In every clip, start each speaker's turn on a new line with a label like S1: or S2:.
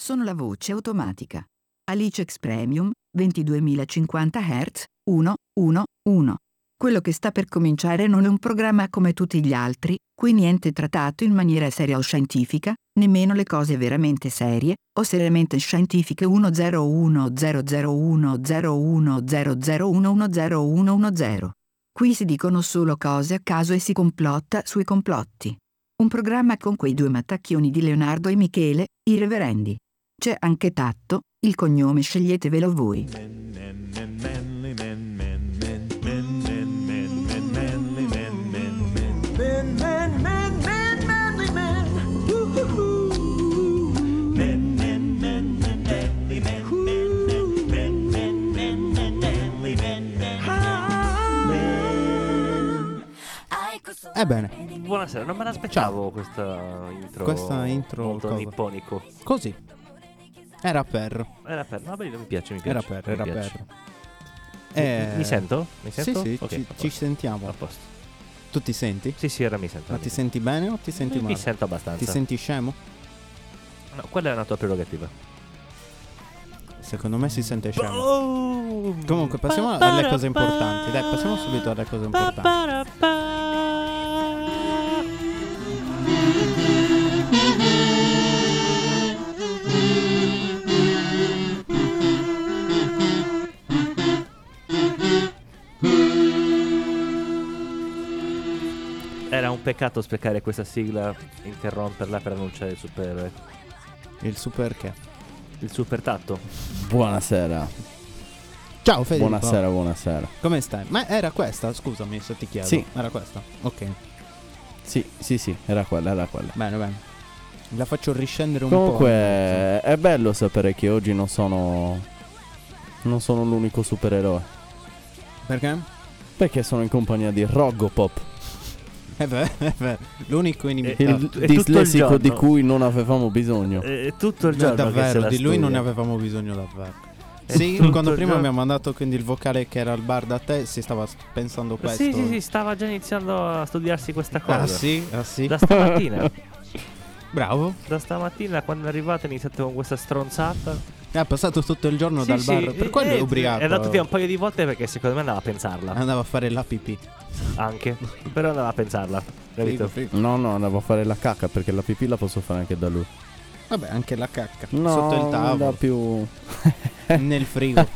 S1: sono la voce automatica. Alice X Premium 22.050 Hz 111. Quello che sta per cominciare non è un programma come tutti gli altri, qui niente è trattato in maniera seria o scientifica, nemmeno le cose veramente serie o seriamente scientifiche 101001010100110110110. Qui si dicono solo cose a caso e si complotta sui complotti. Un programma con quei due mattacchioni di Leonardo e Michele, i reverendi. C'è anche Tatto, il cognome sceglietevelo voi.
S2: Ebbene,
S3: Buonasera, non me l'aspettavo questa intro.
S2: Questa intro
S3: molto
S2: cosa?
S3: nipponico.
S2: così. Era per.
S3: Era per, ma bello, mi piace, mi piace.
S2: Era per,
S3: mi
S2: era
S3: piace.
S2: per. Eh,
S3: Mi, mi sento? Mi sento?
S2: Sì, sì,
S3: Ok,
S2: ci,
S3: a
S2: ci
S3: posto. A
S2: sentiamo.
S3: posto.
S2: Tu ti senti?
S3: Sì, sì, ora mi sento.
S2: Ma ti senti bene o ti senti
S3: Mi
S2: male?
S3: sento abbastanza.
S2: Ti senti scemo?
S3: No, quella è una tua prerogativa.
S2: Secondo me si sente scemo.
S3: Boom!
S2: Diciamo. Comunque, passiamo
S3: Pa-
S2: alle
S3: para-
S2: cose importanti.
S3: pa-
S2: Dai, passiamo subito alle cose
S3: pa-
S2: importanti.
S3: para- pa- Era un peccato sprecare questa sigla, interromperla per annunciare il super,
S2: Il super che?
S3: il super tatto.
S4: Buonasera.
S2: Ciao Federico.
S4: Buonasera, buonasera.
S2: Come stai? Ma era questa? Scusami se ti chiedo.
S4: Sì.
S2: Era questa. Ok.
S4: Sì, sì, sì, era quella, era quella.
S2: Bene, bene. La faccio riscendere un
S4: Comunque
S2: po'.
S4: è bello sapere che oggi non sono non sono l'unico supereroe,
S2: Perché?
S4: perché sono in compagnia di Roggo Pop,
S2: È vero, è vero. L'unico inimico.
S3: Eh,
S4: il
S3: è tutto il
S4: dislessico di
S3: giorno. Eh.
S4: cui non avevamo bisogno.
S3: È tutto il
S2: No,
S3: giorno che se
S2: davvero,
S3: la
S2: di lui non ne
S3: studia.
S2: avevamo bisogno davvero.
S3: È
S2: Sì,
S3: tutto
S2: quando
S3: il
S2: prima
S3: giorno-
S2: abbiamo mandato quindi il vocale che era al bar da te, si stava s- pensando questo.
S3: Sì, sì, sì, stava già iniziando a studiarsi questa cosa.
S2: Ah sì, ah sì.
S3: Da stamattina,
S2: Bravo.
S3: da stamattina quando è arrivato è iniziato con questa stronzata.
S2: Ha passato tutto il giorno
S3: Sì,
S2: dal
S3: sì,
S2: bar, per
S3: eh,
S2: quello
S3: eh,
S2: è ubriaco. Eh.
S3: È andato via un paio di volte perché secondo me andava a pensarla.
S2: Andava a fare la pipì.
S3: Anche. Però andava a pensarla. Capito?
S2: Figo, figo.
S4: No, no, andavo a fare la cacca perché la pipì la posso fare anche da lui.
S2: Vabbè, anche la cacca.
S4: No,
S2: Sotto il
S4: da
S2: tavolo,
S4: più
S2: nel frigo.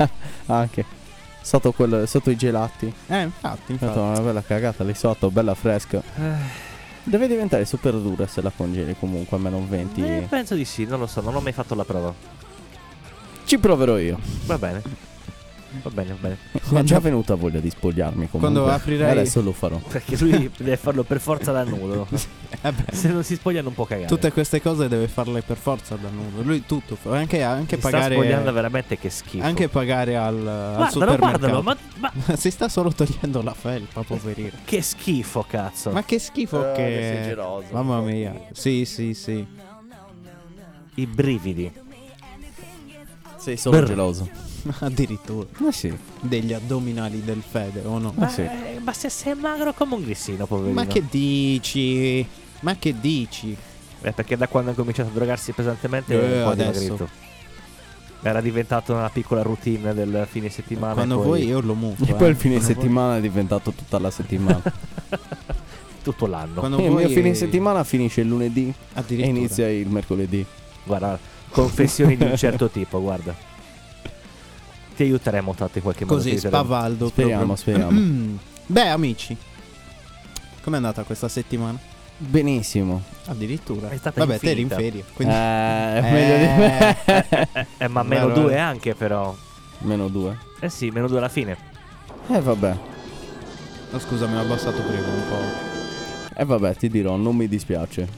S4: anche sotto, quello- sotto i gelati.
S2: Eh, infatti,
S4: Ho fatto
S2: infatti.
S4: una bella cagata lì sotto, bella fresca.
S2: Eh.
S4: Deve diventare super dura se la congeli comunque a meno 20.
S3: Eh, penso di sì, non lo so, non ho mai fatto la prova.
S4: Ci proverò io.
S3: Va bene. Va bene, va bene.
S4: Mi è già venuta voglia di spogliarmi comunque.
S2: Quando aprirai-
S4: Adesso lo farò.
S3: Perché lui deve farlo per forza da nudo.
S2: Eh beh,
S3: Se non si spoglia non può cagare.
S2: tutte queste cose deve farle per forza da nudo. Lui tutto, fa- anche, anche
S3: Mi Sta spogliando
S2: pagare...
S3: veramente che schifo.
S2: Anche pagare al, al
S3: Guardalo, guardalo,
S2: supermercato.
S3: ma, ma
S2: si sta solo togliendo la felpa, poverino.
S3: che schifo, cazzo.
S2: Ma che schifo
S3: Eh,
S2: che... Mamma mia. Sì, sì, sì.
S3: I brividi.
S4: Sei solo
S3: Brr.
S4: geloso.
S2: Addirittura.
S4: Ma sì.
S2: Degli addominali del Fede, o no?
S3: Ma,
S4: sì.
S3: eh, ma se sei magro come un grissino, poverino.
S2: Ma che dici? Ma che dici?
S3: Eh, perché da quando ha cominciato a drogarsi pesantemente
S2: Eh,
S3: è un po'
S2: adesso.
S3: dimagrito. Era diventata una piccola routine del fine settimana.
S2: Quando
S3: e poi
S2: vuoi io lo muto.
S4: E
S2: eh.
S4: poi il fine
S2: Quando vuoi-
S4: settimana è diventato tutta la settimana.
S3: Tutto l'anno.
S2: Quando
S4: il
S2: vuoi
S4: mio fine
S2: eh,
S4: settimana finisce il lunedì e
S2: addirittura.
S4: inizia il mercoledì.
S3: Guarda, confessioni di un certo tipo, guarda. Ti aiuteremo tanto in qualche modo. ti
S2: Così,
S3: aiuteremo.
S2: spavaldo.
S4: Speriamo,
S2: proprio. Mm.
S4: speriamo.
S2: Beh, amici, com'è andata questa settimana?
S4: Benissimo.
S2: Addirittura.
S3: È stata
S2: Vabbè, te eri in
S3: infinita.
S2: ferie, quindi...
S4: Eh, è meglio di me.
S3: Eh, ma meno
S2: Guarda,
S3: due
S2: guarda.
S3: anche, però.
S4: Meno due.
S3: Eh sì, meno due alla fine.
S4: E vabbè.
S2: No, scusami, ho abbassato prima un
S4: E vabbè, ti dirò, non mi dispiace.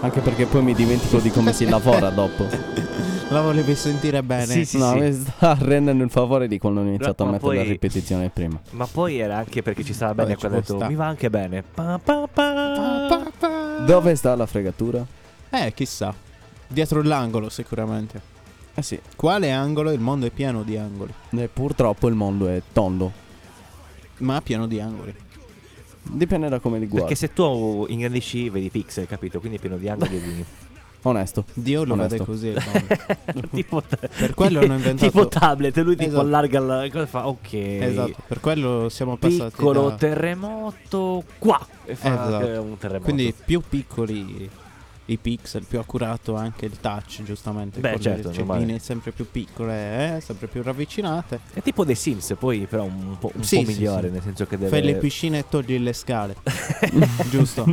S4: Anche perché poi mi dimentico di come si lavora dopo.
S2: po'. La volevi sentire bene?
S3: Sì, sì,
S4: no,
S3: sì.
S4: mi sta rendendo il favore di quando ho iniziato a
S3: Ma
S4: mettere la
S3: poi-
S4: ripetizione prima.
S3: Ma poi era anche perché ci stava bene
S2: Vabbè, ci
S3: quando ha detto
S2: può sta.
S3: mi va anche bene. Pa, pa, pa.
S2: Pa, pa, pa.
S4: Dove sta la fregatura?
S2: Eh, chissà. Dietro l'angolo, sicuramente.
S4: Eh sì,
S2: Quale angolo? Il mondo è pieno di angoli.
S4: eh, purtroppo il mondo è tondo.
S2: Ma pieno di angoli.
S4: Dipende da come li guardi.
S3: Perché se tu ingrandisci vedi i pixel, capito? Quindi è pieno di angoli e di...
S4: Onesto.
S2: Dio lo
S4: Onesto.
S2: vede così. vabbè.
S3: tipo,
S2: per quello hanno inventato...
S3: tipo tablet, lui tipo
S2: Esatto.
S3: allarga la cosa e fa ok.
S2: Esatto, per quello siamo passati
S3: Piccolo
S2: da...
S3: terremoto qua e fa
S2: Esatto.
S3: eh, un terremoto.
S2: Quindi più piccoli i pixel, più accurato anche il touch, giustamente.
S3: Beh,
S2: con
S3: certo,
S2: le
S3: normale.
S2: cepine sempre più piccole, eh, sempre più ravvicinate.
S3: È tipo dei Sims, poi però un po', un
S2: Sì,
S3: po'
S2: sì,
S3: migliore,
S2: sì.
S3: nel senso che deve...
S2: Fai le piscine e togli le scale. Giusto,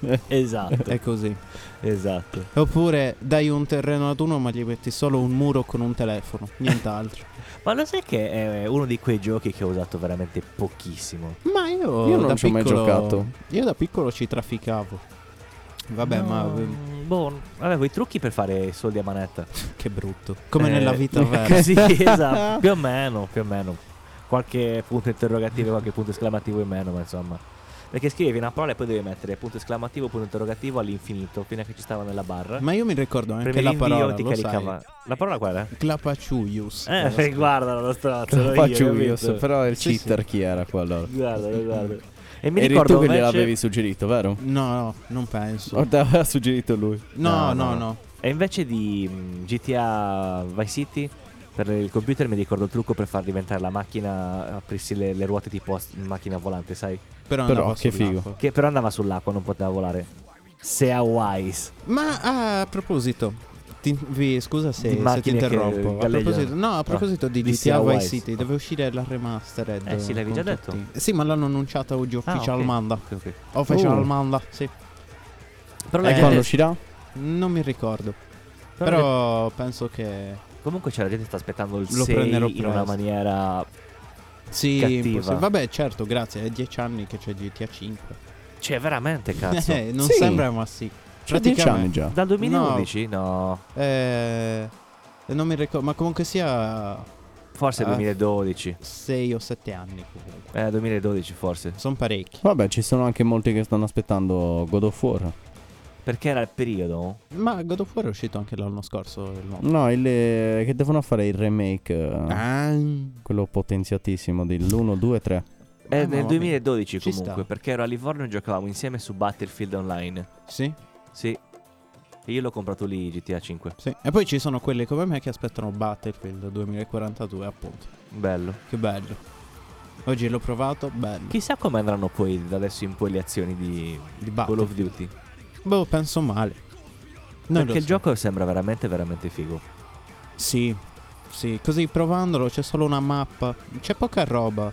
S3: Esatto,
S2: è così.
S3: esatto.
S2: Oppure dai un terreno ad uno ma gli metti solo un muro con un telefono, nient'altro.
S3: Ma lo sai che è uno di quei giochi che ho usato veramente pochissimo.
S2: ma io,
S4: Io non
S2: da
S4: ci ho mai
S2: piccolo-
S4: giocato.
S2: Io da piccolo ci trafficavo. Vabbè,
S3: No,
S2: ma eh,
S3: mm, Boh, avevo i trucchi per fare soldi a manetta.
S2: che brutto. Come
S3: Eh,
S2: nella vita vera.
S3: Così, esatto. Più o meno, più o meno. Qualche punto interrogativo, qualche punto esclamativo in meno, ma insomma. Perché scrivi una parola e poi devi mettere punto esclamativo, punto interrogativo all'infinito, fino a che ci stava nella barra.
S2: Ma io mi ricordo anche
S3: Premevi
S2: la
S3: invio,
S2: parola,
S3: ti
S2: lo
S3: caricava.
S2: sai.
S3: La parola qual è?
S2: Clapaciuius.
S3: Eh, guarda lo strazzo. ero
S4: Lo faccio
S3: io,
S4: io,
S3: capito?
S4: però il
S2: Sì, sì.
S4: cheater chi era qua allora?
S3: Guarda, guarda. E mi
S4: Eri
S3: ricordo
S4: tu che
S3: invece-
S4: gliel'avevi suggerito, vero?
S2: No, no, non penso.
S4: O te l'aveva suggerito lui?
S2: No,
S3: No,
S2: no, no.
S3: no. E invece di mm, GTA Vice City per il computer mi ricordo il trucco per far diventare la macchina, aprirsi le, le ruote tipo a s- macchina volante, sai?
S2: Però,
S4: Però,
S2: andava
S4: che
S2: sull'acqua.
S3: Che però andava sull'acqua, non poteva volare. Sea Wise.
S2: Ma ah, a proposito, ti- vi- scusa
S3: Di
S2: se, se ti
S3: macchine che
S2: interrompo. A
S3: galleggiano. Ah,
S2: proposito, no, a proposito di
S3: Di
S2: GTA Vice
S3: Vice.
S2: City, deve uscire la remastered.
S3: Eh, sì, l'avevi
S2: con
S3: già
S2: tutti. Sì, ma l'hanno annunciata oggi
S3: Ah, ok.
S2: official manda.
S3: Ok, ok.
S2: Official
S4: Uh.
S2: manda, sì.
S3: Però la
S4: E
S2: Eh,
S3: gente,
S4: quando uscirà?
S2: Non mi ricordo.
S3: però la
S2: Però penso che
S3: gente- comunque c'è la gente che sta aspettando il
S2: Lo
S3: 6
S2: prenderò
S3: in una
S2: presto.
S3: maniera...
S2: sì,
S3: Cattiva.
S2: impossibile. Vabbè, certo, grazie. È dieci anni che c'è GTA 5.
S3: Cioè, veramente, cazzo.
S2: Eh, non
S4: Sì.
S2: sembra, ma sì.
S4: C'è 10 anni
S2: Praticamente-
S4: già.
S3: Dal 2011? No.
S2: Eh, non mi ricordo, ma comunque sia
S3: Forse
S2: Ah.
S3: 2012.
S2: 6 o 7 anni comunque.
S3: Eh, 2012 forse.
S2: Sono parecchi.
S4: Vabbè, ci sono anche molti che stanno aspettando God of War.
S3: Perché era il periodo?
S2: Ma God of War è uscito anche l'anno scorso il nuovo.
S4: No, il, eh, che devono fare il remake. eh,
S2: Ah.
S4: Quello potenziatissimo dell'1, 2, 3.
S3: Eh,
S2: Ah,
S3: nel
S2: no,
S3: 2012
S2: Ci
S3: comunque,
S2: sta.
S3: perché ero a Livorno e giocavamo insieme su Battlefield Online.
S2: Sì,
S3: Sì. E io l'ho comprato lì GTA 5.
S2: sì. E poi ci sono quelli come me che aspettano Battlefield 2042, appunto.
S3: Bello.
S2: Che bello. Oggi l'ho provato, bello.
S3: Chissà come andranno poi da adesso in poi le azioni di
S2: Di
S3: Call of
S2: Battlefield.
S3: Duty.
S2: Boh, penso male. Non
S3: perché
S2: lo
S3: il
S2: so.
S3: gioco sembra veramente veramente figo.
S2: Sì, sì. Così provandolo c'è solo una mappa. C'è poca roba.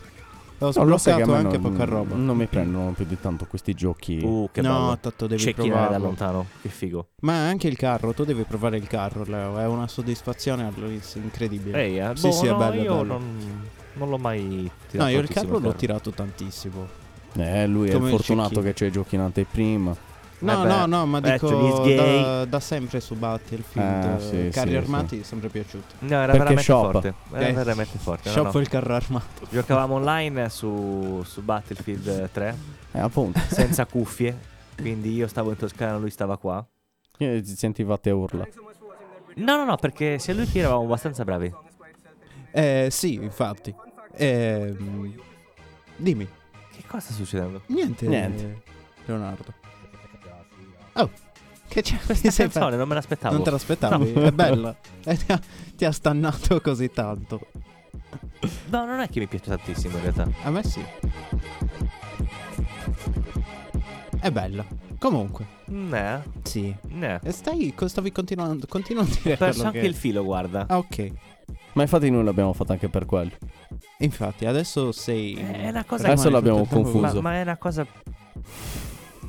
S2: Ho
S4: No, lo sai che a
S2: sbloccato
S4: me
S2: anche
S4: non-
S2: poca roba.
S4: Non mi prendono più di tanto questi giochi.
S3: Uh, che
S2: no,
S3: bello.
S2: tanto devi
S3: Cecchinare da
S2: provarlo.
S3: lontano. Che figo.
S2: Ma anche il carro, tu devi provare il carro, Leo. È una soddisfazione all'ins- incredibile.
S3: Ehi, eh,
S2: Sì,
S3: boh,
S2: sì, è
S3: no,
S2: bello,
S3: io
S2: bello.
S3: Non, non l'ho mai tirato
S2: no, io il
S3: altissimo
S2: carro l'ho
S3: ferro.
S2: tirato tantissimo.
S4: Eh, lui è
S2: Come
S4: il
S2: il
S4: fortunato
S2: cecchino.
S4: che c'è i giochi in anteprima.
S2: No,
S3: Vabbè.
S2: no, no, ma
S3: Eh,
S2: dico
S3: Chinese gay.
S2: da, da sempre su Battlefield.
S4: Ah,
S2: eh,
S4: sì,
S2: carri
S4: sì,
S2: armati è sempre piaciuto.
S3: No, era
S4: Perché
S3: veramente
S4: shop.
S3: forte. Era
S2: Eh,
S3: veramente forte. no,
S2: Shop
S3: no.
S2: il carro armato.
S3: Giocavamo online su, su Battlefield 3
S4: Eh, appunto.
S3: senza cuffie. Quindi io stavo in Toscana, lui stava qua.
S4: Eh, Ci sentivate urla.
S3: No, no, no, perché sia lui che io eravamo abbastanza bravi.
S2: Eh, sì, infatti. Ehm, dimmi.
S3: Che cosa sta succedendo?
S2: Niente.
S4: Niente.
S2: Leonardo. Oh, che c'è?
S3: Questa
S2: Ti sei
S3: canzone non me
S2: fa-
S3: l'aspettavo.
S2: Non te l'aspettavi? È bella. Eh, ti ha- ti ha stannato così tanto.
S3: No, non è che mi piace tantissimo in realtà.
S2: A me sì. È bella. Comunque.
S3: Ne,
S2: Sì.
S3: ne.
S2: E stai, co- stavi continuando, continua a dire
S3: Ho perso
S2: quello
S3: anche
S2: che-
S3: il filo, guarda.
S2: Ah, ok.
S4: Ma infatti noi l'abbiamo fatto anche per quello.
S2: Infatti, adesso sei...
S3: È una cosa
S4: Adesso
S2: Rimane
S4: l'abbiamo
S2: tutto il tempo
S3: ma,
S4: confuso.
S3: ma è una cosa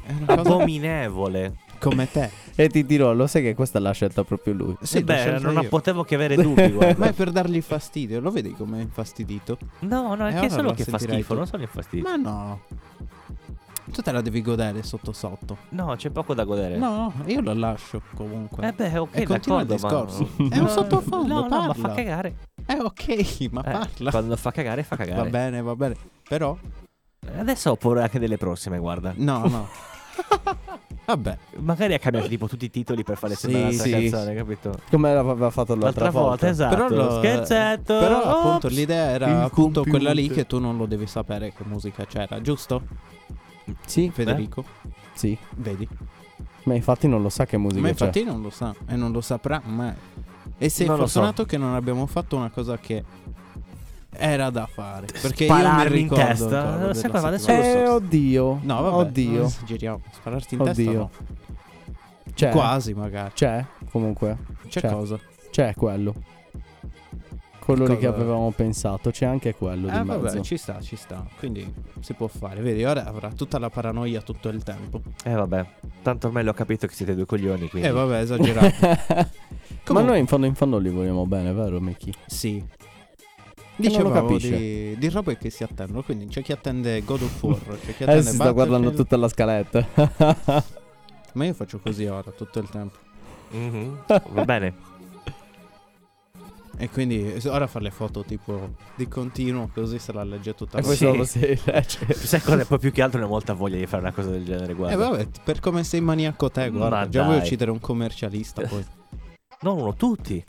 S2: È una cosa
S3: abominevole.
S2: come te.
S4: E ti dirò, lo sai che questa l'ha scelta proprio lui.
S2: Sì,
S3: Eh
S2: l'ho
S3: beh,
S2: scelta
S3: non
S2: io.
S3: potevo che avere dubbi, guarda.
S2: Ma è per dargli fastidio, lo vedi come è infastidito?
S3: No, no, è
S2: Eh,
S3: che
S2: ora
S3: solo
S2: la
S3: che fa
S2: sentirai
S3: schifo,
S2: tu.
S3: non sono infastidito.
S2: Ma no. Tu te la devi godere sotto sotto.
S3: No, c'è poco da godere.
S2: No, no, io la lascio comunque.
S3: Eh beh, ok,
S2: E continua il
S3: d'accordo, ma...
S2: discorso. È un
S3: No,
S2: sottofondo,
S3: No, no, ma fa
S2: parla.
S3: cagare.
S2: Eh, ok, ma
S3: Eh,
S2: parla.
S3: Quando fa cagare, fa cagare.
S2: Va bene, va bene. Però...
S3: Adesso ho paura anche delle prossime, guarda.
S2: No, no. Vabbè.
S3: Magari ha cambiato tipo tutti i titoli per fare
S2: Sì,
S3: sembrare la stessa
S4: sì.
S3: canzone, capito?
S4: Come l'aveva fatto l'altra,
S3: L'altra volta, esatto.
S2: Però lo-
S3: Scherzetto.
S2: Però
S3: Oh,
S2: appunto l'idea
S4: il
S2: era appunto
S4: computer.
S2: quella lì che tu non lo devi sapere che musica c'era, giusto?
S4: Sì,
S2: Federico,
S4: sì.
S2: vedi?
S4: Ma infatti non lo sa che musica
S2: Ma
S4: c'è.
S2: infatti non lo sa e non lo saprà mai. E sei
S3: Non lo
S2: fortunato che non abbiamo fatto una cosa che era da fare. Perché io mi
S3: Spararmi in
S2: ricordo ancora
S3: testa. Lo sai
S2: della
S3: cosa,
S2: settimana
S3: adesso lo so.
S4: Eh,
S2: scorsa.
S4: oddio.
S2: No, vabbè.
S4: Oddio.
S2: eh, Giriamo. Spararti in testa
S4: Oddio.
S2: no.
S4: C'è.
S2: Quasi magari.
S4: C'è, comunque.
S2: C'è
S4: Cioè,
S2: cosa?
S4: C'è quello. Quello lì che
S2: Cosa?
S4: avevamo pensato. C'è anche quello
S2: Eh
S4: di mezzo.
S2: vabbè, ci sta, ci sta. Quindi si può fare. Vedi, ora avrà tutta la paranoia tutto il tempo.
S3: Eh vabbè, tanto ormai l'ho capito che siete due coglioni, quindi...
S2: Eh vabbè, esagerato.
S4: Ma
S2: Comunque-
S4: noi in fondo in fondo li vogliamo bene, vero Mickey?
S2: Sì.
S4: Che non lo
S2: Dicevamo
S4: capisce.
S2: di, di robe che si attendono, quindi c'è chi attende God of War, c'è chi attende
S4: Eh, si sta guardando
S2: Battlefield.
S4: tutta la scaletta.
S2: Ah, Ma io faccio così ora, tutto il tempo.
S3: Mhm. Va bene.
S2: E quindi se- ora fare le foto tipo di continuo, così se la legge tutta la
S4: e
S2: Eh,
S4: poi
S3: sì.
S4: solo se legge.
S3: Sai cosa? Poi più che altro una volta voglia di fare una cosa del genere, guarda.
S2: E vabbè, t- per come sei maniaco te, guarda,
S3: Ma
S2: già vuoi
S3: dai.
S2: uccidere un commercialista poi.
S3: Non uno, tutti.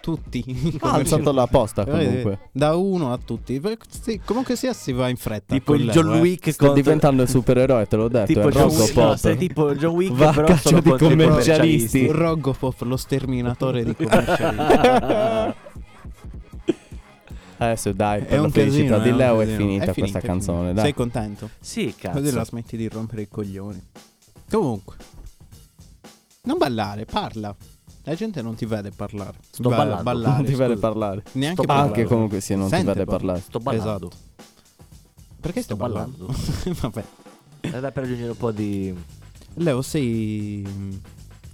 S2: Tutti. i
S4: Ha alzato la posta
S2: commercialisti.
S4: Ah, comunque.
S2: Da uno a tutti. Beh, sì, comunque sia si va in fretta.
S3: tipo
S2: con
S3: il
S2: l'euro,
S3: John
S2: eh.
S3: Wick
S4: Sta
S3: contro...
S4: diventando il supereroe, te l'ho detto.
S3: Tipo
S4: è
S3: John
S4: Rocco
S3: Wick,
S2: Rocco
S3: no,
S4: Pop.
S3: sei tipo John Wick
S4: Va a
S3: però
S4: caccia
S3: solo
S4: di
S3: contro i
S4: commercialisti.
S3: commercialisti.
S2: Rogopop, lo sterminatore di commercialisti.
S4: Adesso dai, per
S2: è
S4: la
S2: un
S4: felicità
S2: casino.
S4: di
S2: eh, un
S4: Leo è
S2: casino.
S4: finita,
S2: è
S4: questa
S2: è
S4: canzone.
S2: finita.
S4: Dai.
S2: Sei contento?
S3: Sì,
S2: Così la
S3: cazzo.
S2: smetti di rompere i coglioni. Comunque, non ballare, parla. La gente non ti vede parlare.
S3: Sto ballando.
S2: ballare,
S4: non ti vede
S2: scusa.
S4: parlare.
S2: Neanche
S3: Sto
S2: parlare.
S4: Anche comunque sì, non
S2: Sente
S4: ti vede
S2: poi.
S4: parlare.
S3: Sto ballando.
S2: Esatto. Perché
S3: Sto
S2: stai ballando? Vabbè.
S3: Eh, Dai, per aggiungere un po' di...
S2: Leo, sei.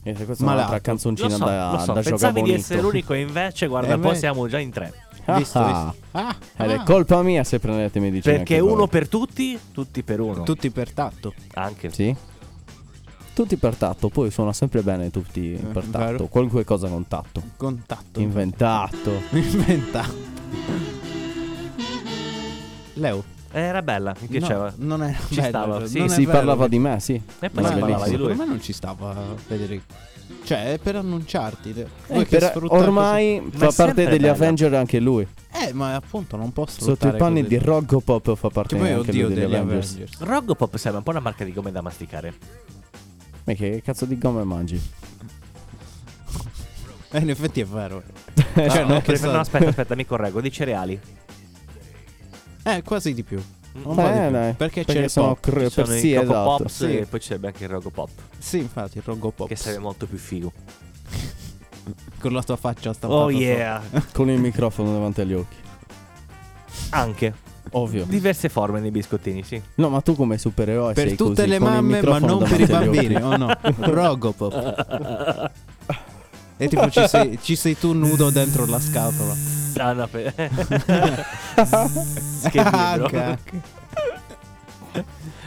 S4: Eh, questa è
S2: Ma
S4: un'altra
S2: là,
S3: Lo
S4: canzoncina
S3: so,
S4: da,
S3: lo so.
S4: da
S3: Pensavi di
S4: giocabonito.
S3: essere l'unico e invece, guarda,
S2: Eh,
S3: poi
S2: beh.
S3: siamo già in tre.
S4: Ah,
S2: Visto,
S4: ah.
S2: visto. Ah,
S4: Ed è
S2: ah.
S4: colpa mia se prendete medicine.
S3: Perché
S4: anche voi.
S3: uno per tutti, tutti per uno.
S2: Tutti per tatto.
S3: Anche.
S4: Sì. Tutti per tatto, poi suona sempre bene tutti per tatto.
S2: vero.
S4: Qualunque cosa con tatto.
S2: Contatto.
S4: Inventato.
S2: Inventato. Leo.
S3: Eh, Era bella, mi piaceva.
S2: No, non era
S3: Ci
S2: bello,
S3: stava, sì,
S2: non
S4: Sì,
S2: è
S4: si
S2: vero.
S4: parlava di me, sì.
S3: E poi
S4: Ma
S3: si parlava
S4: bellissimo.
S3: di lui.
S2: Secondo me non ci stava Federico. Cioè, è per annunciarti. te-
S4: Eh,
S2: vuoi che
S4: per-
S2: sfrutta
S4: ormai
S3: Ma
S4: fa
S3: è
S4: parte
S3: sempre
S4: degli
S3: bella.
S4: Avenger anche lui.
S2: così? Eh, ma appunto non posso
S4: Sotto i panni di
S2: Rock
S4: Roggo Pop fa parte
S2: Che poi
S4: anche
S2: oddio
S4: lui degli
S2: degli
S4: Avengers.
S2: Avengers.
S3: Roggo Pop sembra un po' una marca di gomme da masticare.
S4: Ma che cazzo di gomme mangi?
S2: Eh, in effetti è vero.
S3: Ah,
S2: cioè, non
S3: no,
S2: è che
S3: pre-
S2: so-
S3: no, aspetta, aspetta, mi correggo. Di cereali.
S2: Eh, quasi di più. Un po' di
S4: Eh,
S2: più.
S4: dai,
S2: Perché, c'è il
S4: sono
S2: pop.
S4: cre-
S3: Ci sono
S4: per-
S3: i
S4: sì,
S3: Coco
S4: esatto.
S3: Pops
S2: Sì.
S3: e poi c'è anche il Rogo Pop,
S2: Sì, infatti, il Rogo Pop.
S3: che sarebbe molto più figo.
S2: Con la tua faccia stampata.
S3: Oh
S2: sopra.
S3: yeah,
S4: Con il microfono davanti agli occhi.
S3: anche
S4: Ovvio.
S3: diverse forme nei biscottini, sì.
S4: No, ma tu come supereroe
S2: Per
S4: sei
S2: tutte
S4: così,
S2: le
S4: con il
S2: mamme, ma
S4: microfono
S2: non per i
S4: davanti agli
S2: bambini.
S4: occhi.
S2: Oh no, Rogo Pop. E tipo ci sei, ci sei tu nudo dentro la scatola.
S3: Ah, no, per- che
S2: Ah,
S3: libro.
S2: Cacca.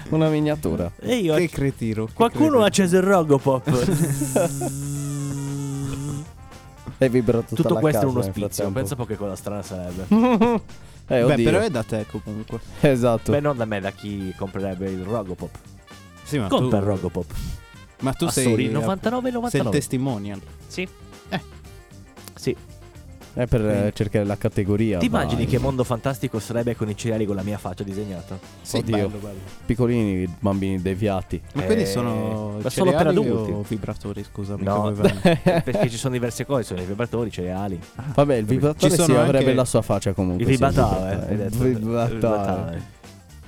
S4: Una miniatura.
S3: E io
S2: Che cretino. che
S3: qualcuno
S2: cretino.
S3: ha acceso il Rogo Pop.
S4: E vibra tutta
S3: Tutto
S4: la
S3: questo è
S4: casa
S3: uno
S4: nel
S3: spizio.
S4: frattempo.
S3: Pensa un po' che cosa strana sarebbe.
S4: Eh,
S2: Beh,
S4: oddio.
S2: però è da te comunque.
S4: Esatto.
S3: Beh, non da me, da chi comprerebbe il Rogo Pop.
S2: Sì, ma
S3: Compra il
S2: tu,
S3: Rogo Pop.
S2: ma tu
S3: A
S2: sei,
S3: Sori, 99,99.
S2: sei il testimonial.
S3: Sì.
S2: Eh.
S3: Sì.
S4: È per eh, cercare la categoria.
S3: Ti
S4: vai.
S3: immagini che mondo fantastico sarebbe con i cereali con la mia faccia disegnata?
S2: Sì,
S4: Oddio.
S2: bello, bello.
S4: Piccolini bambini deviati.
S2: Ma
S3: Eh,
S2: quindi sono
S3: ma solo
S2: cereali
S3: per adulti.
S2: o vibratori, scusami.
S3: No.
S2: che vuoi fare?
S3: Perché ci sono diverse cose, ci sono i vibratori, i cereali.
S4: Vabbè, il
S2: Ci
S4: vibratore sì,
S2: sono anche-
S4: avrebbe la sua faccia comunque.
S3: Il
S4: sì,
S3: ribatave. hai detto.
S4: Il vibratore.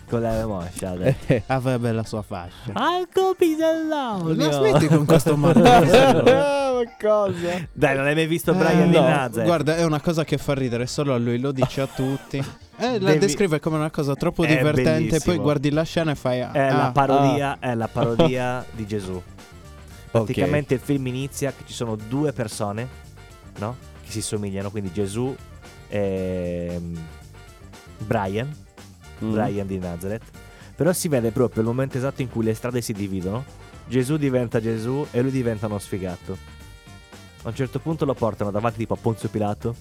S3: Con la moscia.
S4: Eh,
S3: adesso.
S4: eh.
S2: Avrebbe Ah, la sua fascia.
S3: Alco
S2: Ma
S3: Pisellaudio.
S2: smetti con questo
S4: Eh,
S2: male.
S4: ma cosa?
S3: Dai, non hai mai visto Brian
S4: no,
S3: di eh. Nazareth?
S2: Eh, Guarda, è una cosa che fa ridere solo a lui, lo dice a tutti. Eh, la
S3: Devi-
S2: descrive come una cosa troppo
S3: È
S2: divertente.
S3: bellissimo.
S2: Poi guardi la scena e fai. ah,
S3: È la
S2: ah,
S3: parodia, è la parodia di Gesù.
S4: Ok.
S3: Praticamente il film inizia che ci sono due persone, no? Che si somigliano, quindi Gesù e mm, Brian,
S4: Mm.
S3: Brian di Nazareth. Però si vede proprio il momento esatto in cui le strade si dividono. Gesù diventa Gesù e lui diventa uno sfigato. A un certo punto lo portano davanti tipo a Ponzio Pilato.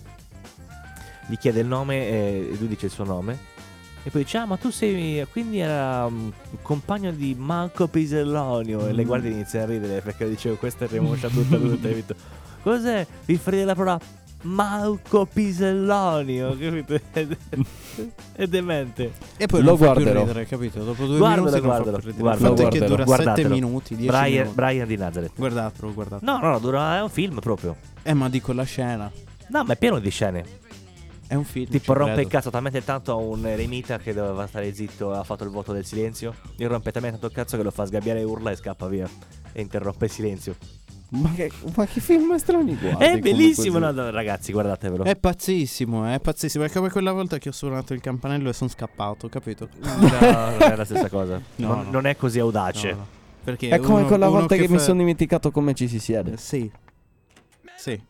S3: Gli chiede il nome e lui dice il suo nome. E poi dice, ah ma tu sei... Quindi era mm, il compagno di Marco Pisellonio. E le guardie iniziano a ridere perché dicevo, questa è rimoscia tutta tutta. capito? Cos'è? Il fratello della parola Marco Pisellonio. Capito? È demente.
S2: E poi
S4: Lo
S2: non fa più
S4: guarderò.
S2: ridere, capito? Dopo due
S3: Guardalo,
S2: minuti non fa
S3: guardalo,
S2: più ridere.
S3: guardalo,
S2: Il fatto è che
S4: guardalo.
S2: dura
S3: Guardatelo.
S2: 7 minuti, 10
S3: Brian,
S2: minuti.
S3: Brian di Nazareth.
S2: Guardatelo, guardatelo.
S3: No, no, no, dura- è un film proprio.
S2: Eh, ma dico la scena.
S3: No, ma è pieno di scene.
S2: È un film. ci
S3: Tipo rompe il
S2: credo.
S3: cazzo talmente tanto a un eremita che doveva stare zitto e ha fatto il voto del silenzio. Gli rompe talmente tanto il cazzo che lo fa sgabbiare, urla e scappa via. E interrompe il silenzio.
S4: Ma che, ma che film strani guardi
S3: è
S4: come
S3: bellissimo,
S4: così?
S3: no, no, ragazzi, guardatevelo.
S2: È pazzissimo, è pazzissimo. È come quella volta che ho suonato il campanello e sono scappato, capito?
S3: No, non è la stessa cosa.
S2: No,
S3: non,
S2: no.
S3: non è così audace.
S2: No, no. Perché
S4: È come
S2: uno-
S4: quella
S2: uno
S4: volta che, mi
S2: fa- Eh,
S4: sono dimenticato come ci si siede.
S2: Sì. Sì.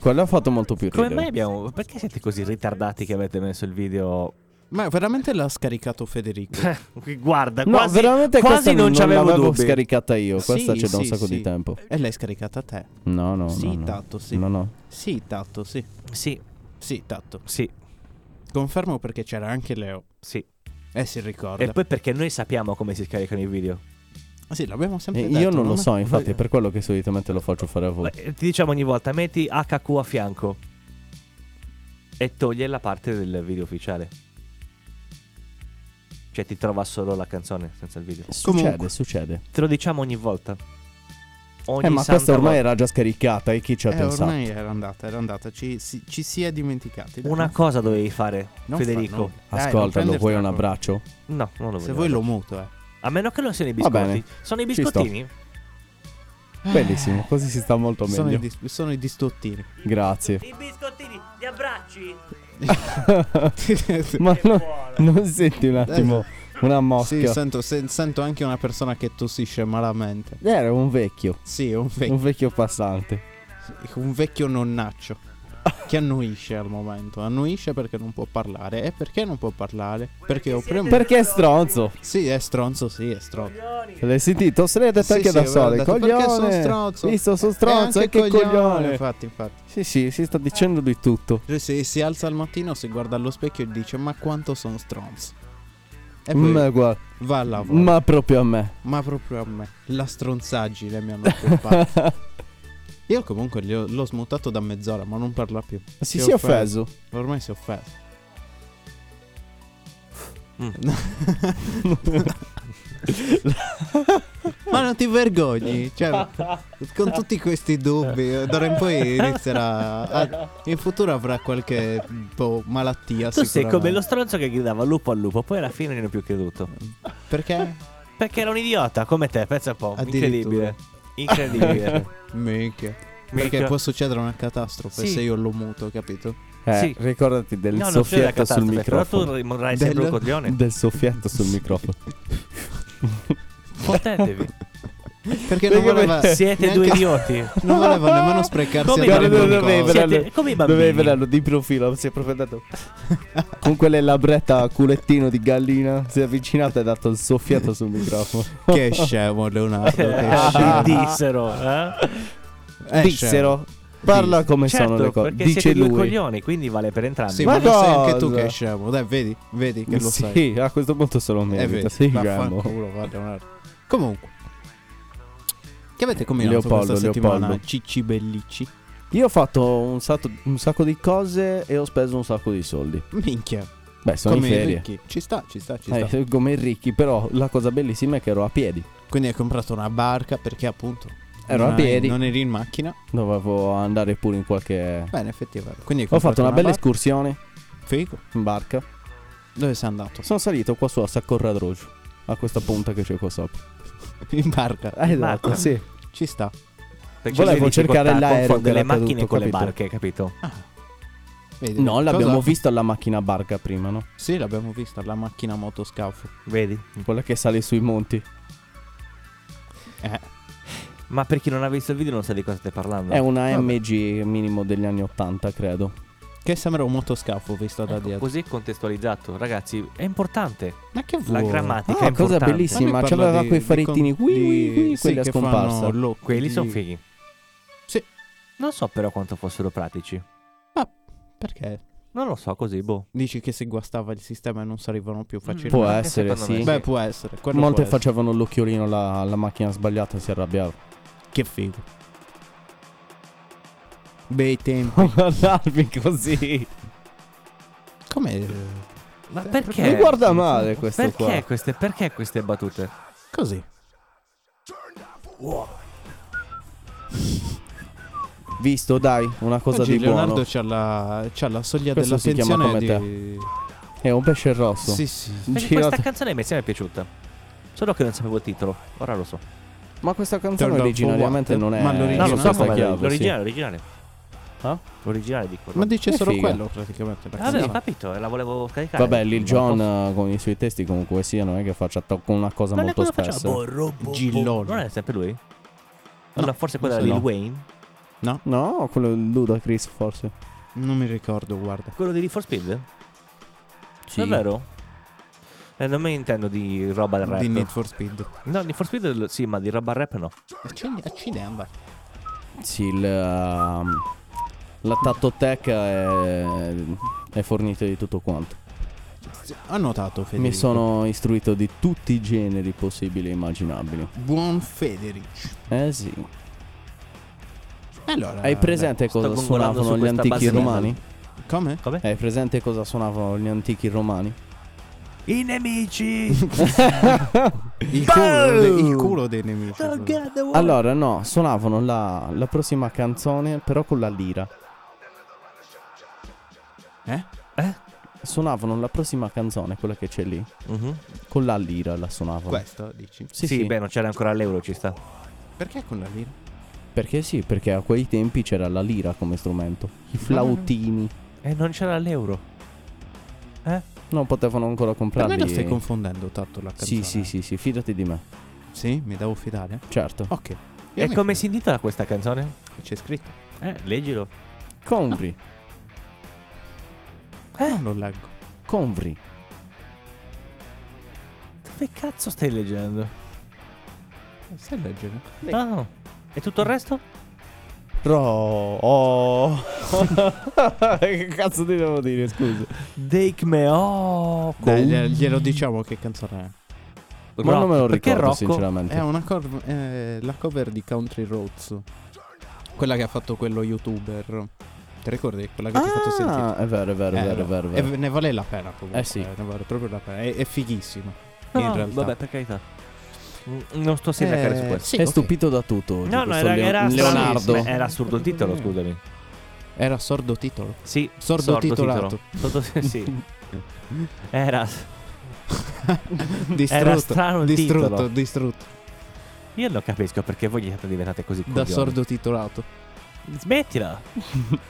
S4: Quello ha fatto molto più
S3: Come
S4: ridere.
S3: mai abbiamo. Perché siete così ritardati che avete messo il video?
S2: Ma veramente l'ha scaricato Federico.
S4: Eh.
S3: Guarda,
S4: No,
S3: quasi,
S4: veramente
S3: quasi
S4: questa
S3: non,
S4: non
S3: ci avevo
S4: l'avevo
S3: dubbi.
S4: scaricata io.
S2: Sì,
S4: Questa c'è da un
S2: sì,
S4: sacco di
S2: sì.
S4: tempo.
S2: e Eh, l'hai scaricata te.
S4: No, no,
S2: sì,
S4: no, no.
S2: Tatto, sì.
S4: No, no.
S2: Sì, Tatto, sì.
S3: Sì,
S2: Sì, Tatto.
S3: sì,
S2: Confermo perché c'era anche Leo.
S3: sì.
S2: Eh, si ricorda.
S3: E poi perché noi sappiamo come si scaricano i video.
S2: Ah, Sì, l'abbiamo sempre
S4: Eh,
S2: detto.
S4: io non lo
S2: è-
S4: so, infatti, è per quello che solitamente lo faccio fare a voi.
S3: Beh, Ti diciamo ogni volta, metti HQ a fianco e toglie la parte del video ufficiale. Cioè ti trova solo la canzone senza il video.
S4: Succede,
S2: Comunque.
S4: succede.
S3: Te lo diciamo ogni volta. Ogni
S4: Eh, ma
S3: santa
S4: questa ormai
S3: volta.
S4: era già scaricata. E chi ci ha
S2: Eh,
S4: pensato?
S2: ormai era andata, era andata. Ci si, ci si è dimenticati. dai.
S3: Una cosa dovevi fare,
S2: Non fa
S3: Federico.
S2: nulla. Dai, non
S4: Ascoltalo,
S2: prendertela
S4: vuoi un
S2: con-
S4: abbraccio?
S3: No, non lo voglio.
S2: Se vuoi lo muto, eh.
S3: A meno che non siano i
S4: Va bene,
S3: biscotti. Sono i
S4: ci sto.
S3: biscottini?
S4: Bellissimo, così si sta molto
S2: Eh, Sono i,
S4: meglio.
S2: dis- sono i distottini.
S4: Grazie.
S3: I biscottini, gli abbracci.
S4: Ma
S3: Che
S4: non,
S3: buono.
S4: non senti un attimo una
S2: Eh, sì,
S4: mosca?
S2: sento, sen- sento anche una persona che tossisce malamente.
S4: Era un vecchio,
S2: Sì, è un, vec-
S4: un vecchio passante.
S2: un vecchio nonnaccio che annuisce al momento. Annuisce perché non può parlare. E perché non può parlare? Perché ho premuto.
S4: Perché è stronzo?
S2: Sì, è stronzo, sì, è stronzo.
S4: L'hai sentito? Se l'hai detto
S2: Sì,
S4: anche
S2: sì,
S4: da
S2: aveva
S4: sole,
S2: detto, "Perché
S4: coglione.
S2: sono stronzo?"
S4: Visto, sono stronzo,
S2: E
S4: e
S2: anche
S4: che coglione.
S2: Infatti, infatti.
S4: Sì, sì, si sta dicendo di tutto.
S2: Cioè, si, si alza al mattino, si guarda allo specchio e dice: Ma quanto sono stronzo. E poi
S4: Ma, guarda,
S2: va al lavoro. Ma...
S4: ma proprio a me.
S2: proprio a me. La stronzaggine mi hanno occupato. Io comunque li ho- l'ho smutato da mezz'ora, ma non parla più.
S4: Si
S2: è
S4: si è offeso.
S2: Ormai si è offeso.
S3: Mm.
S2: Ma non ti vergogni, cioè, con tutti questi dubbi, eh, d'ora in poi inizierà. a- in futuro avrà qualche boh, malattia.
S3: Tu sei come lo
S2: sicuramente.
S3: stronzo che gridava lupo al lupo, poi alla fine non è più creduto.
S2: Perché?
S3: Perché era un idiota come te, pensa un po'.
S2: Addirittura.
S3: Incredibile. Incredibile.
S2: Minchia. Perché
S3: Minchia.
S2: può succedere una catastrofe
S3: Sì.
S2: se io lo muto, capito?
S4: Eh,
S3: Sì.
S4: ricordati del
S3: no, non c'è la
S4: soffietto sul
S3: catastrofe, però tu
S4: microfono.
S3: rimarrai sempre un
S2: Del-
S3: coglione.
S4: Del soffietto sul microfono.
S3: Contentevi.
S2: Perché non
S4: Perché
S2: voleva.
S3: Siete
S2: neanche-
S3: due idioti.
S2: Non voleva nemmeno sprecarsi
S3: Come
S2: a
S3: Guarda,
S2: dare
S3: dove-
S2: qualcosa.
S3: dove- Siete come i bambini.
S4: Dovevi vederlo di profilo, si è approfittato. Con quelle labretta a culettino di gallina, si è avvicinato e ha dato il soffietto sul
S3: Eh,
S4: microfono.
S2: Che scemo, Leonardo.
S4: Eh,
S2: Che
S3: Ah,
S2: scemo.
S3: vi dissero. Eh?
S2: Eh, scemo.
S4: Dissero. Parla come
S3: Certo,
S4: sono le cose.
S3: perché
S4: Dice
S3: siete due
S4: lui.
S3: coglioni, quindi vale per entrambi.
S2: Sì,
S4: Ma
S2: ma, lo sai anche tu
S4: cosa?
S2: che è scemo. Dai, vedi, vedi che lo
S4: sì,
S2: sai.
S4: a questo punto solo
S2: Eh,
S4: merita.
S2: vedi.
S4: Sì, Gambo.
S2: Vaffanculo, guarda, guarda. Comunque. Che avete combinato
S4: Leopoldo,
S2: questa settimana?
S4: Leopoldo.
S2: Cicci bellicci.
S4: Io ho fatto un sacco, un sacco di cose e ho speso un sacco di soldi.
S2: Minchia.
S4: Beh, sono
S2: come
S4: in
S2: i
S4: ferie.
S2: ricchi. Ci sta, ci sta, ci
S4: Eh,
S2: sta.
S4: come i ricchi, però la cosa bellissima è che ero a piedi.
S2: Quindi hai comprato una barca perché appunto.
S4: Ero
S2: non
S4: a
S2: hai-
S4: piedi.
S2: Non eri in macchina.
S4: Dovevo andare pure in qualche.
S2: Bene, effettivamente. Quindi hai
S4: Ho fatto
S2: comprato
S4: una bella
S2: barca.
S4: escursione
S2: Figo.
S4: in barca.
S2: Dove sei andato?
S4: Sono salito qua su a Saccorradroggio, a questa punta che c'è qua sopra.
S2: In barca.
S4: Eh,
S3: barca?
S4: sì.
S2: Ci sta.
S3: Perché
S4: volevo
S3: c'è difficoltà
S4: cercare
S3: a
S4: l'aereo
S3: confondere
S4: che
S3: le
S4: era
S3: macchine
S4: caduto,
S3: con le
S4: capito?
S3: barche, capito?
S2: Vedi,
S4: No,
S2: cosa-
S4: l'abbiamo vista alla macchina barca prima, no?
S2: Sì, l'abbiamo vista. La macchina motoscafo.
S3: Vedi?
S4: Quella che sale sui monti.
S2: Eh.
S3: Ma per chi non ha visto il video non sa di cosa stai parlando.
S4: È una
S2: Vabbè.
S4: MG minimo degli anni 80, credo.
S2: Che sembra un motoscafo visto da
S3: Ecco,
S4: Certo.
S2: dietro.
S3: così contestualizzato, ragazzi, è importante.
S2: Ma che vuoi?
S3: La grammatica è
S4: Ah, cosa
S3: importante.
S2: Ma lui
S4: bellissima.
S2: parla
S4: C'aveva
S2: di-
S4: quei
S2: di
S4: farettini
S2: con-
S4: qui,
S2: di-
S4: qui, qui,
S2: sì,
S4: quella
S2: che
S4: scomparsa.
S2: fanno lo-
S3: Quelli
S2: di-
S3: sono fighi.
S2: Sì.
S3: Non so però quanto fossero pratici.
S2: Perché?
S3: Non lo so, così, boh.
S2: Dici che si guastava il sistema e non salivano più facilmente.
S4: Mm. Può
S3: Anche
S4: essere,
S3: secondo
S4: sì.
S3: me,
S2: Beh, può essere. quello
S4: Molte
S2: può essere.
S4: facevano l'occhiolino alla, alla macchina sbagliata e si arrabbiava.
S2: Che figo. Bei tempi.
S4: Guardarmi così.
S2: Come
S3: Ma perché?
S4: Mi guarda male questo
S3: perché
S4: qua.
S3: Queste, perché queste battute?
S2: Così.
S4: Visto, dai, una cosa
S2: Oggi
S4: di
S2: Leonardo
S4: buono.
S2: c'ha la, c'ha la soglia
S4: Questo si chiama
S2: dell'attenzione
S4: come
S2: di...
S4: È un pesce rosso.
S2: Sì, sì.
S3: Perché
S4: Girato-
S3: questa canzone mi è piaciuta. Solo che non sapevo il titolo, ora lo so.
S4: Ma questa canzone
S2: Turn down
S4: originariamente
S2: for what?
S4: Eh, non è.
S2: Ma
S3: No,
S2: l'originale?
S3: lo
S2: Originale,
S3: so
S2: questa
S3: come
S4: chiave,
S3: l'originale, l'originale.
S4: Ah?
S3: L'originale dico.
S2: Ma dice
S4: Che
S2: solo
S4: figa.
S2: quello praticamente. la
S3: Vabbè, ho
S2: canzone.
S3: capito, eh, la volevo scaricare.
S4: Ah, Vabbè, Lil
S3: Ma
S4: Jon
S3: non
S4: eh, con i suoi testi comunque sia, non è che faccia to- con una
S3: posso-
S4: cosa
S3: non Boh, è
S4: molto
S3: quello che faceva.
S4: spessa.
S3: Borro, bo- bo-
S2: Gillone.
S3: Non è sempre lui? Allora, forse quella
S2: non
S3: di
S2: so.
S3: Lil Wayne.
S4: No, quello è Ludacris forse.
S2: Non mi ricordo, guarda.
S3: Quello di Need for Speed? Davvero? Eh, non mi intendo di roba del rap.
S2: Di Need for Speed.
S3: No, di For Speed l- sì, ma di roba rap no.
S2: Accidenti.
S4: Sì, il ehm, l'attacco tech è, è fornito di tutto quanto.
S2: Ha notato Federico.
S4: Mi sono istruito di tutti i generi possibili e immaginabili.
S2: Buon Federic.
S4: Eh sì.
S2: Allora,
S4: Hai presente
S3: sto
S4: cosa
S3: gongolando su
S4: suonavano gli
S3: questa
S4: antichi
S3: base di-
S4: romani?
S2: beh, come?
S3: Come?
S4: Hai presente cosa suonavano gli antichi romani?
S3: I nemici!
S2: Il
S4: Boh!
S2: culo, de- il culo dei nemici.
S4: Allora, no, suonavano la, la prossima canzone, però con la lira.
S2: Eh?
S4: Suonavano la prossima canzone, quella che c'è lì.
S3: Mhm.
S4: Con la lira la suonavano.
S2: Questo dici?
S4: Sì,
S3: sì,
S4: sì.
S3: beh, non c'era ancora l'euro, ci sta.
S2: Perché con la lira?
S4: Perché sì, perché a quei tempi c'era la lira come strumento. I
S2: Ah.
S4: flautini.
S3: E non c'era l'euro. Eh?
S4: Non potevano ancora
S2: Per
S4: comprarli.
S2: me la stai confondendo tanto la
S4: sì,
S2: canzone. eh.
S4: sì, sì, sì, fidati di me.
S2: Sì, mi devo fidare?
S4: Certo.
S2: Ok. Io
S3: E
S2: mi
S3: come si intitola questa canzone?
S2: fido. C'è scritto.
S3: Eh, leggilo.
S4: Convri, Eh.
S2: Non Ah, lo leggo.
S4: convri.
S3: Dove cazzo stai leggendo?
S2: Eh, Sai leggere?
S3: No, no. E tutto il resto?
S4: Ro. Oh. che cazzo ti devo dire, scusa.
S3: Dake me oh.
S2: Dai, gliel- glielo diciamo che canzone
S4: Ma non me lo
S3: Perché
S4: ricordo,
S3: Rocco?
S2: è.
S4: sinceramente.
S2: È una cover, è la cover di Country Roads. Quella che ha fatto quello youtuber. Ti ricordi? Quella che ti ha fatto sentire?
S4: Ah, è vero, è vero, è
S2: Eh,
S4: vero, è
S2: no.
S4: vero. è
S2: E
S4: vero.
S2: ne vale la pena comunque.
S4: Eh sì.
S2: Ne vale proprio la pena. È, è fighissimo.
S3: No,
S2: in realtà.
S3: Vabbè, per carità. Mm, Non sto a sindacare su
S2: Eh,
S3: questo.
S2: sì,
S4: è
S2: ok.
S4: stupito da tutto. oggi,
S3: No, no,
S4: questo
S3: era,
S4: Leo-
S3: era
S4: Leonardo.
S2: eh.
S3: Beh, Era assurdo il titolo, scusami.
S2: Era sordo titolo.
S3: Sì,
S2: Sordo titolato.
S3: Titolo. Sordo- sì. Era.
S2: Distrutto.
S3: strano il
S2: distrutto,
S3: titolo.
S2: distrutto.
S3: Io non capisco perché voi gli siete diventate così
S2: Da
S3: coglioni.
S2: sordo titolato.
S3: Smettila!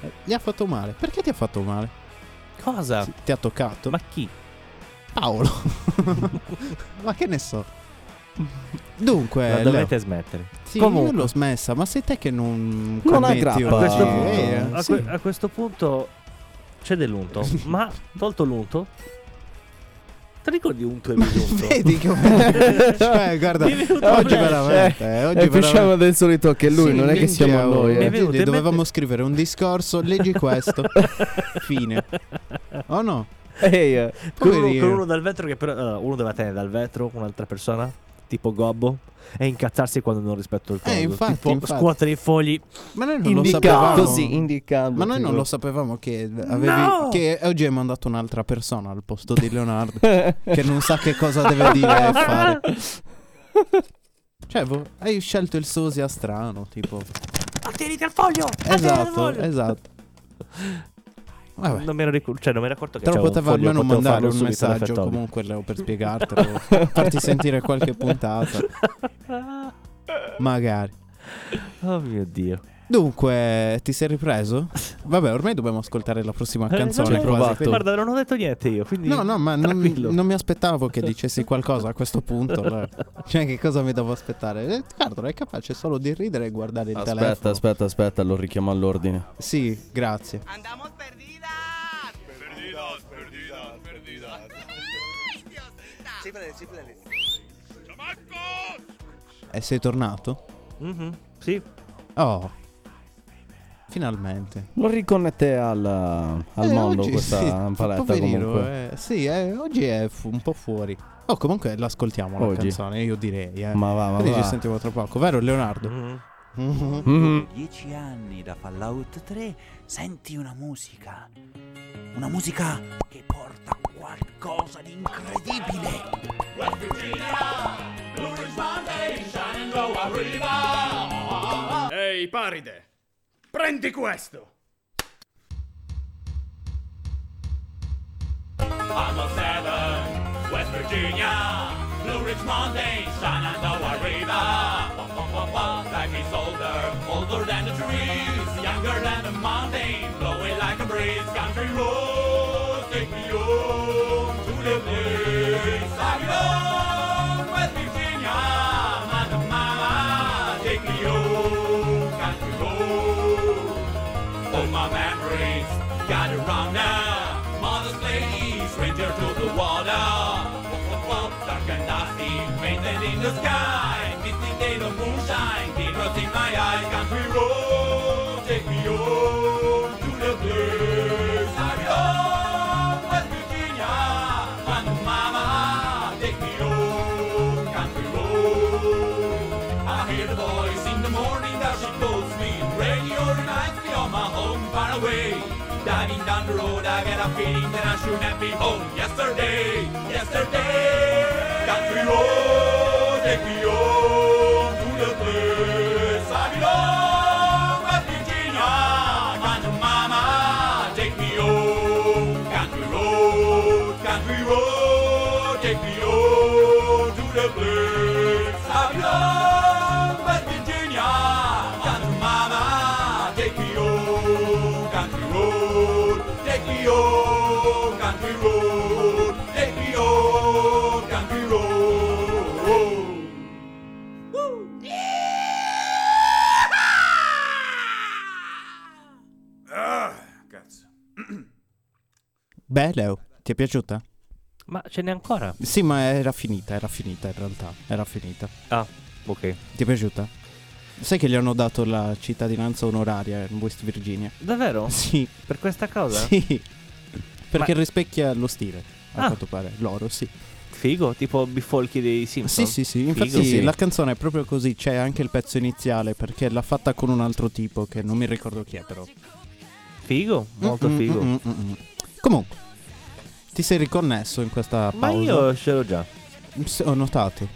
S2: Eh, Gli ha fatto male. Perché ti ha fatto male?
S3: Cosa?
S2: Sì, Eh, Ti ha toccato?
S3: Ah. Ma chi?
S2: Paolo. ma che ne so. Dunque,
S3: La
S2: Leo,
S3: dovete smettere.
S2: sì,
S3: comunque.
S2: io l'ho smessa, ma sei te che non
S4: Non
S2: commetti
S4: aggrappa.
S2: oggi.
S4: A questo punto-
S2: Eh,
S4: a
S3: a,
S2: sì.
S3: que- a questo punto c'è dell'unto, ma tolto l'unto, ti ricordi unto e bisunto?
S2: Vedi come Cioè, guarda,
S3: Mi è venuto un
S2: oggi
S3: flash,
S2: veramente, eh, oggi
S4: E facciamo
S2: veramente
S4: del solito che lui,
S2: Sì,
S4: non è che
S2: leggi
S4: siamo
S2: a-
S4: noi.
S3: Mi è
S4: eh.
S3: venuto
S2: Vedi,
S3: in
S2: dovevamo
S3: mente-
S2: scrivere un discorso, leggi questo. Fine. Oh no?
S4: Ehi, eh,
S3: Con uno,
S2: Poverino.
S3: con uno dal vetro che però allora, uno deve tenere dal vetro un'altra persona, tipo gobbo, e incazzarsi quando non rispetto il codice.
S2: Eh, infatti,
S3: tipo
S2: infatti.
S3: scuotere i fogli.
S2: Ma noi non lo
S4: indica-
S2: sapevamo.
S4: così, indicando.
S2: Ma noi non lo
S4: so.
S2: sapevamo che avevi
S3: No!
S2: che oggi hai mandato un'altra persona al posto di Leonardo che non sa che cosa deve dire e fare. Cioè, vo- hai scelto il sosia strano, tipo.
S3: Ah, Atteniti al foglio!
S2: Esatto, esatto. Vabbè.
S3: Non mi ero ricor- cioè, non mi ero accorto che
S2: Te lo
S3: c'era un
S2: poteva
S3: foglio,
S2: almeno
S3: potevo
S2: mandare
S3: farlo
S2: un
S3: subito alla
S2: messaggio
S3: Fettovi.
S2: comunque Leo per spiegartelo, farti sentire qualche puntata, magari.
S3: Oh mio dio.
S2: Dunque, ti sei ripreso? Vabbè, ormai dobbiamo ascoltare la prossima canzone.
S3: Eh,
S2: quasi,
S4: provato.
S2: quindi-
S3: Guarda, non ho detto niente io, quindi
S2: No, no, ma non,
S3: Tranquillo.
S2: non mi aspettavo che dicessi qualcosa a questo punto. Leo. Cioè, che cosa mi devo aspettare? Eh, Cardano è capace solo di ridere e guardare il
S4: Aspetta,
S2: telefono.
S4: aspetta, aspetta, lo richiamo all'ordine.
S2: Sì, grazie.
S5: Andamos perdidas. Perdidas, perdidas, perdidas. Sífrale, sífrale.
S2: E sei tornato?
S3: Mhm, Sì.
S2: Oh, finalmente.
S4: Lo riconnette al, al
S2: Eh,
S4: mondo
S2: oggi
S4: questa
S2: sì,
S4: paletta
S2: poverino,
S4: comunque.
S2: eh, sì, eh, oggi è fu- un po' fuori. Oh, comunque l'ascoltiamo la
S4: Oggi.
S2: canzone, io direi. Eh.
S4: Ma va, ma
S2: Quindi
S4: va.
S2: ci sentiamo tra poco, vero Leonardo?
S3: Mhm.
S2: Mhm.
S4: Mhm.
S6: Dieci anni da Fallout 3 senti una musica, una musica che porta qualcosa qualcosa di incredibile.
S7: Ehi, paride! Prendi questo!
S5: Oh, Ah, cazzo.
S2: Bello, ti è piaciuta?
S3: Ma ce n'è ancora?
S2: Sì, ma era finita, era finita in realtà. Era finita.
S3: Ah, ok.
S2: Ti è piaciuta? Sai che gli hanno dato la cittadinanza onoraria in West Virginia?
S3: Davvero?
S2: Sì,
S3: Per questa cosa?
S2: sì. Perché
S3: Ma-
S2: rispecchia lo stile, a
S3: Ah.
S2: quanto pare. L'oro, sì.
S3: Figo, tipo bifolchi dei Simpson.
S2: Sì, sì, sì. Infatti,
S3: Figo.
S2: sì, la canzone è proprio così. C'è anche il pezzo iniziale perché l'ha fatta con un altro tipo che non mi ricordo chi è, però.
S3: Figo, molto
S2: Mm, mm,
S3: figo.
S2: mm, mm, mm. Comunque, ti sei riconnesso in questa
S3: Ma
S2: pausa?
S3: io ce l'ho già.
S2: S- Ho notato.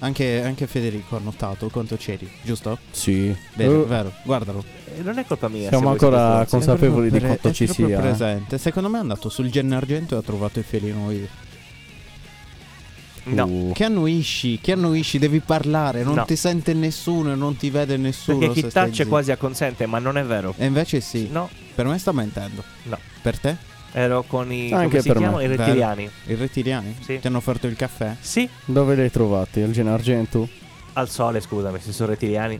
S2: Anche, anche Federico ha notato quanto c'eri, giusto?
S3: Uh.
S4: Sì.
S2: Vero,
S4: Eh,
S2: vero. Guardalo.
S3: Eh, Non è colpa mia.
S4: Siamo
S3: se voi
S4: ancora
S3: siete stronzi.
S4: consapevoli di
S2: È proprio
S4: quanto ci
S2: pre- è proprio
S4: sia. eh.
S2: presente. Secondo me è andato sul Gen Argento e ha trovato i felinoi.
S3: No,
S4: Uh.
S2: Che annuisci, che annuisci, devi parlare. Non
S3: No.
S2: ti sente nessuno e non ti vede nessuno.
S3: perché chi
S2: se stai
S3: tacce
S2: zitto.
S3: quasi acconsente, ma non è vero.
S2: E invece Eh, sì.
S3: No,
S2: Per me sta mentendo.
S3: No.
S2: Per te?
S3: ero con i
S4: Anche
S3: come si
S4: per
S3: chiamano
S4: me.
S3: i
S2: Vero.
S3: rettiliani.
S2: I rettiliani?
S3: Sì.
S2: Ti hanno offerto il caffè?
S3: Sì,
S4: Dove li hai trovati? Al Gen Argento?
S3: al sole, scusami, se sono rettiliani.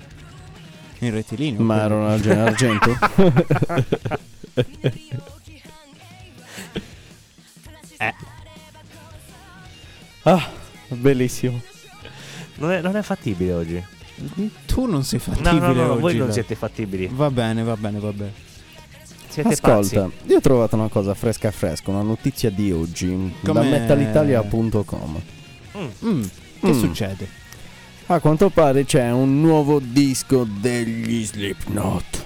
S2: Il rettilineo?
S4: Ma
S2: quindi.
S4: erano al Gen Argento? Eh. Ah, bellissimo.
S3: Non è, non è fattibile oggi.
S2: Tu non sei
S3: No,
S2: fattibile
S3: no, no, no,
S2: oggi,
S3: voi non
S2: dai.
S3: siete fattibili.
S2: Va bene, va bene, va bene.
S3: Siete
S4: Ascolta,
S3: pazzi.
S4: io ho trovato una cosa fresca fresca, una notizia di oggi da
S2: Com'è?
S4: metalitalia.com.
S2: Mm, Che
S4: Mm.
S2: succede?
S4: A quanto pare c'è un nuovo disco degli Slipknot.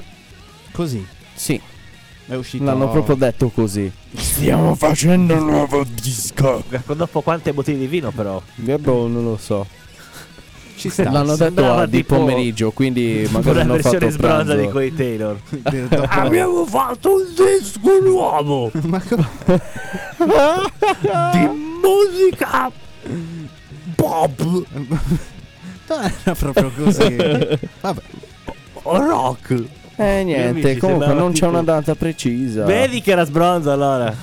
S2: Così.
S4: Sì,
S2: È uscito...
S4: l'hanno proprio detto così. Stiamo facendo un nuovo disco.
S3: Ecco, Dopo quante bottiglie di vino, però.
S4: Io boh, non lo so.
S2: Ci sta.
S4: L'hanno detto
S3: sembrava
S4: a- di
S3: tipo-
S4: pomeriggio, quindi
S3: Una
S4: magari hanno fatto
S3: versione sbronza di
S4: pranzo.
S3: Corey Taylor.
S2: Dopo-
S4: fatto un disco nuovo
S2: Ma come?
S4: di musica pop
S2: No, Era proprio così. Vabbè.
S4: rock. E
S3: Amici,
S4: Eh, niente, comunque
S3: sembrava
S4: non c'è
S3: tipo-
S4: una data precisa.
S3: Vedi che era sbronzo allora.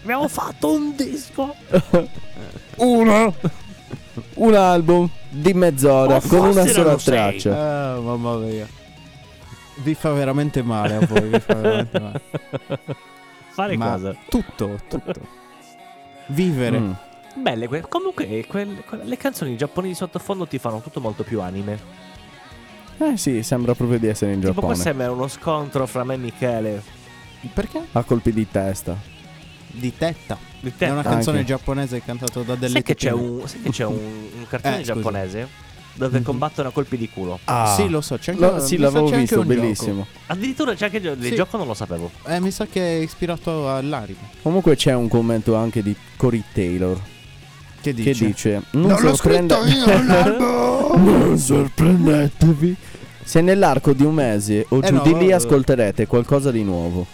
S4: abbiamo fatto un disco. Uno. Un album di mezz'ora
S3: O
S4: con una
S3: Oh, forse
S4: sola
S3: erano sei. Eh,
S4: traccia.
S2: Ah, mamma mia. Vi fa veramente male a voi. Vi fa veramente male.
S3: Fare
S2: Ma
S3: cosa?
S2: tutto, tutto. Vivere.
S4: Mm.
S3: Belle, que- comunque eh, quel- que- le canzoni giapponesi sottofondo ti fanno tutto molto più anime.
S4: Eh sì, sembra proprio di essere in
S3: Tipo qua
S4: Giappone.
S3: sembra uno scontro fra me e Michele.
S2: Perché?
S4: A colpi di testa.
S2: Di tetta.
S3: Di te- Ah.
S2: È una canzone
S4: Anche.
S2: giapponese cantata da delle
S3: sai che c'è
S2: tipine.
S3: un, sai che c'è un, un cartone
S2: Eh, scusa.
S3: giapponese dove combattono a colpi di culo.
S4: Ah.
S2: Sì, lo so, c'è anche
S4: No, sì,
S2: mi sa
S4: l'avevo
S2: c'è anche
S4: visto,
S2: un gioco.
S4: bellissimo.
S3: Addirittura c'è anche il gio- il
S2: Sì.
S3: gioco, non lo sapevo.
S2: Eh, mi sa che è ispirato all'anime.
S4: Comunque c'è un commento anche di Cory Taylor
S2: Che dice?
S4: che dice: Non,
S6: l'ho
S4: sorprende-
S6: scritto io, l'albo!
S4: non sorprendetevi. Se nell'arco di un mese o
S2: Eh
S4: giù
S2: no,
S4: di lì
S2: eh.
S4: ascolterete qualcosa di nuovo.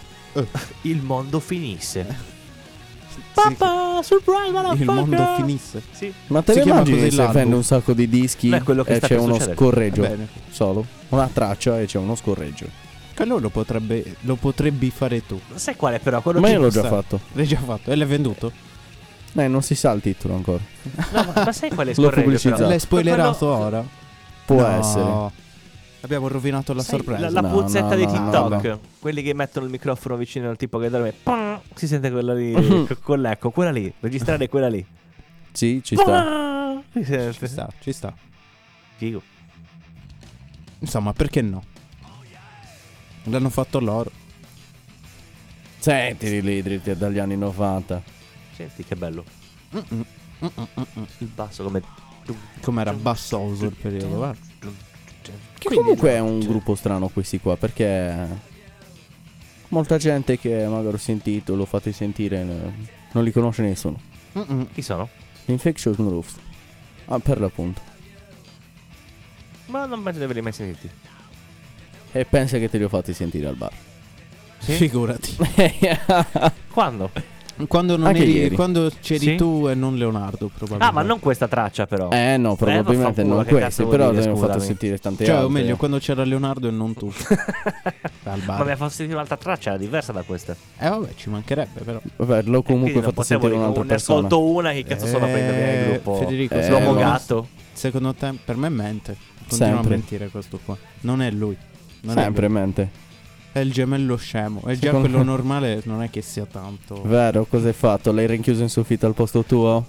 S3: Il mondo finisse.
S2: Eh, Sì, che
S3: Papa, surprise,
S2: il
S3: motherfucker!
S2: mondo finisse.
S3: Sì.
S4: Ma te
S2: Si
S4: lo
S2: chiama
S4: immagini
S2: così
S4: se
S2: l'album?
S4: vende un sacco di dischi
S3: No, è quello che
S4: e
S3: sta
S4: c'è
S3: per
S4: uno
S3: succedere.
S4: scorreggio
S2: Bene.
S4: solo? Una traccia e c'è uno scorreggio.
S2: Quello lo potrebbe lo potrebbi fare tu.
S3: Sai quale però? Quello
S4: Ma
S3: che-
S4: io l'ho già
S2: sta.
S4: fatto.
S2: L'hai già fatto e l'hai venduto?
S4: Eh, non si sa il titolo ancora.
S3: No, ma, ma sai quale
S4: L'ho
S3: scorreggio?
S4: pubblicizzato.
S3: però?
S2: L'hai spoilerato
S3: Quello-
S2: ora?
S4: Può
S2: No.
S4: essere.
S2: Abbiamo rovinato la
S3: Sai,
S2: sorpresa.
S3: La, la
S4: No,
S3: puzzetta
S4: no,
S3: di
S4: no,
S3: TikTok.
S4: vabbè.
S3: Quelli che mettono il microfono vicino al tipo che dorme. pam, Si sente quella lì. co- con l'ecco, quella lì. Registrare quella lì.
S4: Sì, ci sta.
S3: Pam, Si sente.
S2: Ci sta, ci sta.
S3: Figo.
S2: Insomma, perché no? L'hanno fatto loro.
S4: Senti lì dritti dagli anni 90.
S3: Senti che bello.
S2: Mm-mm, mm-mm, mm-mm.
S3: Il basso come.
S2: Com'era bassoso il periodo, guarda.
S4: Che comunque è
S3: cioè.
S4: un gruppo strano questi qua perché molta gente che magari ho sentito, l'ho fatto sentire, n- non li conosce nessuno.
S2: Mm-mm.
S3: Chi sono?
S4: Infectious Groove. Ah, per l'appunto.
S3: Ma non penso di averli mai sentiti.
S4: E pensa che te li ho fatti sentire al bar. Eh,
S2: Figurati.
S3: Quando?
S2: Quando, non
S4: Anche
S2: eri-
S4: ieri.
S2: quando c'eri
S3: Sì.
S2: tu e non Leonardo, probabilmente.
S3: Ah, ma non questa traccia, però.
S4: eh no, probabilmente
S3: vaffanculo,
S4: non
S3: che
S4: questi,
S3: cazzo vuol
S4: però
S3: dire,
S4: te ne ho fatto
S3: scusami.
S4: sentire tante
S2: Cioè,
S4: altre.
S2: o meglio, quando c'era Leonardo e non tu. Al bar.
S3: Ma mi ha fatto sentire un'altra traccia, era diversa da questa.
S2: Eh, vabbè, ci mancherebbe, però.
S4: Vabbè, l'ho comunque
S3: Quindi non
S4: fatto
S3: potevo
S4: sentire
S3: dire,
S4: un'altra
S3: ne
S4: persona.
S3: ascolto una, che cazzo sono a
S2: Eh,
S3: prendermi nel gruppo?
S2: Federico,
S4: Eh,
S3: L'uomo
S4: no.
S3: gatto.
S2: Secondo te, per me mente. Continua
S4: Sempre.
S2: a mentire questo qua. Non è lui. Non è
S4: Sempre in mente.
S2: lui. È, il gemello scemo. E già
S4: Secondo-
S2: quello normale non è che sia tanto.
S4: Vero, cosa hai fatto? L'hai rinchiuso in soffitto al posto tuo?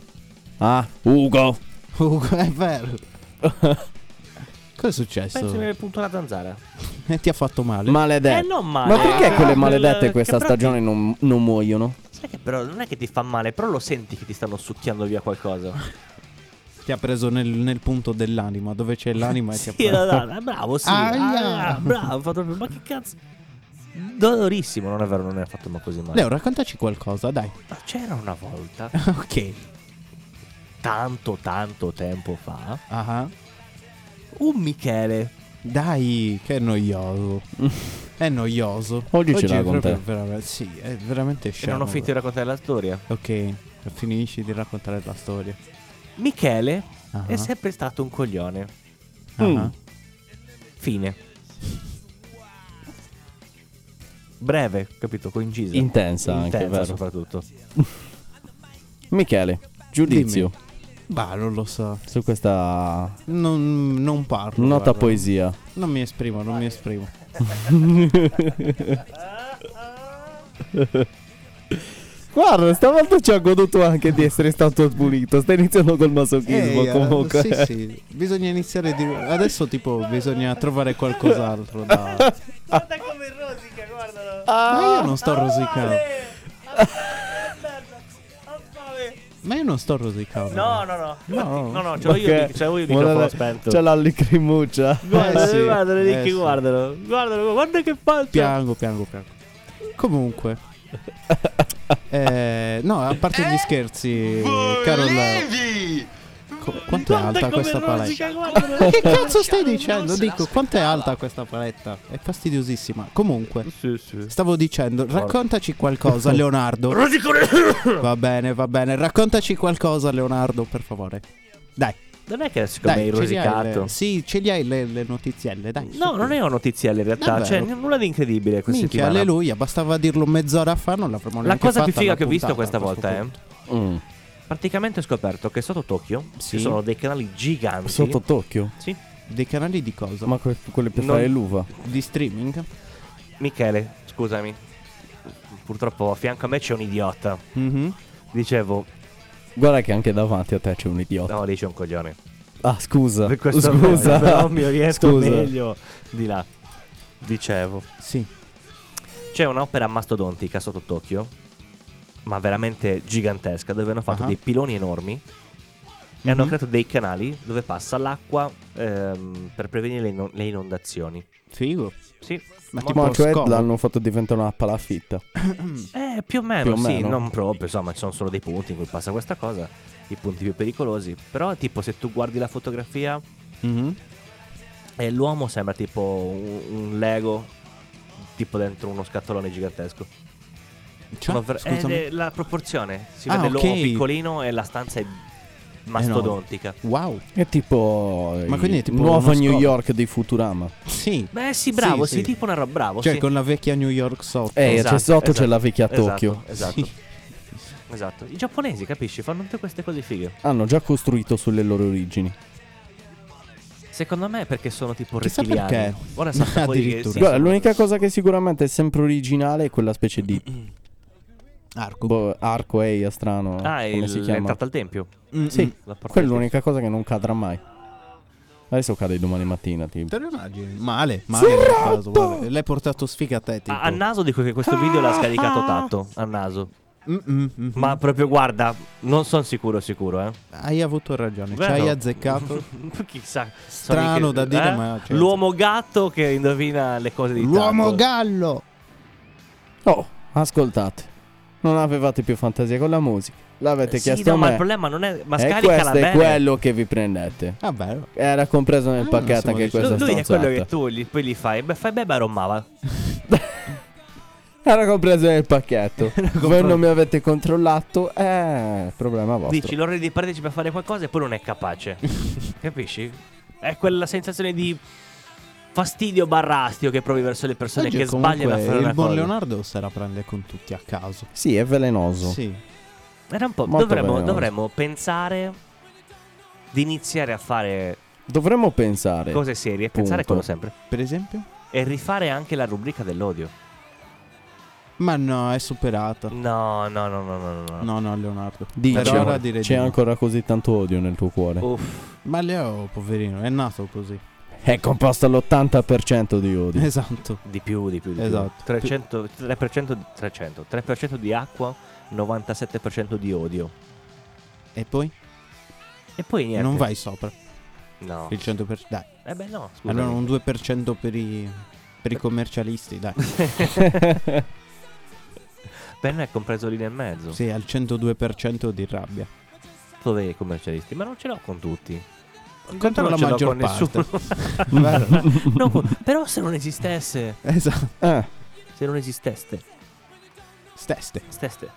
S4: Ah, Ugo.
S2: Ugo, Uh, è vero. Cosa è successo?
S3: Penso mi abbia puntato una zanzara.
S2: Eh, ti ha fatto male.
S4: Maledetto.
S3: Eh, non male.
S4: Ma perché
S2: Ah,
S3: Eh,
S4: quelle
S3: quel-
S4: maledette
S3: che però
S4: questa
S3: ti-
S4: stagione non, non muoiono?
S3: Sai che però non è che ti fa male, però lo senti che ti stanno succhiando via qualcosa.
S2: Ti ha preso nel, nel punto dell'anima, dove c'è l'anima e ti ha
S3: Sì,
S2: preso.
S3: no, no, no, bravo, sì.
S2: Aia.
S3: Ah, bravo, ho fatto- ma che cazzo. Dolorissimo, non è vero, non ne ha fatto mai così male.
S2: Leo, raccontaci qualcosa, dai.
S3: Ma c'era una volta,
S2: ok.
S3: tanto tanto tempo fa,
S2: Ah.
S3: un Michele.
S2: Dai, che noioso. è noioso.
S4: Oggi ce l'ha
S2: è
S4: con
S2: proprio
S4: te.
S2: veramente, sì, è veramente
S3: E
S2: scemo.
S3: non ho finito di raccontare la storia.
S2: Ok, finisci di raccontare la storia.
S3: Michele
S2: Ah.
S3: è sempre stato un coglione.
S2: Ah.
S4: Mm.
S3: Fine. Breve, capito? Concisa.
S4: Intensa anche,
S3: Intensa
S4: vero.
S3: soprattutto.
S4: Michele, giudizio
S2: Bah, non lo so.
S4: su questa
S2: Non, non parlo.
S4: nota
S2: guarda.
S4: poesia.
S2: Non mi esprimo, non mi esprimo.
S4: Guarda, stavolta ci ha goduto anche di essere stato pulito. Sta iniziando col masochismo
S2: Ehi, eh,
S4: comunque.
S2: Sì, sì. Bisogna iniziare di... Adesso tipo bisogna trovare qualcos'altro da...
S3: Guarda come rosica, guardalo.
S2: Ma io non sto rosicando. Ma io non sto rosicando.
S3: No, no, no.
S2: No.
S3: No, no, ce l'ho Cioè, io,
S4: Perché
S3: il- ce l'ho io il
S4: vuole-
S3: microfono spento.
S4: C'è l'allicrimuccia.
S3: Guarda,
S2: Eh sì,
S3: guardalo,
S2: eh
S3: Ricky,
S2: sì.
S3: guardalo. Guardalo, guarda che cioè, faccia.
S2: Piango, piango, piango. Comunque. Eh, no, a parte gli scherzi, caro Leo. Co- quanto è alta
S3: Guarda
S2: questa
S3: come
S2: paletta?
S3: rosica, guardalo.
S2: Ma che cazzo stai dicendo? Dico, quanto è alta questa paletta? È fastidiosissima. Comunque,
S3: Sì, sì.
S2: stavo dicendo, raccontaci qualcosa, Leonardo. Va bene, va bene. Raccontaci qualcosa, Leonardo, per favore. Dai,
S3: Non è che siccome
S2: dai,
S3: hai
S2: ce li hai
S3: rosicato.
S2: le- Sì, ce li hai le, le notizielle, dai.
S3: No, non è una notizia in realtà,
S2: Davvero?
S3: cioè n- nulla di incredibile questa
S2: Minchia,
S3: settimana.
S2: alleluia, bastava dirlo mezz'ora fa, non l'avremmo
S3: La
S2: neanche
S3: cosa più
S2: fatta
S3: figa
S2: la
S3: che ho visto questa
S2: puntata a questo
S3: volta è
S2: punto.
S4: Mm.
S3: praticamente ho scoperto che sotto Tokyo
S2: Sì.
S3: ci sono dei canali giganti.
S4: Sotto Tokyo.
S3: Sì.
S2: Dei canali di cosa?
S4: Ma que- quelle per
S3: Non-
S4: fare l'uva.
S2: Di streaming?
S3: Michele, scusami. Purtroppo a fianco a me c'è un idiota.
S2: Mhm.
S3: Dicevo,
S4: Guarda che anche davanti a te c'è un idiota.
S3: no, lì c'è un coglione.
S4: Ah, scusa.
S3: Per questo
S4: scusa.
S3: però mi oriento
S4: Scusa.
S3: meglio di là. Dicevo,
S2: Sì.
S3: c'è un'opera mastodontica sotto Tokyo, ma veramente gigantesca, dove hanno fatto
S2: Ah.
S3: dei piloni enormi e hanno
S2: Mhm.
S3: creato dei canali dove passa l'acqua ehm, per prevenire le, inon- le inondazioni.
S2: Figo.
S3: Sì,
S2: Ma
S3: Molto-
S2: tipo
S4: Ma cioè
S2: scomodo.
S4: l'hanno fatto diventare una palafitta.
S3: Eh, più o meno,
S4: Più o
S3: sì,
S4: meno.
S3: non proprio, insomma, ci sono solo dei punti in cui passa questa cosa, i punti più pericolosi, però tipo se tu guardi la fotografia
S2: Mhm.
S3: eh, l'uomo sembra tipo un, un Lego tipo dentro uno scatolone gigantesco.
S2: Cioè,
S3: Sono ver- eh,
S2: scusami.
S3: eh, la proporzione, si
S2: Ah,
S3: vede l'uomo
S2: ok. Eh,
S3: piccolino e la stanza è mastodontica.
S2: Wow.
S4: È tipo.
S2: Ma
S4: il
S2: quindi è tipo
S4: Nuova
S2: uno
S4: New
S2: scopo.
S4: York di Futurama.
S2: Sì.
S3: Beh, sì, bravo,
S2: Sì,
S3: sì,
S2: sì.
S3: tipo una roba, bravo,
S2: Cioè
S3: sì.
S2: con la vecchia New York sotto.
S4: Eh,
S3: Esatto,
S4: c'è sotto c'è
S3: esatto,
S4: la vecchia
S3: esatto,
S4: Tokyo.
S2: Eh,
S3: Esatto. Esatto. I giapponesi, capisci, fanno tutte queste cose fighe.
S4: Hanno già costruito sulle loro origini.
S3: Secondo me è perché sono tipo
S2: Chissà
S3: rettiliani.
S2: perché.
S3: Ora sappiamo che
S2: Addirittura.
S3: sì,
S4: Guarda,
S3: sono-
S4: l'unica cosa che sicuramente è sempre originale è quella specie di
S2: Arco.
S4: boh, arco eia strano.
S3: Ah,
S4: come
S3: il-
S4: si chiama?
S3: l'entrata al tempio.
S2: Mm,
S4: Sì.
S2: mm.
S3: La porta
S4: Quella è
S3: del
S4: l'unica cosa che non cadrà mai. Adesso cade domani mattina. Tipo.
S2: Te lo immagini? Male, male. nel caso, guarda. L'hai portato sfiga a te, tipo. Ah.
S3: tempio. A, a naso dico che questo video l'ha scaricato Tatto. A naso.
S2: Mm, mm, mm.
S3: Ma proprio guarda, non sono sicuro, sicuro, eh.
S2: Hai avuto ragione, ci
S3: Vero?
S2: hai azzeccato.
S3: Chissà. sono
S2: Strano
S3: mica-
S2: da dire,
S3: eh?
S2: ma
S4: certo.
S2: c'è-
S3: L'uomo gatto che indovina le cose di
S2: L'uomo
S3: Tatto.
S2: gallo.
S4: Oh, ascoltate. Non avevate più fantasia con la musica. L'avete
S3: Sì,
S4: chiesto
S3: no,
S4: a
S3: ma il
S4: me.
S3: problema non è. Ma
S4: e
S3: scaricala
S4: questo è
S3: bene.
S4: quello che vi prendete.
S2: Vabbè, ah,
S4: Era compreso nel
S2: Ah,
S4: pacchetto
S2: stiamo
S3: Lui,
S4: anche questa
S2: dicendo-
S3: lui è
S4: stronzata.
S3: quello che tu gli, poi gli fai. Beh, fai beba rommava.
S4: Era compreso nel pacchetto. Voi non mi avete controllato. Eh, problema vostro.
S3: Dici l'ora di partecipi a fare qualcosa e poi non è capace. Capisci? È quella sensazione di fastidio barrastio che provi verso le persone
S4: Eh, cioè,
S3: che sbagliano a fare
S2: il
S3: una
S2: buon
S3: cosa.
S2: Leonardo se la prende con tutti a caso.
S4: Sì, è velenoso.
S2: Sì.
S3: Era un po'-
S4: Molto
S3: dovremmo,
S4: bene,
S3: dovremmo pensare di iniziare a fare
S4: Dovremmo pensare.
S3: cose serie, pensare a quello
S4: punto.
S3: sempre.
S2: Per esempio?
S3: E rifare anche la rubrica dell'odio.
S2: Ma no, è superata.
S3: No, no, no, no, no, no.
S2: No, no, Leonardo.
S4: Dici,
S2: per ora direi
S4: c'è
S2: di no.
S4: ancora così tanto odio nel tuo
S3: Oh.
S4: cuore.
S3: Uff,
S2: Ma Leo, poverino, è nato così.
S4: È composto all'80% di odio.
S2: Esatto.
S3: di più, di più, di
S2: Esatto.
S3: più. 300, 3%, 300, 3% di acqua, 97% di odio.
S2: E poi?
S3: E poi niente.
S2: Non vai Ah, sopra.
S3: No.
S2: Il 100%. Dai.
S3: Eh beh no, scusa.
S2: Allora un 2% per i, per i commercialisti, dai.
S3: Ben è compreso lì nel mezzo.
S2: sì, al 102% di rabbia.
S3: Dove i commercialisti? Ma non ce l'ho con tutti.
S2: Contro
S3: non
S2: la
S3: ce l'ho
S2: maggior
S3: con
S2: parte.
S3: nessuno.
S2: Vero?
S3: No, però se non esistesse,
S2: esatto.
S4: Eh,
S3: se non esisteste,
S2: Steste.
S3: steste,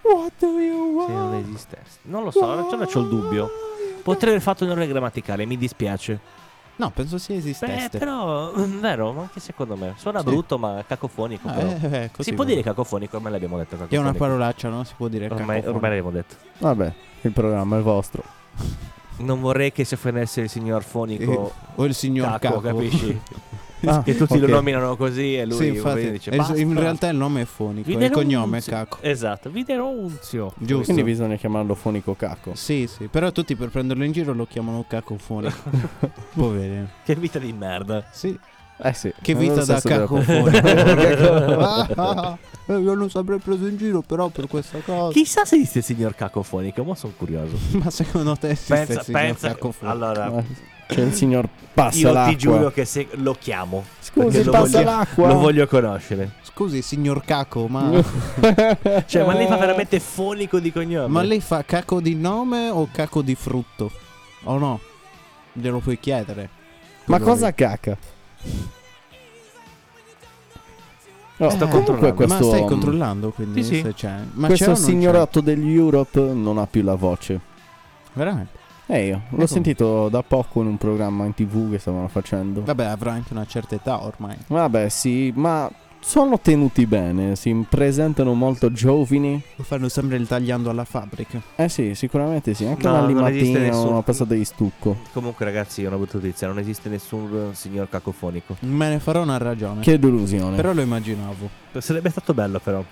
S2: What do you
S3: se non esistesse. Non lo so, c'ho, c'ho il dubbio. Potrei aver fatto un errore grammaticale, mi dispiace.
S2: No, penso sia
S3: Beh,
S2: esisteste.
S3: però, mm, vero, ma anche secondo me. Suona
S2: Sì.
S3: brutto, ma cacofonico.
S2: Ah,
S3: però.
S2: eh, eh, così
S3: si può
S2: va.
S3: dire cacofonico, ormai l'abbiamo detto.
S2: Che è una
S3: cacofonico.
S2: parolaccia, non si può dire
S3: Ormai,
S2: cacofonico.
S3: ormai l'abbiamo detto.
S4: vabbè, il programma è vostro.
S3: Non vorrei che si offendesse il signor fonico.
S2: Eh, o il signor capo,
S3: Cacco, capisci?
S4: Ah,
S3: che tutti
S4: ok.
S3: lo nominano così e lui
S2: Sì,
S3: poi
S2: infatti,
S3: dice
S2: eh,
S3: "Basta".
S2: in realtà il nome è fonico,
S3: Vi
S2: il cognome è
S3: denunzio.
S2: caco.
S3: Esatto, vi denunzio.
S2: Giusto.
S4: Quindi bisogna chiamarlo fonico cacco.
S2: Sì, sì, però tutti per prenderlo in giro lo chiamano cacofonico. Poverino.
S3: Che vita di merda.
S2: Sì,
S4: Eh sì.
S2: che
S4: è lo
S2: vita da
S4: stesso della-
S2: cacofonico. Ah, ah, ah, io non saprei preso in giro però per questa cosa.
S3: Chissà se esiste il signor cacofonico, ma sono curioso.
S2: Ma secondo te esiste
S3: Pensa,
S2: il signor
S3: pensa-
S2: cacofonico?
S3: Allora,
S4: Eh, C'è il signor passa
S3: io
S4: l'acqua.
S3: ti giuro che se lo chiamo,
S4: Scusi,
S3: perché lo
S4: passa
S3: voglio-
S4: l'acqua.
S3: lo voglio conoscere.
S2: Scusi, signor caco, ma...
S3: Cioè, ma lei fa veramente fonico di cognome.
S2: Eh. Ma lei fa caco di nome o caco di frutto? O no? Glielo puoi chiedere.
S4: Ma
S2: Quello
S4: cosa
S2: lì.
S4: cacca? No,
S2: Eh,
S4: comunque questo, um,
S2: Ma stai controllando quindi
S3: Sì, sì.
S2: se c'è. Ma c'è o
S4: questo
S2: non c'è?
S4: signorotto degli Europe non ha più la voce.
S2: Veramente.
S4: Eh io, l'ho
S2: come?
S4: sentito da poco in un programma in tv che stavano facendo.
S2: Vabbè, avrà anche una certa età ormai.
S4: Vabbè sì, ma sono tenuti bene, si presentano molto giovani.
S2: Lo fanno sempre il tagliando alla fabbrica.
S4: Eh sì, sicuramente sì, anche
S3: No,
S4: una lì
S3: non esiste
S4: mattina
S3: nessun-
S4: una passata di stucco.
S3: Comunque, ragazzi, è una brutta notizia. Non esiste nessun eh, signor cacofonico.
S2: Me ne farò una ragione.
S4: Che delusione.
S2: Però lo immaginavo.
S3: Sarebbe stato bello, però.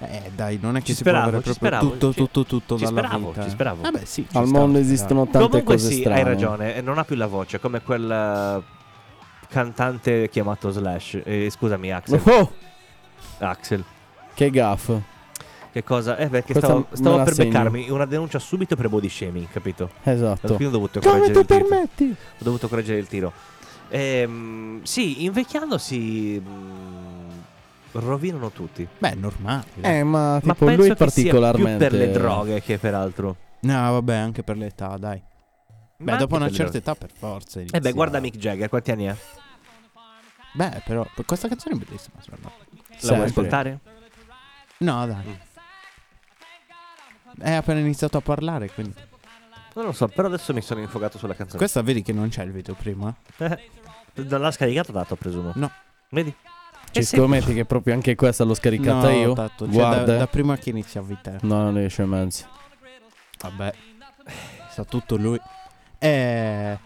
S2: Eh, dai, non è che
S3: Ci
S2: si può
S3: speravo,
S2: avere
S3: ci
S2: proprio
S3: speravo,
S2: tutto,
S3: ci-
S2: tutto, tutto
S3: ci
S2: dalla
S3: speravo,
S2: vita. eh.
S3: ci speravo.
S2: Vabbè, sì. ci
S4: Al
S2: sta,
S4: mondo
S2: ci sta.
S4: esistono eh. tante
S3: Comunque
S4: cose
S3: sì,
S4: strane.
S3: hai ragione, eh, non ha più la voce, come quel eh, cantante chiamato Slash, eh, scusami Axel,
S4: Oh,
S3: Axel.
S4: che gaff.
S3: Che cosa? Eh, perché
S4: Questa
S3: stavo,
S4: me
S3: stavo
S4: la
S3: per
S4: segno.
S3: beccarmi una denuncia subito per body shaming, capito?
S4: Esatto.
S3: Quindi ho dovuto
S4: Come
S3: correggere
S4: ti
S3: il tiro.
S4: permetti?
S3: Ho dovuto correggere il tiro. Ehm, sì, invecchiandosi mh, rovinano tutti.
S2: Beh, è normale.
S4: Eh, ma
S3: Ma
S4: tipo
S3: penso
S4: lui
S3: che
S4: particolarmente...
S3: sia più per le droghe che per altro.
S2: No, vabbè, anche per l'età, dai. Beh,
S3: Ma
S2: dopo
S3: anche
S2: una
S3: per le
S2: certa
S3: droghe.
S2: età, per forza.
S3: Eh beh,
S2: inizia-
S3: guarda Mick Jagger, quanti anni ha?
S2: Beh, però, questa canzone è bellissima. secondo me.
S3: La vuoi
S4: Sempre.
S3: ascoltare?
S2: No, dai. È appena iniziato a parlare, quindi.
S3: Non lo so, però adesso mi sono infogato sulla canzone.
S2: Questa vedi che non c'è il video prima. eh?
S3: non l'ha scaricata dato, presumo.
S2: No.
S3: Vedi?
S4: Ci
S3: Eh sì.
S4: scommetti che proprio anche questa l'ho scaricata
S2: no,
S4: io?
S2: Tatto, cioè,
S4: Guarda.
S2: da, da prima che iniziavi te.
S4: No, non riesce a mezzo.
S2: Vabbè. Sa tutto lui. Eh.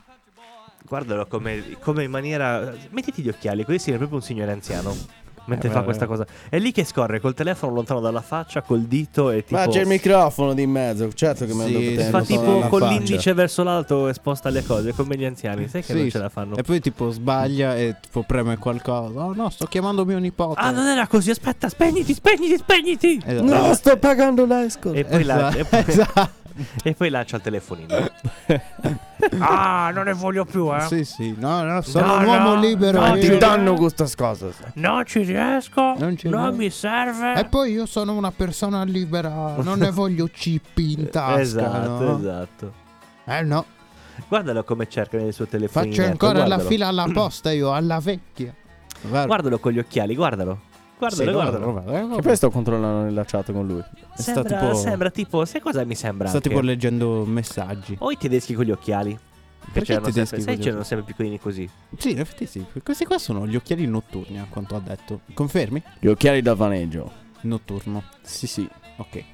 S3: Guardalo come, come in maniera. Mettiti gli occhiali, così sembra proprio un signore anziano. Mentre
S2: Eh,
S3: fa
S2: beh,
S3: questa
S2: beh.
S3: cosa. È lì che scorre col telefono lontano dalla faccia, col dito e tipo.
S4: Ma c'è il microfono di mezzo, certo che mi
S2: Sì,
S4: hanno dovuto
S2: sì,
S4: tenere
S3: Fa
S2: lo so,
S3: tipo
S4: lontano
S2: nella
S3: con
S4: dalla faccia.
S3: l'indice verso l'alto e sposta le cose, come gli anziani. Sai che non
S2: Sì,
S3: ce la fanno.
S2: E poi tipo sbaglia e tipo preme qualcosa. Oh no, sto chiamando mio nipote.
S3: Ah, non era così, aspetta, spegniti, spegniti, spegniti.
S2: Esatto.
S4: No, sto pagando l'esco.
S3: E poi, la-
S2: Esatto,
S3: e poi-
S2: esatto.
S3: e poi lancia il telefonino.
S6: Ah, non ne voglio più, eh.
S2: Sì, sì, no, no, sono
S6: No,
S2: un uomo
S6: no,
S2: libero.
S4: Ah,
S6: no,
S2: io-
S6: ti do- danno
S4: questa cosa.
S6: Non ci riesco.
S2: Non
S6: Non,
S2: ci riesco.
S6: mi serve.
S2: E poi io sono una persona libera, non ne voglio chip in tasca.
S3: esatto,
S2: no?
S3: esatto.
S2: Eh no,
S3: Guardalo come cerca nel suo telefonino.
S2: faccio ancora la
S3: ecco, guardalo.
S2: fila alla posta io, alla vecchia. Guarda,
S3: Guardalo con gli occhiali, guardalo. Guardalo,
S2: sì,
S3: guardalo.
S2: guarda, guarda.
S4: Che poi sto controllando nella chat con lui.
S3: Sembra,
S2: Sta tipo-
S3: sembra tipo, sai cosa mi sembra?
S2: Sta
S3: anche?
S2: tipo leggendo messaggi.
S3: o i tedeschi con gli occhiali. Che
S2: Perché i
S3: c'erano
S2: tedeschi
S3: sempre,
S2: con
S3: sai,
S2: gli
S3: c'erano
S2: occhiali?
S3: sempre piccolini così.
S2: Sì, in effetti sì. Questi qua sono gli occhiali notturni, a quanto ha detto. Confermi?
S4: Gli occhiali da vaneggio.
S2: Notturno.
S4: Sì, sì.
S2: Ok.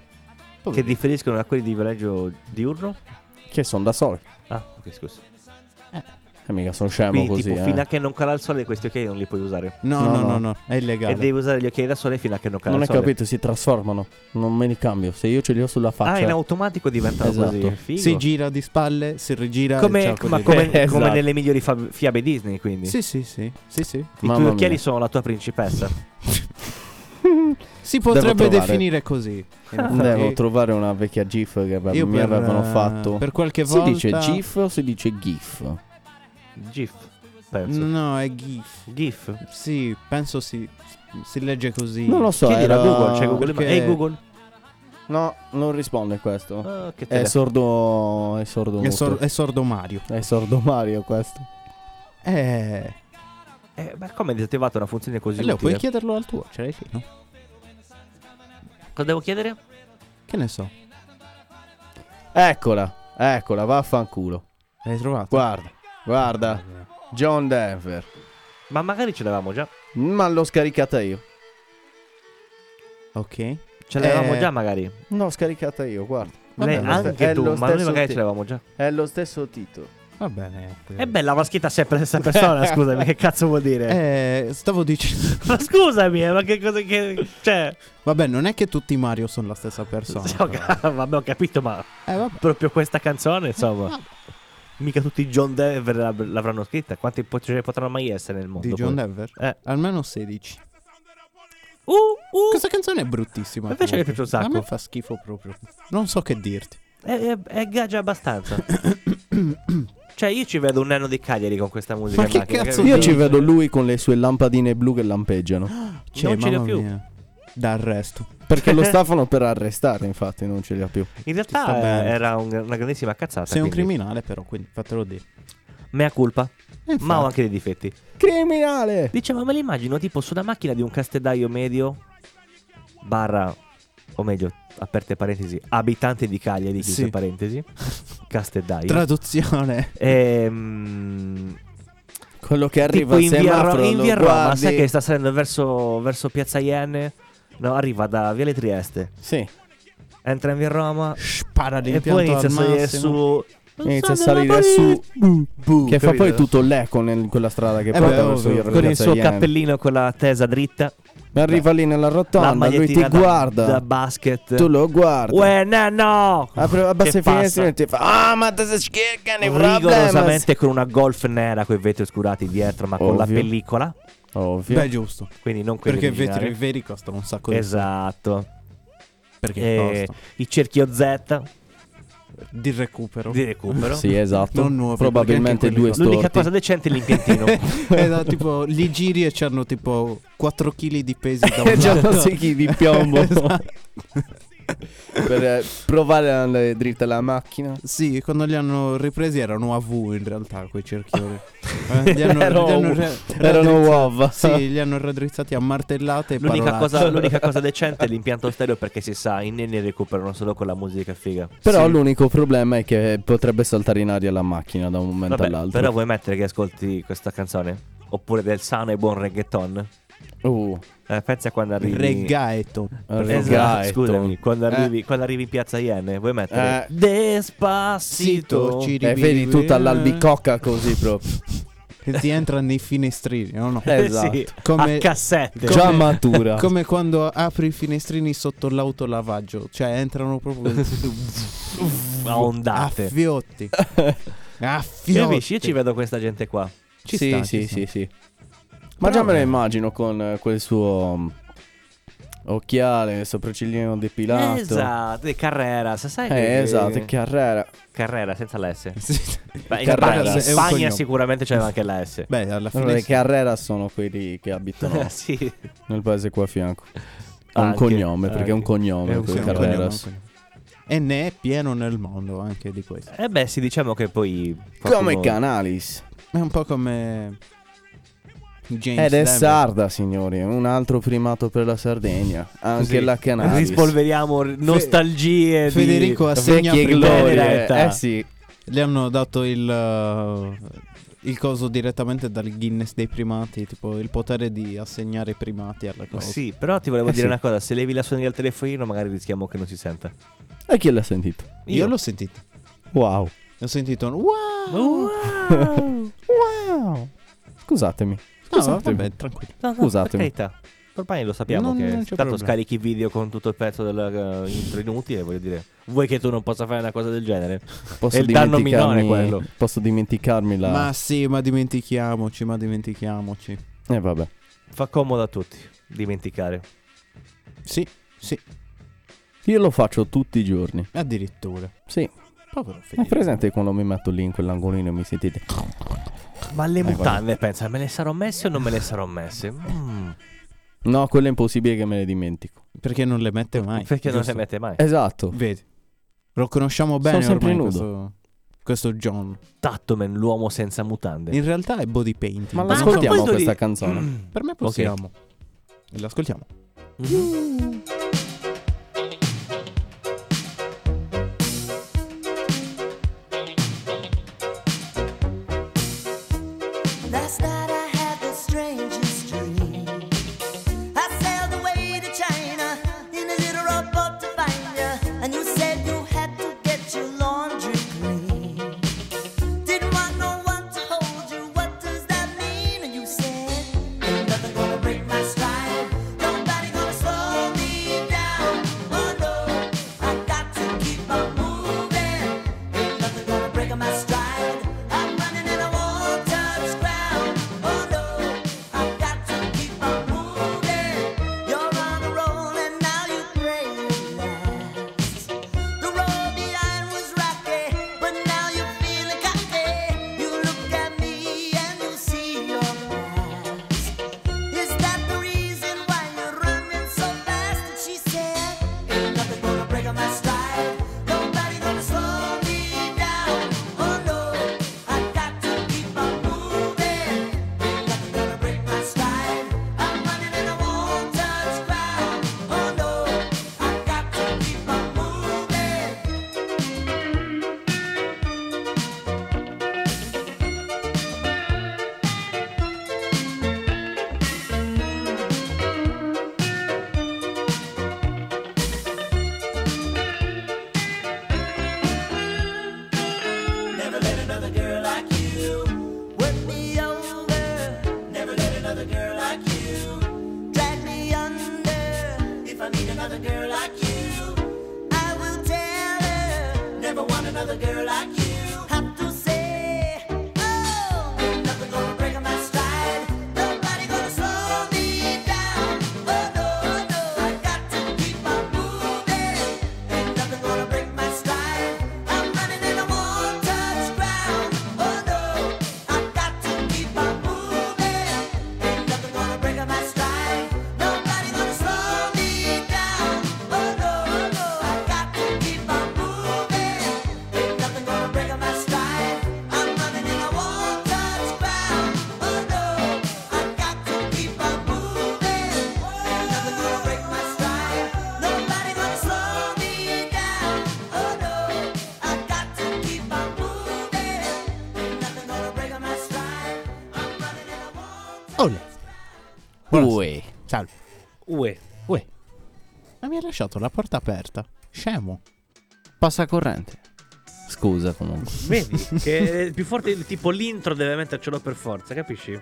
S3: Che differiscono da quelli di villaggio diurno.
S4: Che sono da sole.
S3: Ah, ok, scusa.
S4: E mica sono scemo
S3: Quindi,
S4: così.
S3: tipo,
S4: eh.
S3: fino a che non cala il sole, questi occhiali non li puoi usare.
S2: No,
S4: No,
S2: no, no,
S4: no.
S2: no, è
S3: E
S2: illegale.
S3: devi usare gli occhiali da sole fino a che non cala
S4: Non hai
S3: il sole.
S4: capito, si trasformano. Non me li cambio. Se io ce li ho sulla faccia.
S3: cioè. Ah, in automatico diventano così.
S4: Esatto.
S3: Figo.
S2: Si gira di spalle, si rigira. e
S3: come,
S2: ciao, così.
S3: ma come,
S4: Esatto.
S3: come nelle migliori fa- fiabe Disney, quindi.
S2: Sì, sì, sì, sì, sì.
S3: I
S4: Mamma
S3: tuoi
S4: mia.
S3: occhiali sono la tua principessa.
S2: Si potrebbe
S4: trovare.
S2: definire così. In effetti,
S4: Devo trovare una vecchia GIF che ave-
S2: io
S4: mi
S2: per,
S4: avevano
S2: eh,
S4: fatto.
S2: Per qualche
S4: Si
S2: volta.
S4: dice GIF o si dice GIF?
S3: GIF, penso.
S4: Mm.
S2: No, è GIF.
S3: GIF.
S4: Cioè,
S2: Sì, penso si, si legge così.
S4: Non lo so.
S3: Chiedi
S4: era...
S3: a Google, c'è Google.
S2: perché-
S3: Ehi Google.
S4: No, non risponde questo.
S3: Ah, che te
S4: È sordo. È sordo.
S2: È,
S4: muto.
S2: sor- è sordo Mario.
S4: È sordo Mario questo.
S2: Eh.
S3: Eh, ma come hai disattivato una funzione così
S4: Eh,
S2: Leo,
S3: utile?
S2: puoi chiederlo al tuo, ce l'hai sì, no?
S3: Cosa devo chiedere?
S2: Che ne so.
S4: Eccola, eccola, vaffanculo.
S2: L'hai trovato?
S4: Guarda, guarda. John Denver.
S3: Ma magari ce l'avevamo già.
S4: Ma l'ho scaricata io.
S2: Ok.
S3: Ce l'avevamo
S2: Eh,
S3: già magari.
S4: No, scaricata io, guarda.
S3: Lei-
S4: lo st-
S3: anche
S4: è
S3: tu,
S4: lo
S3: ma noi
S4: stesso
S3: magari
S4: te-
S3: ce l'avevamo già.
S4: È lo stesso titolo.
S2: Va bene.
S4: Eh.
S3: È bella, ma scritta sempre la stessa persona, scusami, che cazzo vuol dire?
S2: Eh, stavo dicendo.
S3: Ma scusami, eh, ma che cosa che... Cioè...
S2: Vabbè, non è che tutti i Mario sono la stessa persona.
S3: sì, ho
S2: però.
S3: ca- vabbè, ho capito, ma
S2: Eh, vabbè.
S3: proprio questa canzone, insomma... Mica tutti i John Denver l'av- l'avranno scritta. Quanti pot- ce ne potranno mai essere nel mondo?
S2: Di John
S3: poi?
S2: Denver?
S3: Eh.
S2: Almeno 16.
S3: Uh, uh,
S2: Questa canzone è bruttissima.
S3: Invece mi è
S2: comunque.
S3: piaciuta un
S2: A
S3: sacco.
S2: me fa schifo proprio. Non so che dirti.
S3: È, è, è gaggia abbastanza. cioè, io ci vedo un nano di Cagliari con questa musica.
S2: Ma
S3: in
S2: che
S3: macchina,
S2: cazzo
S3: capito?
S4: Io ci vedo lui con le sue lampadine blu che lampeggiano.
S2: Cioè,
S3: Non ce l'ho
S2: mamma
S3: più.
S2: mia. Da arresto.
S4: Perché lo staffano per arrestare, infatti, non ce li ha più.
S3: In
S2: Ti sta
S3: realtà
S2: bene.
S3: eh, era un- una grandissima cazzata.
S2: Sei un
S3: quindi.
S2: criminale, però, quindi fatelo dire.
S3: Mea colpa.
S2: Eh,
S3: Ma ho
S2: infatti.
S3: anche dei difetti.
S4: Criminale!
S3: Dicevo, me li immagino tipo sulla macchina di un castellaio medio, barra, o meglio, aperte parentesi, abitante di Cagliari, chiuse
S2: Sì.
S3: parentesi, castellaio.
S2: Traduzione.
S3: Ehm,
S4: Quello che arriva
S3: tipo
S4: al
S3: in via, Ro-
S4: semaforo
S3: in
S4: lo
S3: via Roma,
S4: guardi.
S3: sai che sta salendo verso, verso Piazza Iene? No, arriva da Viale Trieste,
S4: Sì,
S3: entra in via Roma
S2: Spara
S3: e poi
S2: l'impianto
S3: inizia
S2: al
S3: a salire
S2: massimo.
S3: su...
S4: inizia a salire su. che fa poi tutto l'eco in quella strada che
S2: Eh beh,
S4: porta verso
S2: ovvio.
S4: via
S3: Con il
S4: Piazza
S3: suo
S4: Iene.
S3: cappellino con la tesa dritta,
S4: Arriva lì nella
S3: la
S4: rotonda, lui ti
S3: magliettina da,
S4: guarda.
S3: da basket.
S4: Tu lo guardi. Ah,
S3: Uè, no, no!
S4: Apre,
S3: Che
S4: abbassa i
S3: passa?
S4: finestrini e ti fa Ah ma te sei schicca nei problemas
S3: rigorosamente con una golf nera con i vetri oscurati dietro, ma con la
S4: Ovvio.
S3: pellicola.
S4: Ovvio
S2: Beh, giusto.
S3: Quindi non quelli
S2: Perché i
S3: originali.
S2: vetri veri costano un sacco di
S3: Esatto.
S2: Perché
S3: eh,
S2: costa.
S3: il cerchio Z
S2: Di recupero.
S3: di recupero.
S4: Sì, esatto.
S2: Non nuovi, perché
S4: Probabilmente
S2: anche
S4: due
S2: quelli
S4: storti.
S3: L'unica cosa decente è l'impiantino.
S2: Eh, no, tipo, li giri e c'hanno tipo 4 kg di pesi da un
S4: Già
S2: lato.
S4: non sei chi di piombo.
S2: Esatto.
S4: per eh, provare ad andare dritta la macchina.
S2: Sì, quando li hanno ripresi erano a V in realtà quei cerchioni. Eh, li hanno- li
S4: Erano-
S2: hanno
S3: cioè,
S2: re-
S4: Erano
S2: raddrizzati-
S4: uova.
S2: Sì, li hanno raddrizzati a martellate e
S3: L'unica
S2: parolacce.
S3: cosa, l'unica cosa decente è l'impianto stereo perché si sa, i neni recuperano solo con la musica figa.
S4: Però
S2: Sì.
S4: l'unico problema è che potrebbe saltare in aria la macchina da un momento
S3: Vabbè,
S4: all'altro.
S3: però vuoi mettere che ascolti questa canzone? Oppure del sano e buon reggaeton?
S4: Uh,
S3: Eh, pensa quando arrivi...
S2: Reggaeton. Eh.
S3: Esatto,
S4: ragazzi,
S3: scusami, quando arrivi, quando arrivi in piazza Iene vuoi mettere
S4: Eh.
S3: Despacito
S2: Sì,
S4: E Eh, vedi tutta l'albicocca così proprio.
S2: Che ti entra nei finestrini, no? no.
S4: Eh,
S3: Eh,
S4: esatto.
S3: sì,
S2: Come-
S3: a cassette
S4: Già matura.
S2: Come quando apri i finestrini sotto l'autolavaggio, cioè entrano proprio
S3: a
S2: a
S3: ondate.
S2: fiotti. A
S3: Io,
S2: fiotti.
S3: io ci vedo questa gente qua.
S2: Ci
S4: sì,
S2: sta,
S4: sì,
S2: ci sta.
S4: sì, sì. Ma già
S2: Però-
S4: me lo immagino con eh, quel suo mm, occhiale, sopracciglino depilato.
S3: Esatto, e Carrera, se sai che-
S4: Eh, esatto, Carrera.
S3: Carrera senza la S.
S2: Sì.
S3: Beh, in
S4: Carrera
S3: Spagna-
S2: è
S3: in
S2: un
S3: Spagna
S2: cognome.
S3: sicuramente c'era anche la S.
S2: Beh, alla
S4: Allora,
S2: fine
S4: i Carrera sono quelli che abitano
S3: sì.
S4: nel paese qua a fianco. Ha un
S3: Anche,
S4: cognome, perché
S3: anche.
S4: è un cognome
S3: È un
S4: quel
S2: sì, è un
S4: Carreras.
S2: cognome, è un cognome. E ne è pieno nel mondo anche di questo.
S3: Eh beh, sì, diciamo che poi
S4: Come Canalis.
S2: È un po' come James
S4: Ed è
S2: Denver.
S4: sarda, signori. Un altro primato per la Sardegna. Anche
S2: Sì.
S4: la Canalis.
S3: Rispolveriamo r- nostalgie di-
S2: Federico assegna
S4: Vecchie
S2: prima-
S3: glorie.
S4: gloria.
S3: Benedetta.
S4: Eh sì.
S2: Gli hanno dato il uh, il coso direttamente dal Guinness dei primati, tipo il potere di assegnare i primati alla cosa.
S3: Sì, però ti volevo
S4: Eh,
S3: dire
S4: sì.
S3: una cosa, se levi la suoneria al telefonino magari rischiamo che non si senta.
S4: E chi l'ha sentito?
S2: Io, l'ho sentito.
S4: Wow.
S2: Ho sentito un wow.
S4: wow. Scusatemi.
S2: No,
S4: Scusatemi.
S2: vabbè, tranquillo.
S3: No, no,
S4: Scusatami.
S3: Per carità. Ormai lo sappiamo
S2: Non-
S3: che
S2: non c'è
S3: tanto
S2: problema.
S3: scarichi video con tutto il pezzo dell'intro inutile, voglio dire. Vuoi che tu non possa fare una cosa del genere?
S4: Posso
S3: E il danno minore
S4: dimenticarmi-
S3: quello.
S4: Posso dimenticarmi la.
S2: Ma sì, ma dimentichiamoci, ma dimentichiamoci.
S4: Eh vabbè.
S3: Fa comodo a tutti dimenticare.
S2: Sì, sì,
S4: Io lo faccio tutti i giorni.
S2: addirittura.
S4: Sì.
S2: Povero
S4: È
S2: Federico.
S4: presente quando mi metto lì in quell'angolino e mi sentite.
S3: Ma le
S4: guarda.
S3: mutande, pensa, me le sarò messe o non me le sarò messe? Mm,
S4: No, quello è impossibile che me ne dimentico.
S2: Perché non le mette mai?
S3: perché non
S2: giusto?
S3: le mette mai?
S2: Eh.
S4: Esatto.
S2: Vedi. Lo conosciamo bene
S4: Sono sempre
S2: ormai
S4: nudo.
S2: questo, questo John.
S3: Tattoman, l'uomo senza mutande.
S2: In realtà è body painting.
S4: Ma
S2: non so-
S4: l'ascoltiamo
S3: questo
S4: questa
S3: lì-
S4: canzone.
S3: Mm.
S2: Per me
S3: Ok.
S2: possiamo. E L'ascoltiamo.
S8: Last night I had the strangest dream. I sailed away to China in a little rowboat to find you, and you said you had to get your laundry clean. Didn't want no one to hold you. What does that mean? And you said, Ain't nothing gonna break my stride. Nobody gonna slow me down. Oh no, I got to keep on moving. Ain't nothing gonna break my stride. I'm running and I won't touch ground. Oh no, I got to keep on moving. You're on a roll and now you pray it lasts. The road behind was rocky, but now you're feeling cocky. You look at me and you see your past. Is that the reason why you're running so fast? And she said, Ain't nothing gonna break my stride. Nobody gonna slow me down. Oh no, I got to keep on moving. Ain't nothing gonna break my stride. I'm running and I won't touch ground. Oh no, I got to keep on moving. Never let another girl like you whip me over. Never let another girl like you drag me under. If I meet another girl like you, I will tell her. Never want another girl like you. Have to say, oh, ain't nothing gonna break my stride. Nobody gonna slow me down. Oh no, no, I got to keep on moving. Oh, Oh,
S2: Oh, Buonasera.
S4: Uè.
S2: Salve.
S3: Ue.
S2: Uè. Ma mi ha lasciato la porta aperta. Scemo.
S4: Passa corrente. Scusa comunque.
S3: Vedi? che è più forte, tipo l'intro deve mettercelo per forza, capisci?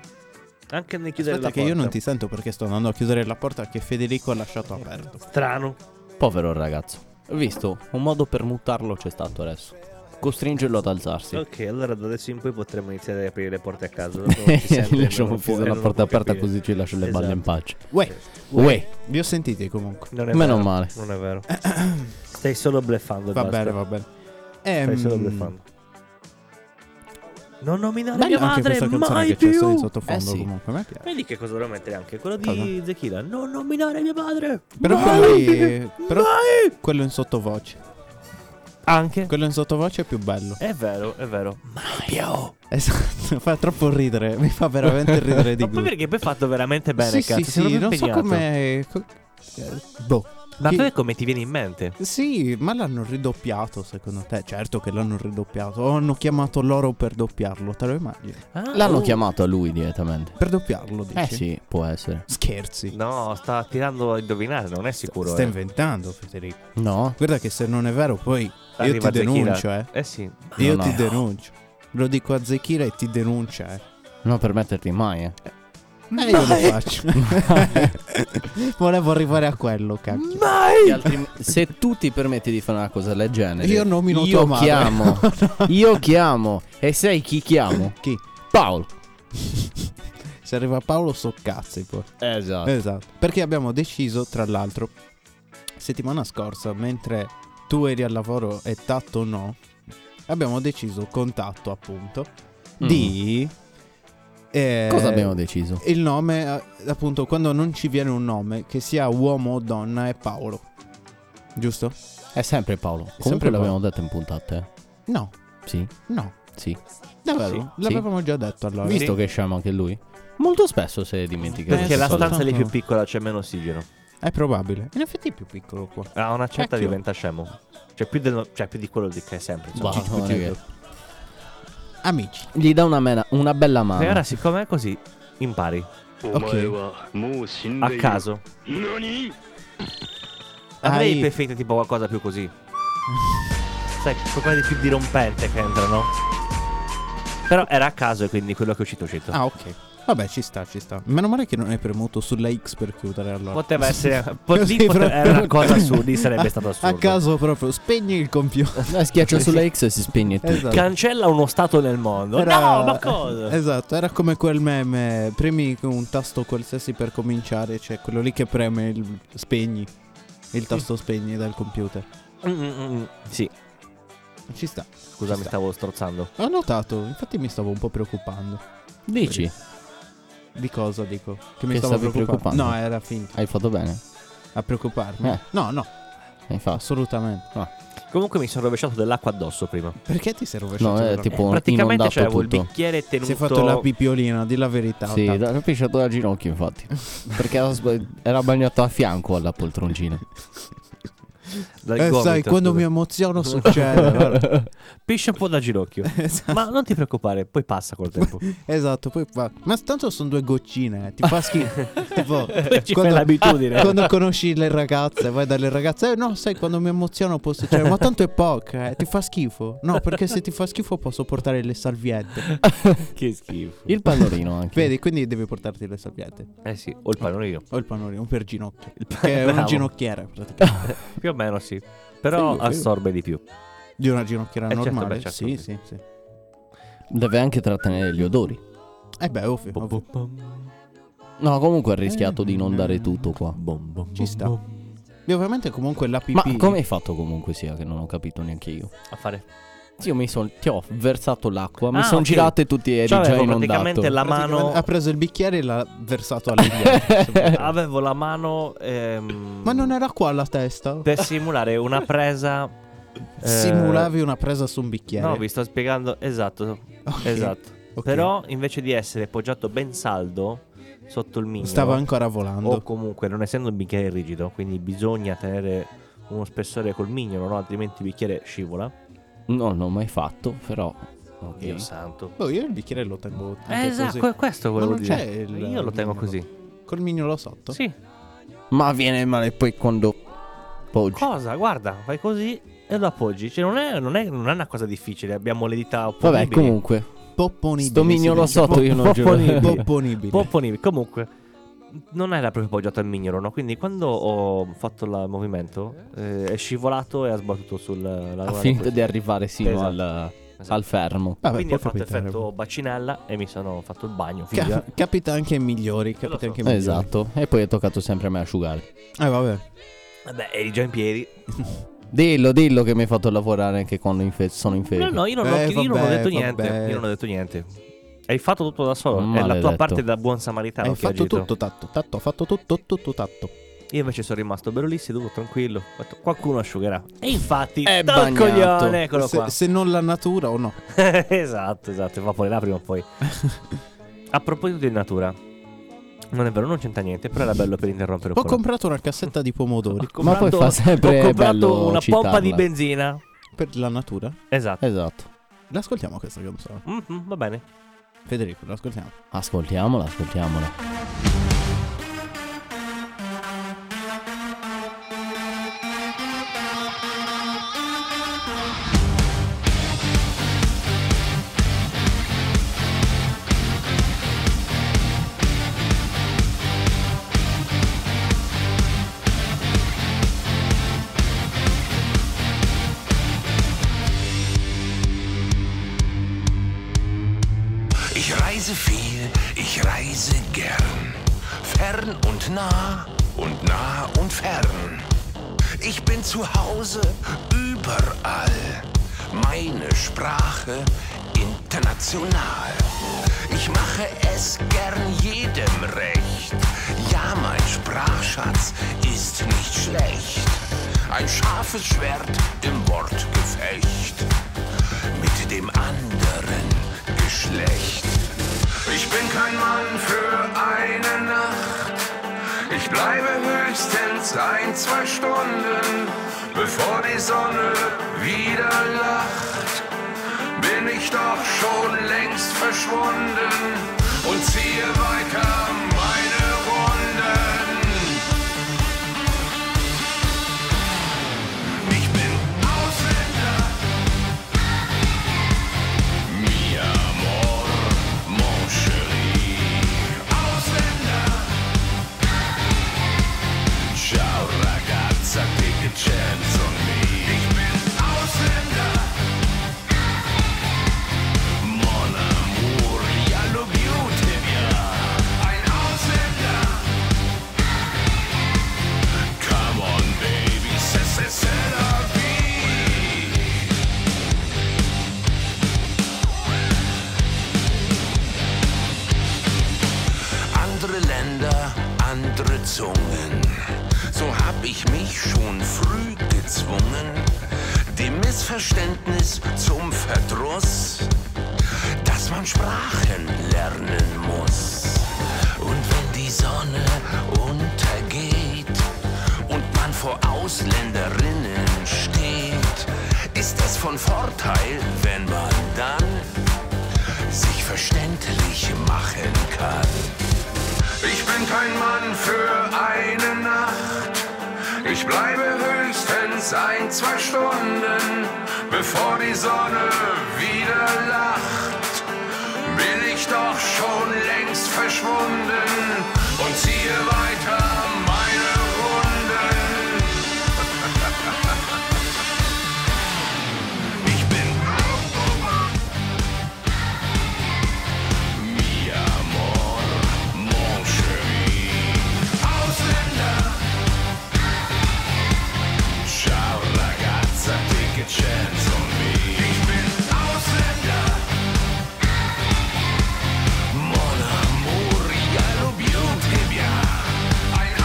S3: Anche nel chiudere
S2: Aspetta
S3: la
S2: che
S3: porta.
S2: io non ti sento perché sto andando a chiudere la porta che Federico ha lasciato aperto.
S3: Strano.
S4: Povero ragazzo. Ho visto, un modo per mutarlo c'è stato adesso. Costringerlo ad alzarsi.
S3: Ok, allora da adesso in poi potremmo iniziare ad aprire le porte a casa.
S4: Lasciamo
S3: eh,
S4: chiusa la diciamo, porta aperta così ci lascia le balle in
S2: Esatto.
S4: pace.
S2: Uè,
S4: Uè.
S2: vi ho sentiti comunque.
S3: Non è
S4: Meno
S3: vero,
S4: male.
S3: Non è vero. Stai solo bleffando. e
S2: Va
S3: basta.
S2: bene, va bene.
S3: Stai solo
S2: Ehm,
S3: bleffando. Non nominare
S2: Bella
S3: mia
S2: anche questa
S3: madre
S2: canzone
S3: mai
S2: che c'è
S3: più.
S2: sta in sottofondo
S4: Eh sì.
S2: comunque. a me piace.
S3: Vedi che cosa dovrò mettere anche? Quello di
S2: Cosa?
S3: Zechila. Non nominare mia madre.
S2: Però,
S3: mai!
S2: quelli- però
S3: Mai!
S2: quello in sottovoce.
S3: Anche.
S2: Quello in sottovoce è più bello.
S3: È vero, è vero. Mai più.
S2: Esatto, fa troppo ridere. Mi fa veramente ridere di
S3: Ma poi
S2: più.
S3: perché poi è fatto veramente bene,
S2: sì, sì,
S3: cazzo. sei
S2: sì,
S3: proprio
S2: non so
S3: impegnato.
S2: come. co- eh, boh.
S3: Ma
S2: Chi-
S3: poi come ti viene in mente?
S2: Sì, ma l'hanno ridoppiato secondo te? Certo che l'hanno ridoppiato. O hanno chiamato loro per doppiarlo, te lo immagini?
S3: Ah,
S4: L'hanno
S3: oh.
S4: chiamato a lui direttamente.
S2: Per doppiarlo, dici?
S4: Eh sì, può essere.
S2: Scherzi.
S3: No, sta tirando a indovinare, non è sicuro.
S2: Sta
S3: eh.
S2: inventando, Federico.
S4: No?
S2: Guarda che se non è vero, poi io
S3: Arriva
S2: ti
S3: Zechira.
S2: denuncio, eh.
S3: Eh sì.
S2: Io
S4: No,
S2: ti
S4: no.
S2: denuncio. Lo dico a Zechira e ti denuncia, eh.
S4: Non permetterti mai, eh.
S2: Eh, io lo faccio. Volevo arrivare a quello, cacchio.
S4: Che altrim- se tu ti permetti di fare una cosa del genere,
S2: Io nomino
S4: io
S2: tua madre.
S4: chiamo. io chiamo. E sai chi chiamo?
S2: Chi?
S4: Paolo.
S2: Se arriva Paolo, so cazzi poi.
S4: Esatto.
S2: Esatto, perché abbiamo deciso, tra l'altro, settimana scorsa, mentre tu eri al lavoro e Tatto no, abbiamo deciso con Tatto, appunto,
S4: Mm.
S2: di... eh,
S4: Cosa abbiamo deciso?
S2: Il nome, eh, appunto, quando non ci viene un nome, che sia uomo o donna, è Paolo. Giusto?
S4: È sempre Paolo. Comunque
S2: sempre
S4: l'abbiamo detto in puntata, eh.
S2: No,
S4: Sì,
S2: no,
S4: sì.
S2: davvero,
S4: Sì,
S2: l'avevamo già detto allora.
S4: Visto che è scemo anche lui. Molto spesso se dimentica
S3: Perché
S2: Eh,
S3: la
S4: queste cose.
S3: stanza lì è più
S2: soltanto-
S3: piccola c'è meno ossigeno.
S2: È probabile. In effetti è più piccolo qua.
S3: A una certa
S2: Cacchio.
S3: diventa scemo. Cioè più, del- cioè, più di quello di che è sempre. insomma.
S4: Bah, non è che-
S2: Amici.
S4: Gli dà una, mena- una bella mano.
S3: E ora siccome è così, impari. A caso. Avrei
S2: Hai-
S3: preferito tipo qualcosa più così. Sai, qualcosa di più dirompente che entra, no? Però era a caso e quindi quello che è uscito è uscito.
S2: Ah, ok. Vabbè, ci sta, ci sta. Meno male che non hai premuto sulla X per chiudere allora.
S3: Poteva essere. po- lì
S2: Così
S3: pote-
S2: proprio-
S3: era una cosa assurda, lì sarebbe
S2: A-
S3: stato assurdo.
S2: A caso proprio, spegni il computer.
S4: Eh, Schiaccia sulla X e si
S3: Eh,
S4: spegne tutto.
S2: Esatto.
S3: Cancella uno stato nel mondo.
S2: Era-
S3: No, ma cosa?
S2: Esatto, era come quel meme, premi un tasto qualsiasi per cominciare, cioè quello lì che preme il spegni, il tasto spegni dal computer.
S3: Mm, mm, mm. Sì,
S2: Ci sta.
S3: scusa, mi stavo strozzando.
S2: Ho notato, infatti mi stavo un po' preoccupando.
S4: Dici,
S2: Di cosa dico? Che mi
S4: Che
S2: stavo
S4: stavi
S2: preoccupando.
S4: preoccupando?
S2: No, era finto.
S4: hai fatto bene.
S2: A preoccuparmi?
S4: Eh.
S2: No, no,
S4: Hai fatto.
S2: assolutamente.
S3: Comunque mi sono rovesciato dell'acqua addosso prima.
S2: Perché ti sei rovesciato?
S3: eh,
S4: No, è
S2: la-
S4: tipo
S3: Praticamente
S4: inondato
S3: c'avevo il
S4: tutto.
S3: bicchiere tenuto.
S2: Si è fatto la pipiolina, di la verità.
S4: Sì,
S2: tanto.
S4: l'ho pisciato da ginocchio infatti. Perché era sba- era bagnato a fianco alla poltroncina.
S3: dal
S2: Eh,
S3: gomito,
S2: sai, quando
S3: scusa.
S2: mi emoziono succede. guarda.
S3: Piscia un po' da ginocchio.
S2: Esatto.
S3: Ma non ti preoccupare, poi passa col tempo.
S2: Esatto, poi fa. Ma tanto sono due goccine, eh, ti fa schifo. tipo,
S3: Ci fai l'abitudine.
S2: quando conosci le ragazze, vai dalle ragazze, eh no, sai, quando mi emoziono posso. Cioè, ma tanto è poca, eh, ti fa schifo. No, perché se ti fa schifo posso portare le salviette.
S3: che schifo.
S4: Il pannolino anche.
S2: Vedi, quindi devi portarti le salviette.
S3: Eh sì, o il pannolino.
S2: O il panolino, per ginocchio.
S3: Il
S2: Che è una
S3: bravo.
S2: ginocchiera, praticamente.
S3: Più o meno sì.
S2: Figo,
S3: Però
S2: figo.
S3: assorbe di più.
S2: Di una ginocchiera
S3: Eh, certo,
S2: normale.
S3: beh, certo,
S2: sì,
S3: sì.
S2: sì, sì.
S4: Deve anche trattenere gli odori.
S2: Eh beh, ovvio, ovvio.
S4: No, comunque ha rischiato di inondare tutto qua. Boh.
S2: Ci sta. E ovviamente comunque la pipì.
S4: Ma come hai fatto comunque sia che non ho capito neanche io.
S3: A fare.
S4: Io mi son, ti ho versato l'acqua, mi
S3: Ah,
S4: sono
S3: ok.
S4: girato e tu ti eri
S3: Cioè,
S4: già
S3: avevo
S4: inondato.
S3: praticamente la
S2: Praticamente
S3: mano.
S2: Ha preso il bicchiere e l'ha versato all'indiano.
S3: Avevo la mano. ehm,
S2: Ma non era qua la testa?
S3: Per simulare una presa. eh,
S2: Simulavi una presa su un bicchiere.
S3: No, vi sto spiegando. Esatto.
S2: Ok,
S3: Esatto.
S2: ok.
S3: Però invece di essere poggiato ben saldo sotto il mignolo.
S2: Stava ancora volando.
S3: O comunque, non essendo un bicchiere rigido, quindi bisogna tenere uno spessore col mignolo, no? altrimenti il bicchiere scivola.
S4: No, non l'ho mai fatto, però. ok.
S3: Dio santo.
S2: Boh, io Oh, il bicchiere lo tengo. anche
S3: Eh, esatto,
S2: così.
S3: que- questo
S2: Ma
S3: volevo
S2: non
S3: dire.
S2: c'è il-
S3: Io lo tengo
S2: il-
S3: così.
S2: col mignolo sotto?
S3: Sì.
S4: Ma viene male poi quando poggi.
S3: Cosa? Guarda, fai così e lo appoggi. Cioè, non è, non è- non è una cosa difficile. Abbiamo le dita
S4: Vabbè,
S3: opponibili.
S4: comunque.
S2: Popponibili.
S4: Sto mignolo
S2: si dice.
S4: sotto io non giuro.
S2: Popponibili. Popponibili.
S3: Popponibili. Comunque, non era proprio appoggiato al mignolo, no? Quindi, quando ho fatto il movimento, eh, è scivolato e ha sbattuto
S2: Ah,
S3: sulla la
S4: Ha
S3: la-
S4: finito di arrivare sino
S3: Esatto.
S4: al,
S3: Esatto.
S4: al fermo.
S2: Vabbè,
S3: Quindi
S2: può
S3: ho fatto
S2: capitare.
S3: effetto bacinella e mi sono fatto il bagno.
S2: Ca-
S3: Figa.
S2: capita anche ai migliori.
S3: Lo so.
S2: Capita anche ai migliori.
S4: Esatto. E poi è toccato sempre a me asciugare.
S2: Eh, vabbè.
S3: Vabbè, eri già in piedi.
S4: Dillo, dillo che mi hai fatto lavorare anche quando in fe- sono in ferie.
S3: No, no, io non, ho,
S2: Eh,
S3: io non ho
S2: vabbè,
S3: detto niente.
S2: vabbè.
S3: Io non ho detto niente. Hai fatto tutto da solo. È la tua
S4: Maledetto.
S3: parte da buon samaritano.
S2: Hai
S3: che ha
S2: fatto
S3: agito.
S2: tutto, tatto. Tatto, ho fatto tutto, tutto, tatto.
S3: Io invece sono rimasto bello lì, seduto tranquillo. Ho detto, qualcuno asciugherà. E infatti,
S4: È
S3: dal
S4: bagnato.
S3: coglione, eccolo
S2: se,
S3: qua.
S2: se non la natura o no.
S3: esatto, esatto, evaporerà prima o poi. A proposito di natura, non è vero, non c'entra niente, però era bello per interrompere un
S2: Ho
S3: po'.
S2: comprato una cassetta di pomodori.
S3: Ho
S4: Ma poi
S3: comprato-
S4: fa sempre
S3: Ho comprato
S4: bello
S3: una pompa
S4: citarla.
S3: di benzina.
S2: Per la natura?
S3: Esatto.
S4: Esatto.
S2: L'ascoltiamo questa
S4: Eh.
S2: canzone.
S3: Mhm, va bene.
S2: Federico, l'ascoltiamo.
S4: Ascoltiamola, ascoltiamola.
S9: Ich reise viel, ich reise gern. Fern und nah und nah und fern. Ich bin zu Hause überall. Meine Sprache international. Ich mache es gern jedem recht. Ja, mein Sprachschatz ist nicht schlecht. Ein scharfes Schwert im Wortgefecht mit dem anderen Geschlecht.
S5: Ich bin kein Mann für eine Nacht. Ich bleibe höchstens ein, zwei Stunden, bevor die Sonne wieder lacht. Bin ich doch schon längst verschwunden und ziehe weiter meine Runden. Ich bin Ausländer. Mi amor, mon chéri. Ausländer. Ciao ragazza, take a chance on me. Ich bin Ausländer. Mon amour, yellow beauty, yeah. Ein Ausländer. Come on, baby, c'est c'est c'est la vie.
S9: andere Länder, andere Zungen. So hab ich mich schon früh gezwungen, dem Missverständnis zum Verdruss, dass man Sprachen lernen muss. Und wenn die Sonne untergeht und man vor Ausländerinnen steht, ist es von Vorteil, wenn man dann sich verständlich machen kann.
S5: Ich bin kein Mann für eine Nacht. Ich bleibe höchstens ein, zwei Stunden, bevor die Sonne wieder lacht. Bin ich doch schon längst verschwunden und ziehe weiter meine Runden. Ich bin Mi amor, mon chéri. Ausländer. Ciao ragazza, take a chance on me. Ich bin Ausländer. Mon amour, yellow beauty, yeah. Ein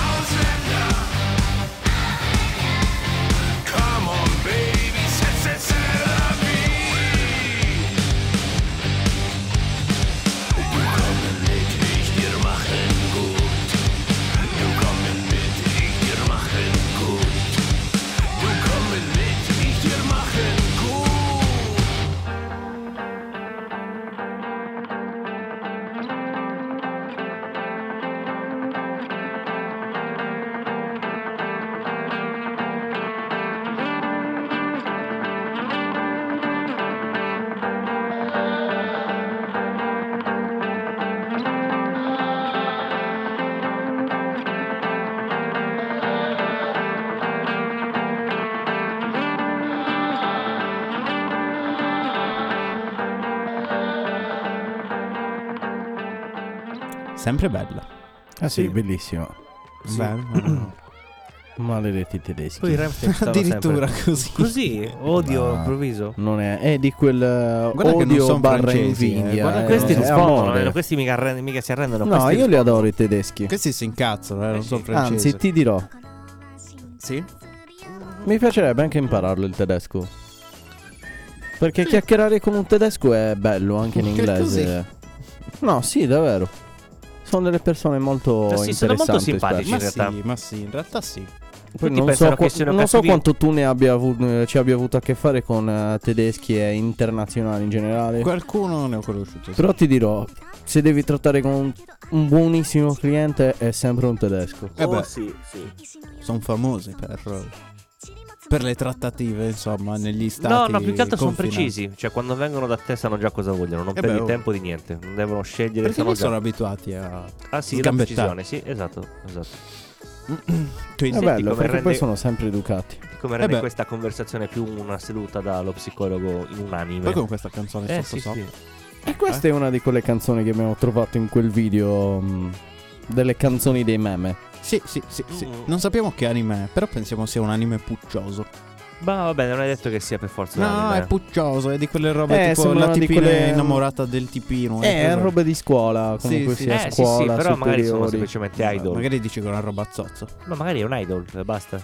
S2: Sempre bella.
S4: Ah sì, bellissimo.
S2: Bella.
S4: Maledetti tedeschi.
S3: Poi Rammstein stava
S2: Addirittura
S3: sempre-
S2: così.
S3: Così, odio
S4: Ma-
S3: improvviso.
S4: Non è, è di quel eh,
S2: Guarda che non
S4: odio
S2: son
S4: barra
S2: francesi, eh.
S4: invidia.
S2: Guarda,
S4: eh,
S3: Questi non
S4: è
S3: sfondano,
S4: amore.
S3: eh, questi mica, arrend- mica si arrendono.
S4: No,
S3: questi-
S4: io li adoro i tedeschi.
S2: Questi si incazzano, eh, non sono francesi.
S4: Anzi, ti dirò,
S2: Sì?
S4: mi piacerebbe anche impararlo il tedesco. Perché chiacchierare con un tedesco è bello anche in
S2: Che
S4: inglese. No, sì, davvero. Sono delle persone molto
S3: Eh Sì, sono
S4: interessanti.
S3: molto simpatici.
S2: Ma
S3: in realtà.
S2: sì, ma sì, in realtà sì.
S4: spesso. Poi
S3: Tutti
S4: non so,
S3: pensano
S4: qua-
S3: che siano
S4: non so
S3: cattivi.
S4: quanto tu ne abbia avu- ci abbia avuto a che fare con eh, tedeschi e internazionali in generale.
S2: Qualcuno ne ho conosciuto. sì.
S4: Però ti dirò, se devi trattare con un, un buonissimo cliente è sempre un tedesco.
S2: Eh beh,
S3: sì, sì.
S2: sono famosi per, per le trattative, insomma, negli stati
S3: No, no, più che altro sono
S2: confinanti.
S3: precisi. Cioè, quando vengono da te sanno già cosa vogliono. Non
S2: Eh
S3: perdi
S2: beh, oh.
S3: tempo di niente. Non devono scegliere.
S2: Perché
S3: sanno
S2: non
S3: già.
S2: sono abituati a...
S3: Ah, sì, la
S2: sgambettati.
S3: precisione. Sì, esatto. esatto.
S2: Quindi-
S4: È
S3: Senti
S4: bello,
S3: come
S4: perché
S3: rende-
S4: poi sono sempre educati.
S3: Come rende
S2: Eh beh.
S3: questa conversazione più una seduta dallo psicologo in un anime?
S2: Poi con questa canzone
S3: eh,
S2: sotto
S3: sì,
S2: sotto.
S3: sì.
S4: E questa è una di quelle canzoni che abbiamo trovato in quel video. mh, delle canzoni dei meme.
S2: Sì, sì, sì, sì.
S3: Mm.
S2: Non sappiamo che anime è, però pensiamo sia un anime puccioso.
S3: Ma vabbè, non è detto che sia per forza. un
S2: No, no,
S3: anime.
S2: è puccioso, è di quelle robe
S4: Eh,
S2: tipo
S4: sembra
S2: la
S4: una di
S2: tipina
S4: quelle-
S2: innamorata del tipino.
S4: Eh, è
S2: cose-
S4: roba di scuola,
S2: Sì,
S4: comunque
S2: sì.
S4: sia
S3: Eh, sì, sì,
S4: scuola,
S3: però magari sono
S4: superiori.
S3: semplicemente idol.
S2: Magari dici che è una roba a zozzo.
S3: Ma magari è un idol, eh, basta.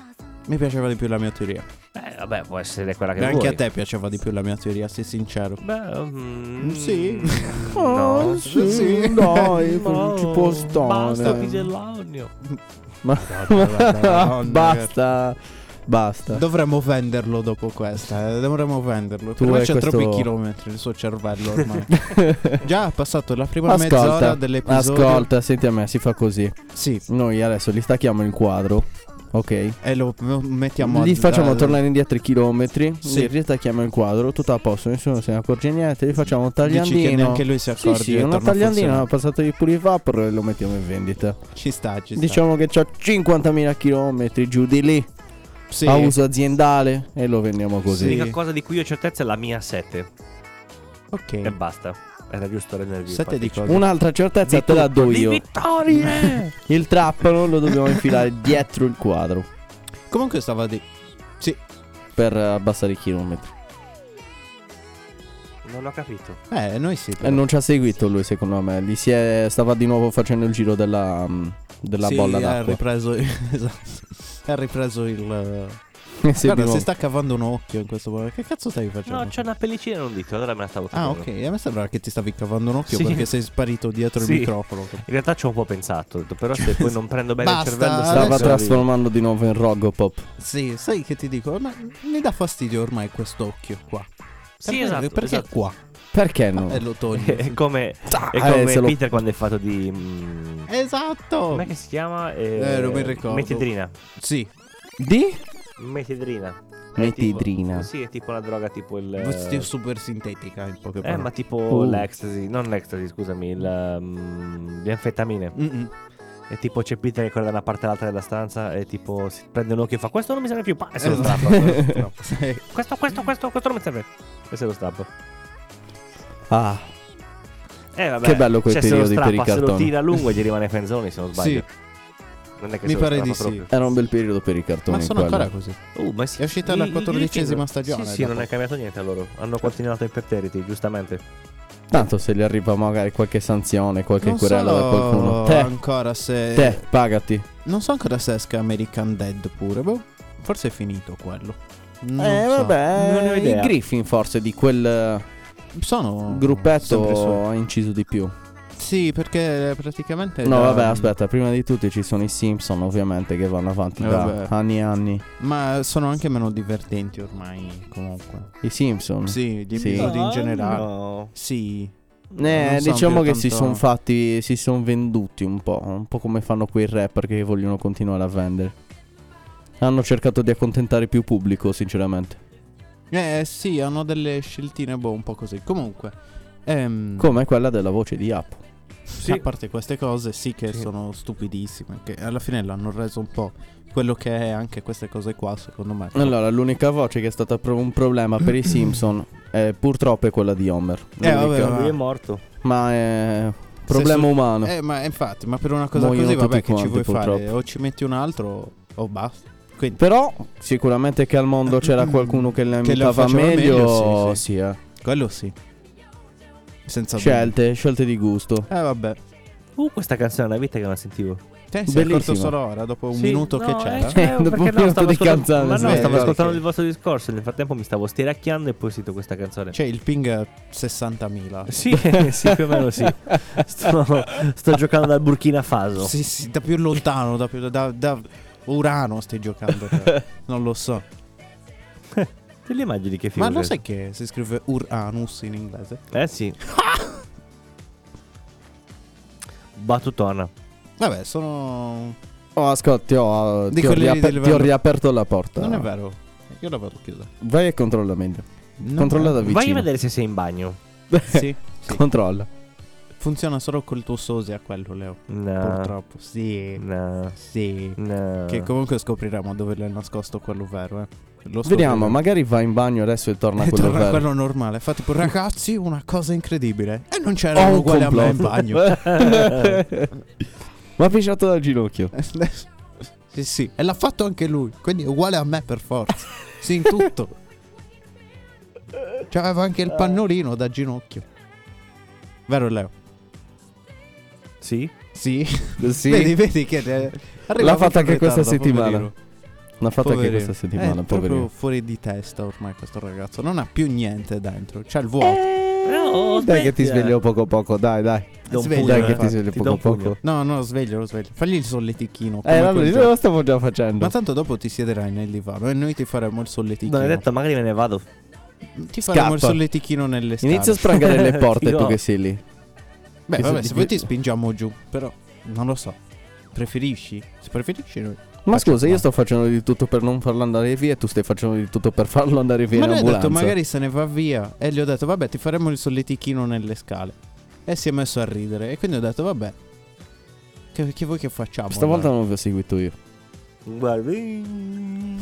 S2: Mi piaceva di più la mia teoria.
S3: Eh, vabbè, può essere quella che
S2: E anche
S3: vuoi.
S2: a te piaceva di più la mia teoria, sei sincero.
S3: Beh, mm,
S2: Sì.
S3: No.
S4: Ah, sì,
S2: Sì.
S4: dai,
S3: No,
S4: ci può
S3: Basta,
S4: stare.
S3: pisellonio.
S4: Ma-
S2: Madonna,
S4: basta, basta.
S2: Dovremmo venderlo dopo questa, eh, dovremmo venderlo.
S4: Tu
S2: Tu
S4: hai
S2: c'è troppi
S4: questo-
S2: chilometri il suo cervello ormai. Già ha passato la prima mezz'ora
S4: Ascolta,
S2: dell'episodio.
S4: ascolta, senti a me, si fa così.
S2: Sì,
S4: Noi adesso li stacchiamo il quadro, ok?
S2: e lo lo mettiamo a-
S4: Li facciamo
S2: a-
S4: tornare indietro i chilometri,
S2: Sì.
S4: li riattacchiamo il quadro, tutto a posto, nessuno se ne accorge niente, li facciamo un
S2: Dici che
S4: tagliandino.
S2: neanche lui si
S4: Sì,
S2: accorge.
S4: sì,
S2: e
S4: una
S2: torna a
S4: tagliandina, una
S2: funzionare.
S4: passata di pulivapor e lo mettiamo in vendita.
S2: Ci sta, ci sta.
S4: Diciamo che c'ho 50.000 chilometri giù di lì,
S2: sì.
S4: a uso aziendale e lo vendiamo così.
S2: Sì.
S3: L'unica cosa di cui ho certezza è la mia sete. E
S2: Ok.
S3: basta. Era giusto rendervi
S2: Sette di
S3: partecipi.
S2: cosa?
S4: Un'altra certezza te la do io.
S3: vittorie!
S4: Il trappolo lo dobbiamo infilare dietro il quadro
S2: Comunque stava di.
S4: per abbassare i chilometri.
S3: non ho capito.
S2: Eh, noi sì.
S4: E
S2: però.
S4: non ci ha seguito lui, secondo me. Gli si è, stava di nuovo facendo il giro della, mm, della
S2: Sì,
S4: bolla
S2: Ha
S4: d'acqua.
S2: ripreso. esatto. Ha ripreso il.
S4: Eh, sì,
S2: Guarda,
S4: di
S2: si
S4: nuovo.
S2: sta cavando un occhio in questo momento. Che cazzo stavi facendo?
S3: No, c'è una pellicina in un dito, allora me la stavo
S2: Ah,
S3: toccando.
S2: ok. A me sembrava che ti stavi cavando un occhio
S3: Sì.
S2: perché sei sparito dietro
S3: Sì.
S2: il microfono.
S3: In realtà ci ho un po' pensato, ho detto, però se poi non prendo bene
S2: Basta,
S3: il cervello...
S4: Stava
S2: Adesso- esatto.
S4: trasformando di nuovo in Rogopop.
S2: Sì, sai che ti dico? Ma mi dà fastidio ormai questo occhio qua.
S3: Sì,
S2: Perché-
S3: esatto,
S2: Perché
S3: esatto.
S2: è qua?
S4: Perché no?
S2: E lo togli.
S3: È come, è
S4: eh,
S2: Ah,
S3: come
S4: se lo-
S3: Peter quando è fatto di... mm,
S2: Esatto.
S3: Com'è che si chiama? Eh,
S2: Eh, non mi ricordo.
S3: Metidrina.
S2: Sì.
S4: Di?
S3: Metidrina.
S4: Metidrina.
S3: Sì, è tipo una droga tipo il...
S2: Vesti- Super sintetica in poche
S3: Eh,
S2: parole.
S3: ma tipo
S4: Uh.
S3: l'ecstasy, non l'ecstasy, scusami, il, mm, le anfetamine.
S2: Mm-mm.
S3: E tipo c'è Peter che corre da una parte all'altra della stanza e tipo si prende un occhio e fa questo non mi serve più, pa, e
S4: Eh.
S3: se lo
S2: Esatto.
S3: strappa.
S2: Sì.
S3: questo, questo, questo, questo non mi serve. E se lo strappa.
S4: Ah,
S3: Eh vabbè.
S4: Che bello quei
S3: cioè, se lo
S4: periodi per i
S3: strappa, se lo
S4: cartoni.
S3: tira a lungo e gli rimane friendzone se non sbaglio. Non è che
S2: Mi
S3: se lo
S2: pare
S3: strappa
S2: di sì.
S3: proprio.
S4: era un bel periodo per i cartoni.
S2: Ma sono
S4: quello.
S2: ancora così.
S4: Eh.
S3: Oh, ma sì,
S2: È uscita
S3: i-
S2: la
S3: i- i
S2: 14esima
S3: Griffin-
S2: stagione,
S3: Sì, sì,
S2: dopo. Ah.
S3: non è cambiato niente a loro. Hanno continuato imperterriti, giustamente.
S4: Tanto se gli arriva magari qualche sanzione, qualche
S2: non
S4: querela da qualcuno.
S2: so
S4: Te,
S2: ancora se.
S4: te, pagati.
S2: Non so ancora se esca American Dead pure. boh. forse è finito quello. Non
S4: eh,
S2: so.
S4: vabbè.
S3: Non ne ho idea.
S4: I Griffin forse di quel eh,
S2: Sono. sempre
S4: gruppetto
S2: su-
S4: ha inciso di più.
S2: Sì, perché praticamente.
S4: No,
S2: da-
S4: vabbè, aspetta, prima di tutti ci sono i Simpson, ovviamente, che vanno avanti
S2: Eh,
S4: da
S2: vabbè.
S4: anni e anni.
S2: Ma sono anche meno divertenti ormai. Comunque.
S4: I Simpson.
S2: Sì, gli
S4: Mm. Sì.
S2: episodi in generale.
S3: No.
S2: Sì.
S4: Eh,
S2: Non so
S4: diciamo
S2: più
S4: che si
S2: tanto-
S4: sono fatti, si sono venduti un po', un po' come fanno quei rapper che vogliono continuare a vendere. Hanno cercato di accontentare più pubblico,
S2: Mm.
S4: sinceramente.
S2: Eh sì, hanno delle sceltine, boh, un po' così. Comunque. ehm,
S4: Come quella della voce di App.
S2: Mm. A parte queste cose, sì che sono stupidissime. Che alla fine l'hanno reso un po' quello che è anche queste cose qua, secondo me.
S4: Allora, l'unica voce che è stata pro- un problema per i Simpson, eh, purtroppo è quella di Homer.
S2: Eh, vabbè,
S4: L'unica.
S2: ma-
S3: Lui è morto.
S4: Ma eh, Problema
S2: su-
S4: umano.
S2: Eh, ma infatti, ma per una cosa
S4: Muoiono
S2: così,
S4: tutti
S2: vabbè, che ci
S4: quanti,
S2: vuoi fare?
S4: purtroppo.
S2: O ci metti un altro o basta. Quindi,
S4: Però sicuramente che al mondo c'era qualcuno che la
S2: Che lo
S4: imitava
S2: faceva
S4: meglio,
S2: meglio, sì, sì.
S4: eh.
S2: quello sì. Senza dubbio.
S4: Scelte, scelte di gusto.
S2: Eh, vabbè.
S3: Uh, questa canzone è una vita che non la sentivo.
S2: Te sei accorto
S4: Bellissimo.
S2: solo ora, dopo un
S3: Sì,
S2: minuto
S3: no,
S2: che
S3: eh,
S2: c'era.
S3: cioè,
S4: Dopo
S3: perché no,
S4: un minuto
S3: stavo
S4: di
S3: ascoltando-
S4: canzone,
S3: Ma no,
S2: sì.
S3: stavo
S2: Eh,
S3: ascoltando
S2: ok.
S3: il vostro discorso. Nel frattempo mi stavo stiracchiando e poi ho sentito questa canzone.
S2: C'è il ping a 60.000.
S3: Sì, sì, più o meno sì. Sto, sto giocando dal Burkina Faso.
S2: Sì, sì, da più lontano, da, più, da, da Urano stai giocando. cioè. non lo so.
S3: Te li immagini che
S2: Ma
S3: figure?
S2: lo sai che si scrive Uranus in inglese?
S3: Eh sì. Battutona.
S2: Vabbè, sono.
S4: Oh, ascolta, ti ho,
S2: Di
S4: ti ho
S2: quelli
S4: riaper-
S2: del
S4: ti ho
S2: vento.
S4: riaperto la porta.
S2: Non è vero. Io l'avevo chiusa.
S4: Vai e controlla meglio. controlla da vicino.
S3: Vai a vedere se sei in bagno.
S2: Sì, sì.
S4: Controlla.
S2: Funziona solo col tuo sosia quello, Leo.
S4: Ah.
S3: No.
S2: Purtroppo. Sì.
S3: No.
S2: Sì.
S3: No.
S2: Che comunque scopriremo dove l'è nascosto quello vero, eh. Lo
S4: Vediamo,
S2: scopriremo.
S4: magari va in bagno adesso e torna
S2: E
S4: quello
S2: torna
S4: vero.
S2: quello normale. Fate poi, ragazzi, una cosa incredibile. E non c'era
S4: Ho un
S2: uno uguale a me in
S4: complotto.
S2: bagno.
S4: Ma ha pisciato dal ginocchio.
S2: sì, sì. E l'ha fatto anche lui. Quindi è uguale a me per forza. Sì, in tutto. C'aveva anche il pannolino da ginocchio. Vero, Leo?
S3: Sì.
S2: Sì.
S4: Sì.
S2: Vedi, vedi che eh, arriva proprio
S4: L'ha fatta
S2: in
S4: anche questa
S2: ritardo,
S4: settimana.
S2: poverino.
S4: L'ha fatto anche
S2: Poverino.
S4: questa settimana,
S2: È
S4: poverino.
S2: proprio fuori di testa ormai questo ragazzo. Non ha più niente dentro. C'è il vuoto.
S4: Eh,
S3: No,
S4: Dai che ti
S3: aspetta.
S4: sveglio poco poco, dai, dai.
S3: Do un
S2: Sveglia,
S3: pugno,
S4: Dai che
S3: infatti.
S4: ti sveglio
S3: Ti do
S4: poco
S3: un pugno.
S4: poco.
S2: No, no, sveglio, lo sveglio. Fagli il solletichino. come
S4: Eh,
S2: quel
S4: vabbè, io
S2: giorno.
S4: lo stavo già facendo.
S2: Ma tanto dopo ti siederai nel divano e noi ti faremo il solletichino.
S3: Non hai detto, magari me ne vado.
S2: Ti faremo il
S4: Scappa.
S2: solletichino nelle strade.
S4: Inizia a sprangare le porte
S3: Io-
S4: tu che sei lì.
S2: Beh,
S4: che
S2: vabbè,
S4: se-
S2: se vuoi ti spingiamo giù, però non lo so. Preferisci? Se preferisci noi.
S4: Ma
S2: Faccio
S4: scusa, io
S2: qua.
S4: sto facendo di tutto per non farlo andare via e tu stai facendo di tutto per farlo andare via
S2: Ma
S4: in
S2: lui ha
S4: ambulanza.
S2: detto magari se ne va via e gli ho detto vabbè ti faremo il solletichino nelle scale. E si è messo a ridere e quindi ho detto vabbè. Che, che voi che facciamo?
S4: Stavolta
S2: allora?
S4: non vi ho seguito io.
S2: Mm.
S3: Guardi.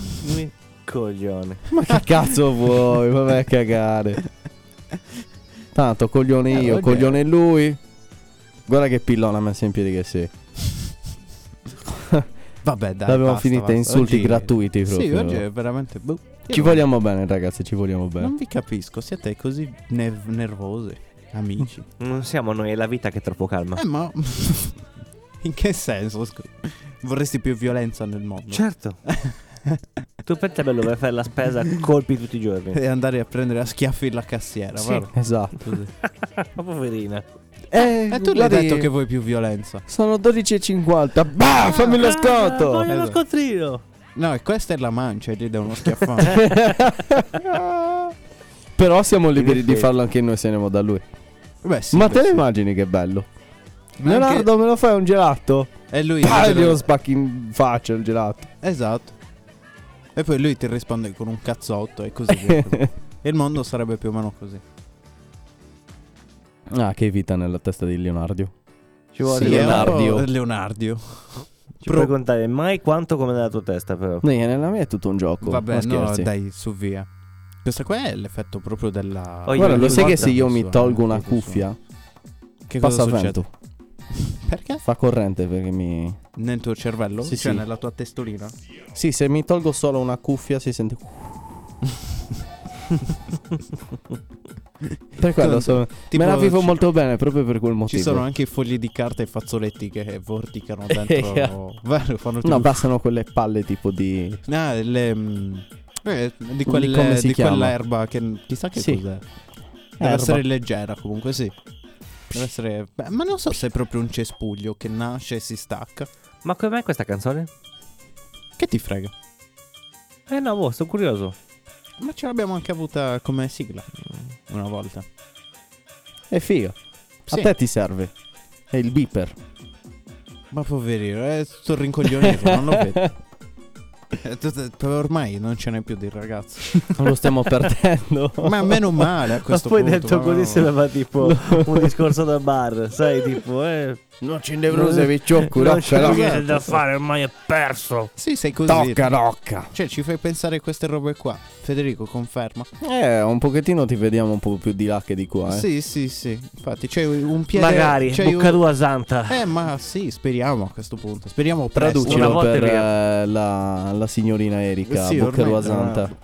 S3: Coglione.
S4: Ma che cazzo vuoi? Vabbè, a cagare. Tanto coglione
S2: Eh,
S4: io,
S2: vabbè.
S4: coglione lui. Guarda che pillona messa in piedi che sei.
S2: Vabbè dai.
S4: L'abbiamo
S2: basta,
S4: finita
S2: basta.
S4: insulti
S2: Oggi-
S4: gratuiti proprio.
S2: Sì, oggi è veramente... boh. Io
S4: Ci
S2: non-
S4: vogliamo bene, ragazzi, ci vogliamo bene.
S2: Non vi capisco, siete così nev- nervosi, amici.
S3: Non siamo noi, è la vita che è troppo calma.
S2: Eh, ma. In che senso? scu- Vorresti più violenza nel mondo?
S4: Cioè,
S3: Certo. tu per te è bello vai a fare la spesa a colpi tutti i giorni.
S2: E andare a prendere a schiaffi la cassiera,
S3: Sì.
S2: vero?
S4: Esatto.
S3: Ma poverina.
S4: Eh,
S2: Ah, E tu l'hai
S4: guardi,
S2: detto che Ah, vuoi più violenza.
S4: Sono 12.50. Bah, fammi lo scotto.
S3: voglio lo
S2: Eh,
S3: scontrino.
S2: No, e questa è la mancia, e gli dai uno schiaffone.
S4: Però siamo liberi di
S3: effetti.
S4: farlo anche noi se andiamo da lui.
S2: Beh, sì.
S4: Ma
S2: beh,
S4: te ne
S2: sì.
S4: immagini che bello?
S2: Ma anche-
S4: Leonardo, me lo fai un gelato?
S2: E lui.
S4: Ah,
S2: invece
S4: glielo
S2: lo-
S4: spacchi in faccia il gelato.
S2: Esatto. E poi lui ti risponde con un cazzotto e così via. così. e il mondo sarebbe più o meno così.
S4: Ah, che vita nella testa di Leonardo.
S3: Ci vuole
S2: Sì, eh? Oh, è un po'
S4: Leonardio.
S2: Leonardio.
S3: Ci puoi contare mai quanto come nella tua testa, però.
S4: No, nella mia è tutto un gioco.
S2: Vabbè,
S4: non
S2: no,
S4: scherzi.
S2: dai, su via. Questa qua è l'effetto proprio della.
S3: Oh, io
S4: Guarda, lo
S3: ogni
S4: sai che
S3: volta
S4: se io mi
S2: posso-
S4: tolgo una
S2: posso-
S4: cuffia,
S2: Che
S4: passa
S2: cosa succede?
S4: vento.
S2: Perché?
S4: Fa corrente perché mi.
S2: Nel tuo cervello?
S4: Sì,
S2: cioè
S4: sì.
S2: nella tua testolina?
S4: Sì, se mi tolgo solo una cuffia si sente. per quello sono.
S2: Tipo,
S4: me la vivo
S2: ci-
S4: molto bene proprio per quel motivo.
S2: Ci sono anche i fogli di carta e i fazzoletti che vorticano dentro.
S4: Eh,
S2: Vero, fanno
S4: No,
S2: tipo-
S4: bastano quelle palle tipo di.
S2: Ah, le, mm, eh, di, quelle-
S4: come si
S2: di
S4: chiama?
S2: quell'erba che chissà che
S4: Sì.
S2: cos'è. Deve
S4: Erba.
S2: essere leggera comunque, sì. Deve essere. beh, ma non so se è proprio un cespuglio che nasce e si stacca.
S3: Ma com'è questa canzone?
S2: Che ti frega?
S3: Eh no, boh, sono curioso.
S2: Ma ce l'abbiamo anche avuta come sigla mm, una volta.
S4: È figo.
S2: Sì.
S4: A te ti serve. È il beeper.
S2: Ma poverino, è tutto rincoglionito, non lo vedo. Ormai non ce n'è più di ragazzi.
S4: Lo stiamo perdendo.
S2: Ma meno male a
S3: Ma
S2: questo
S3: poi
S2: punto.
S3: detto
S2: ma-
S3: così sembrava tipo un discorso da bar, sai, tipo, eh.
S4: Non ci nevrosevi ciocco,
S3: Non
S4: no?
S3: c'è
S4: Ce l'ho.
S6: Niente da fare, ormai è perso.
S2: Sì, sei così.
S4: Tocca, tocca.
S2: Cioè, ci fai pensare queste robe qua. Federico, conferma.
S4: Eh, un pochettino ti vediamo un po' più di là che di qua, eh.
S2: Sì, sì, sì. Infatti, c'è un piede.
S3: Magari,
S2: c'è
S3: bocca
S2: un-
S3: tua santa.
S2: Eh, ma sì, speriamo a questo punto. Speriamo presto.
S3: Una
S4: Traducilo
S3: volta
S4: per
S3: era-
S4: eh, la, la signorina Erika,
S2: Sì, ormai-
S4: Boccherua Santa.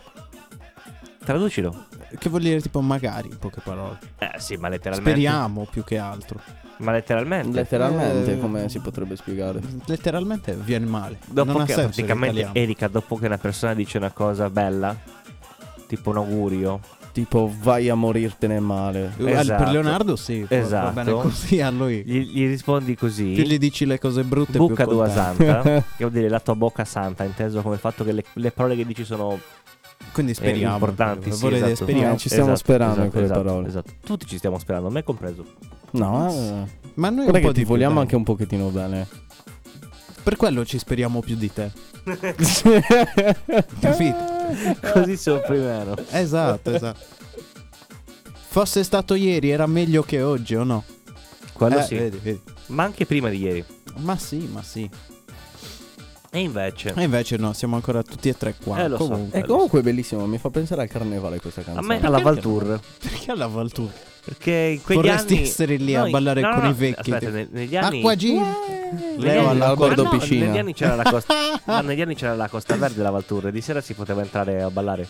S3: Traducilo.
S2: Che vuol dire tipo magari, in poche parole.
S3: Eh sì, ma letteralmente.
S2: Speriamo più che altro.
S3: Ma letteralmente.
S4: Letteralmente,
S2: Eh,
S4: come si potrebbe spiegare?
S2: Letteralmente viene male.
S3: Dopo
S2: non ha
S3: che
S2: senso
S3: praticamente
S2: l'italiano.
S3: Erika, dopo che una persona dice una cosa bella, tipo un augurio,
S4: Tipo, vai a morirtene male.
S2: Eh, al-
S3: Esatto.
S2: Per Leonardo sì, va-
S3: Esatto.
S2: va bene così a lui.
S3: gli, gli rispondi così.
S2: Più gli dici le cose brutte,
S3: Bocca
S2: più
S3: tua
S2: contento.
S3: santa, che vuol dire la tua bocca santa, inteso come il fatto che le, le parole che dici sono
S2: Quindi
S3: eh,
S2: speriamo.
S3: importanti. Sì,
S2: Volete-
S3: esatto.
S2: speriamo.
S4: Eh, ci stiamo sperando in quelle
S3: esatto,
S4: parole.
S3: Esatto. Tutti ci stiamo sperando, me compreso.
S4: No, eh,
S2: Ma noi
S4: guarda
S2: un po'
S4: che ti
S2: di più,
S4: vogliamo
S2: dai.
S4: anche un pochettino bene.
S2: Per quello ci speriamo più di te. Capito?
S3: Così sono primero.
S2: Esatto, esatto. Fosse stato ieri era meglio che oggi o no?
S3: Quello
S2: Eh,
S3: sì.
S2: vedi, vedi.
S3: Ma anche prima di ieri.
S2: Ma sì, ma sì.
S3: E invece.
S2: E invece no, siamo ancora tutti e tre qua.
S3: Eh, lo so.
S2: Comunque,
S4: E comunque Eh, è bellissimo, mi fa pensare al carnevale questa
S3: A
S4: canzone.
S3: me alla Valtour.
S2: perché alla Valtura?
S3: Perché in quegli
S2: Vorresti
S3: anni.
S2: essere lì a
S3: in-
S2: ballare
S3: no, no,
S2: con
S3: no,
S2: i vecchi. Ah,
S3: Aspetta,
S2: tipo,
S3: ne- negli anni.
S2: Acqua Gin.
S3: negli
S2: Leo
S3: anni-
S4: all'albordo
S3: Ah, no,
S4: piscina.
S3: Negli anni c'era la costa. no, negli anni c'era la Costa Verde la Valtour. Di sera si poteva entrare a ballare.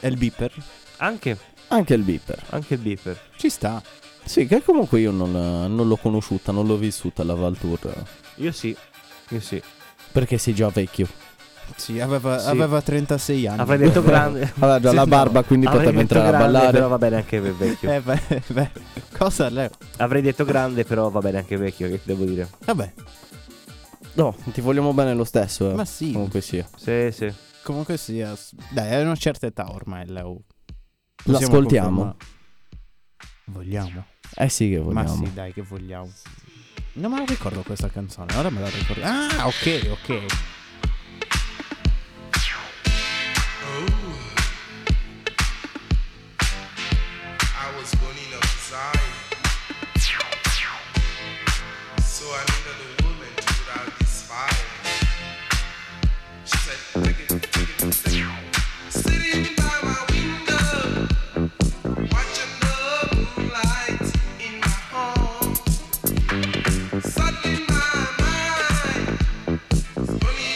S2: E il beeper?
S3: Anche,
S4: Anche il beeper.
S3: anche il beeper.
S2: Ci sta.
S4: Sì, che comunque io non, non l'ho conosciuta, non l'ho vissuta la Valtour.
S3: Io sì. Io sì.
S4: Perché sei già vecchio.
S2: Sì, aveva,
S3: Sì.
S2: aveva 36 anni.
S3: Avrei detto grande.
S4: Aveva già
S2: Sì,
S4: la
S2: no.
S4: barba, quindi
S3: Avrei
S4: poteva
S3: detto
S4: entrare a
S3: grande, Però
S4: ballare.
S3: va bene anche per vecchio.
S2: Eh, beh, beh. Cosa Leo?
S3: Avrei detto grande, però va bene anche vecchio, che devo dire.
S2: Vabbè,
S4: No, ti vogliamo bene lo stesso. eh.
S2: ma sì.
S4: Comunque sia.
S3: Sì, sì.
S2: Comunque sia. s- Dai, è una certa età ormai Leo. Possiamo
S4: L'ascoltiamo.
S2: confermare. Vogliamo.
S4: Eh sì che vogliamo.
S2: Ma sì, dai, che vogliamo. Non me la ricordo questa canzone, ora me la ricordo. Ah, ok, ok.
S5: I was born in a Zion. So I needed a woman to put out this fire. She said, take it, take it, take it. Sitting by my window, watching the moonlight in my home. Suddenly my mind, funny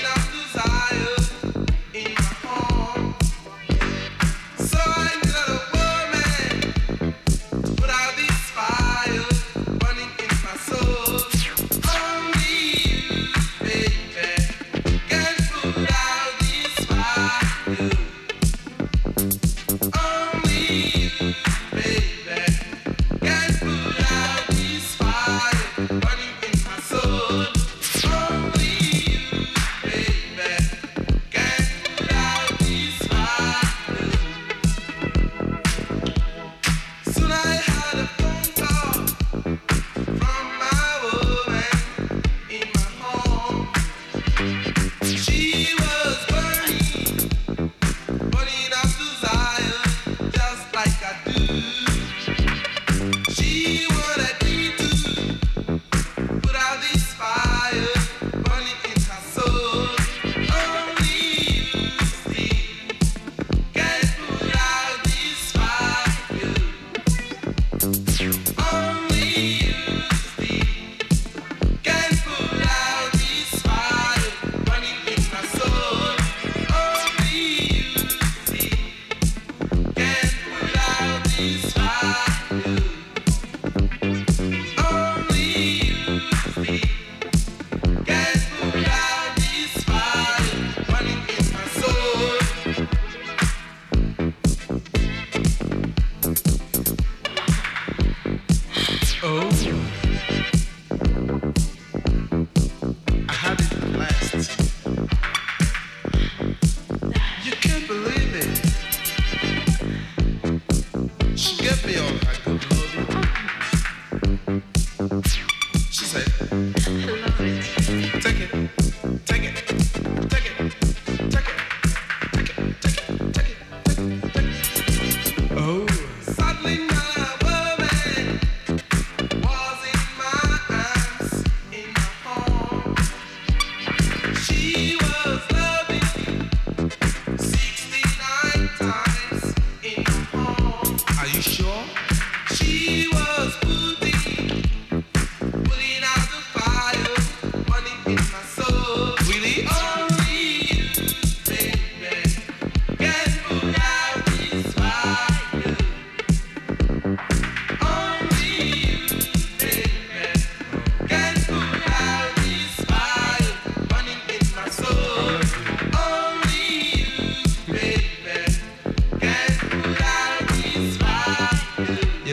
S5: Oh. Oh,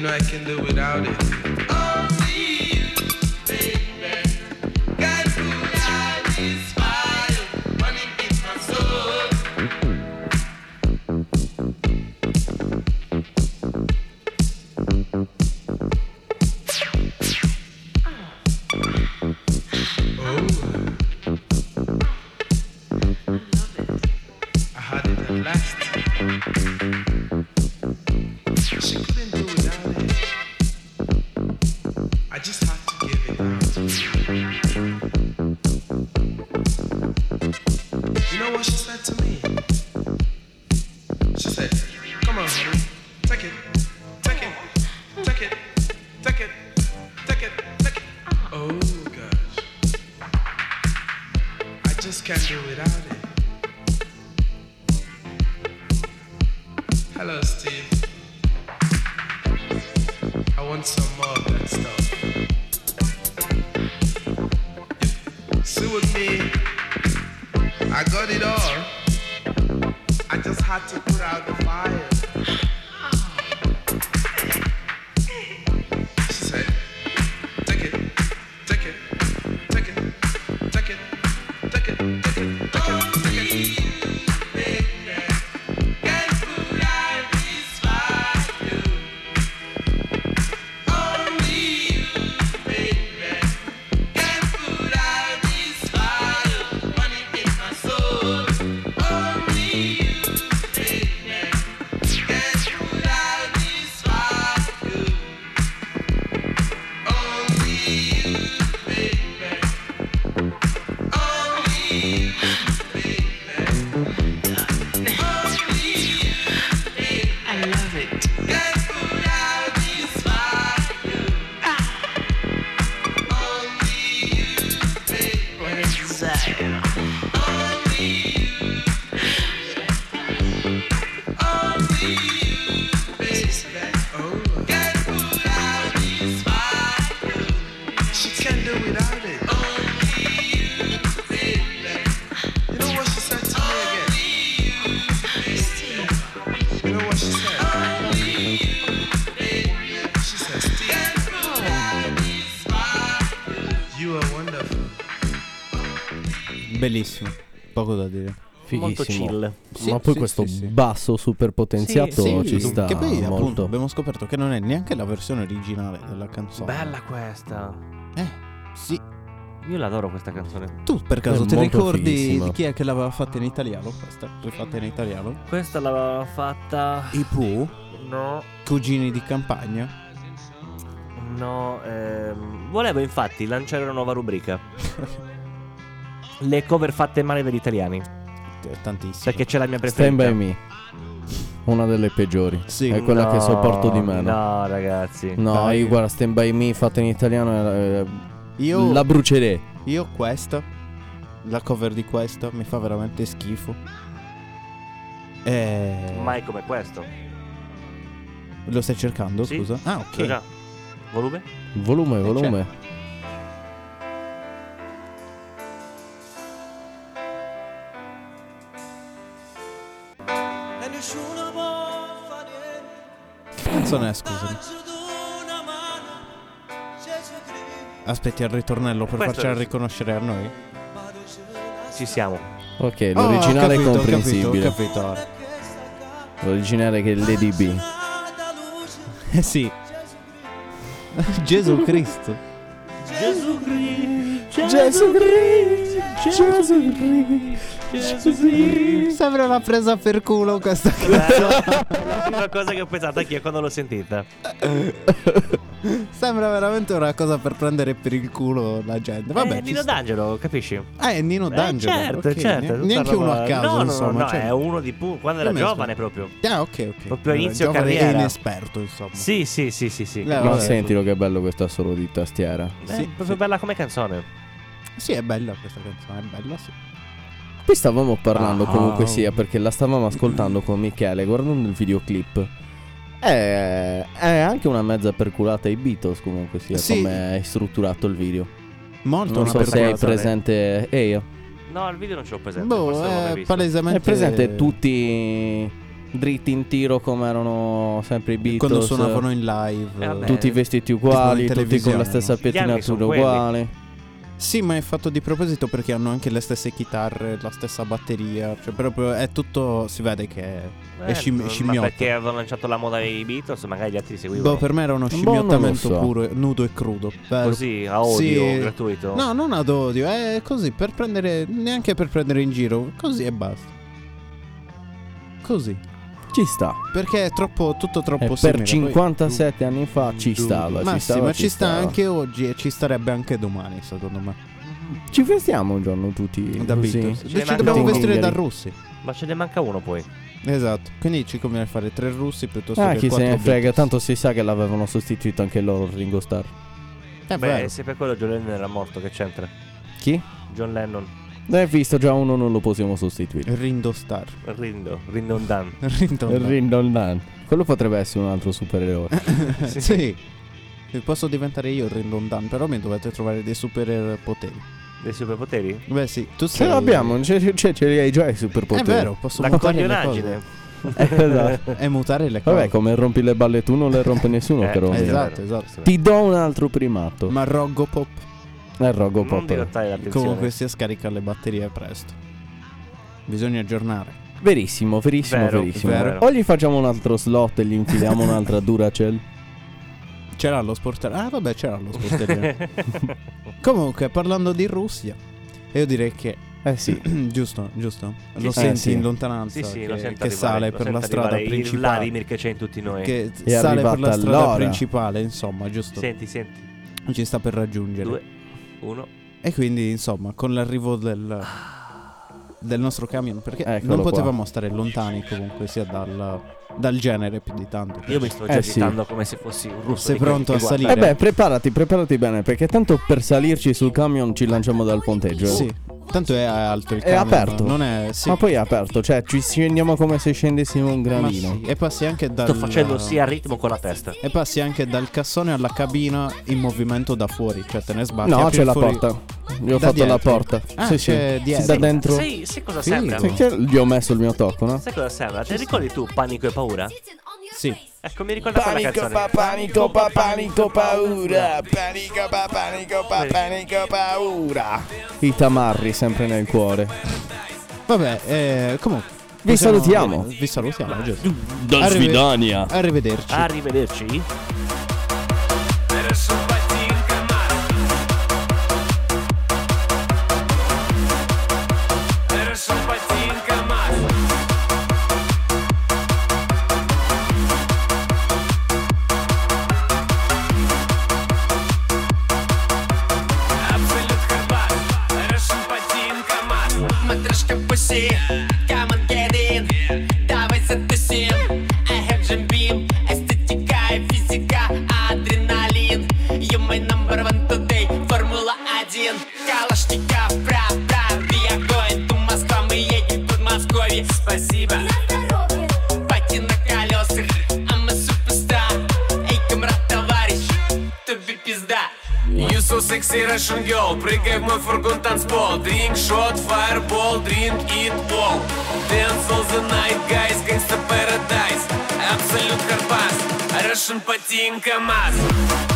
S8: know I can do without it. Only you, baby, can cool out this fire burning in my soul. I had it at last. She couldn't do without it. I just had to give it out. You know what she said to me? She said, Come on, honey. Take it. Take it. Take it. Take it. Take it. Take it. Oh, gosh. I just can't do without it. Hello, Steve. I want some more of that stuff. See with me, I got it all. I just had to put out the fire. She said, Take it, take it, take it, take it, take it, take it, take it, take it. Can't cool out this fire. Only you, baby, can cool out this fire burning in my soul. Only you, baby, can cool out this fire. Only you, baby. Only you, baby. Only you, baby. I love it. Can cool out this fire. What a desire. She can't do without it. You know what she said to me again? You know what she said? She said, Steve, you are wonderful.
S2: Bellissimo. Poco da dire.
S3: Molto
S4: Fighissimo.
S3: chill.
S2: Sì,
S4: Ma poi
S2: sì,
S4: questo
S2: sì, sì.
S4: basso super potenziato
S3: Sì,
S4: ci sta
S2: che poi appunto
S4: molto.
S2: abbiamo scoperto che non è neanche la versione originale della canzone.
S3: Bella questa.
S2: Sì.
S3: Io l'adoro questa canzone.
S2: Tu per caso
S4: È
S2: ti
S4: molto
S2: ricordi
S4: fighissima.
S2: di chi è che l'aveva fatta in italiano? Questa rifatta in italiano?
S3: Questa l'aveva fatta.
S2: I Pooh,
S3: No.
S2: cugini di campagna.
S3: No, ehm, volevo infatti lanciare una nuova rubrica. Le cover fatte male dagli italiani.
S2: T- Tantissimi.
S3: Perché c'è la mia
S4: Stand
S3: preferita.
S4: by me. Una delle peggiori.
S2: Sì.
S4: è quella che
S3: No,
S4: sopporto di meno.
S3: No, ragazzi.
S4: No,
S2: Dai.
S4: io guarda, stand by me fatto in italiano eh,
S2: Io,
S4: la brucerei.
S2: io questa, la cover di questa mi fa veramente schifo. Eh,
S3: Ma è come questo.
S2: Lo stai cercando,
S3: Sì.
S2: scusa? Ah, ok.
S3: Raga, Volume?
S4: Volume,
S2: c'è.
S4: volume.
S10: E nessuno può fa niente.
S2: Che canzone è, scusami?
S10: Dacci tu una mano, Gesù Cristo,
S2: Aspetti il ritornello per
S3: Questo
S2: farcela
S3: è-
S2: riconoscere a noi.
S10: vado su una
S3: Ci siamo.
S4: Ok, l'originale
S2: è
S4: è comprensibile.
S2: Ah, Ho capito, ho capito.
S10: che sta accanto,
S4: L'originale che è Lady B.
S10: nata luce,
S2: Eh sì.
S10: Gesù Cristo.
S2: Gesù Cristo.
S3: Gesù
S2: Gesù Cristo.
S3: Cristo.
S2: Gesù Cristo. Gesù Cristo. Sembra una presa per culo questa
S3: La prima cosa che ho pensato anch'io quando l'ho sentita.
S2: Sembra veramente una cosa per prendere per il culo la gente. Vabbè,
S3: eh,
S2: ci
S3: Nino
S2: sta.
S3: D'Angelo, capisci?
S2: Ah, è Nino D'Angelo.
S3: Eh, certo,
S2: ok.
S3: certo.
S2: Ne-
S3: tutta
S2: Neanche
S3: roba-
S2: uno a caso,
S3: no, no,
S2: insomma.
S3: No, no,
S2: cioè-
S3: è uno di pu- quando era
S2: Come scusa?
S3: giovane proprio.
S2: Ah, ok, ok.
S3: Proprio
S2: Era
S3: inizio
S2: giovane e
S3: carriera.
S2: inesperto, insomma.
S3: Sì, sì, sì, sì, sì.
S2: Eh,
S4: Ma
S2: vabbè.
S4: sentilo che bello questo solo di tastiera.
S3: Eh,
S2: sì,
S3: proprio
S2: sì.
S3: bella come canzone.
S2: Sì, è bella questa canzone, è bella, sì.
S4: Poi stavamo parlando
S2: Ah.
S4: comunque sia perché la stavamo ascoltando con Michele guardando il videoclip. È, è anche una mezza perculata ai Beatles comunque sia
S2: Sì.
S4: come è strutturato il video.
S2: Molto
S4: Non
S2: una
S4: so se hai
S2: percolata.
S4: presente Eia.
S3: No, il video non ce l'ho presente.
S2: Boh,
S3: forse non l'ho mai
S2: è
S3: visto.
S2: palesemente
S4: È presente tutti dritti in tiro come erano sempre i Beatles.
S2: Quando suonavano in live.
S3: Eh, vabbè.
S4: Tutti vestiti uguali,
S2: in
S4: tutti con
S2: televisione,
S4: la
S2: no?
S4: stessa
S3: anni sono
S4: pettinatura
S3: quelli.
S4: uguale.
S2: Sì, ma è fatto di proposito perché hanno anche le stesse chitarre, la stessa batteria. Cioè, proprio è tutto. Si vede che è, è
S3: Eh,
S2: scim-
S3: ma
S2: scimmiotto.
S3: Perché avevano lanciato la moda dei Beatles, magari gli altri seguivano.
S2: Boh, per me era uno
S4: non lo
S2: scimmiottamento
S4: so.
S2: puro, nudo e crudo. Bello.
S3: Così, a odio,
S2: Sì.
S3: gratuito.
S2: No, non ad odio, è così per prendere. Neanche per prendere in giro. Così e basta. Così.
S4: Ci sta.
S2: Perché è troppo, tutto
S4: E
S2: troppo
S4: Eh, per
S2: simile. Poi-
S4: 57 anni fa ci stava.
S2: Ma
S4: ci
S2: sì,
S4: stava,
S2: ma ci sta
S4: stava.
S2: anche oggi e ci starebbe anche domani, secondo me.
S4: Ci vestiamo un giorno tutti.
S2: Da
S4: così.
S2: Beatles. Cioè,
S3: Dei
S2: ci
S3: Mac-
S2: dobbiamo
S4: Dei
S2: vestire da
S4: Zingheri.
S2: russi.
S3: Ma ce ne manca uno poi.
S2: Esatto. Quindi ci conviene fare tre russi piuttosto
S4: Ah,
S2: che
S4: chi se
S2: quattro
S4: ne frega,
S2: Beatles.
S4: tanto si sa che l'avevano sostituito anche loro Ringo Starr.
S2: Eh,
S3: Beh,
S2: vero.
S3: se per quello John Lennon era morto, che c'entra?
S4: Chi?
S3: John Lennon,
S4: Hai visto, già uno non lo possiamo sostituire.
S2: Rindo Star.
S3: Rindo, Rindondan.
S2: Rindo.
S4: Rindon Dan. Quello potrebbe essere un altro supereroe.
S2: sì. E Posso diventare io il Rindondan, però mi dovete trovare dei superpoteri.
S3: Dei superpoteri?
S2: Beh, sì, tu
S4: Ce
S2: sei.
S4: l'abbiamo, ce, ce, ce li hai già i
S2: È
S4: superpoteri.
S2: vero, posso
S3: La
S2: mutare le cose.
S3: coglionaggine.
S4: Esatto.
S2: E mutare le cose.
S4: Vabbè, come rompi le balle tu non le rompe nessuno,
S3: Eh,
S4: però.
S3: è vero,
S2: Esatto,
S3: è
S2: esatto.
S3: vero.
S4: Ti do un altro primato.
S2: Ma Roggo Pop
S4: È rogo
S3: Non
S4: pop.
S3: dirottare l'attenzione.
S2: comunque sia scarica le batterie presto. Bisogna aggiornare.
S4: Verissimo, verissimo,
S3: Vero,
S4: verissimo.
S2: vero.
S4: O gli facciamo un altro slot e gli infiliamo un'altra Duracell.
S2: C'era lo sportello. Ah, vabbè, c'era lo sportello. comunque, parlando di Russia, io direi che
S4: Eh sì.
S2: giusto, giusto.
S3: Sì,
S2: Lo
S3: sì.
S2: senti
S4: Eh, sì.
S2: in lontananza
S3: Sì, sì,
S2: che,
S3: lo
S2: che
S3: sento arrivare,
S2: sale
S3: lo
S2: per
S3: sento
S2: la strada
S3: arrivare il
S2: principale.
S3: Vladimir che c'è in tutti noi.
S2: Che
S4: È
S2: sale per la
S4: arrivata
S2: strada
S4: l'ora.
S2: principale, insomma, giusto?
S3: Senti, senti.
S2: Ci sta per raggiungere.
S3: Due, uno.
S2: E quindi, insomma, con l'arrivo del, del nostro camion, perché
S4: Eccolo
S2: non
S4: qua.
S2: potevamo stare lontani comunque sia dal, dal genere più di tanto.
S3: Io mi sto già
S4: Eh, sì.
S3: agitando come se fossi un russo.
S2: Sei
S3: di quelli
S2: pronto
S3: che
S2: a
S3: guarda-
S2: salire?
S4: Eh beh, preparati, preparati bene, perché tanto per salirci sul camion ci lanciamo dal ponteggio.
S2: Sì, tanto è alto il
S4: È
S2: camion.
S4: aperto.
S2: Non è... Sì,
S4: Ma poi è aperto, cioè ci scendiamo come se scendessimo un
S2: ma
S4: granino.
S2: sì, E passi anche dal...
S3: Sto facendo sì a ritmo con la testa.
S2: E passi anche dal cassone alla cabina in movimento da fuori, cioè te ne sbatti.
S4: No,
S2: apri
S4: c'è la
S2: fuori-
S4: porta. Gli ho
S2: Da
S4: fatto la
S2: dietro?
S4: porta.
S2: Ah,
S4: sì,
S2: c'è
S4: sì.
S2: dietro.
S4: Sì, Da dentro.
S3: Sai, sai cosa
S2: Sì.
S3: sembra?
S2: Sì.
S4: Perché gli ho messo il mio tocco, no?
S3: Sai cosa sembra? Ti ricordi tu Panico e Paura?
S2: Sì,
S3: Ecco, mi ricorda quella canzone.
S4: panico, pa, panico, paura. Panico, pa, panico,
S3: pa,
S4: panico, paura. I tamarri sempre nel cuore.
S2: vabbè, eh, comunque...
S4: Vi
S2: possiamo-
S4: salutiamo.
S2: Vi salutiamo, giusto.
S4: Da
S2: Arrive-
S4: Svidania.
S2: Arrivederci.
S3: Arrivederci.
S5: Матрешка пусси, come and get in Давай затусим, I have Jim Beam Эстетика и физика, адреналин You my number one today, формула 1 Калашников, прав, прав, we are going to Москва Мы едем в Подмосковье, спасибо Пати на колесах, а мы суперстар Эй, камрад, товарищ, тебе пизда You so sexy Russian girl Прыгай в мой фургон танцпол Drink shot, fireball, drink it all Dance all the night, guys Gangsta paradise Абсолют Карпас Russian патинка масс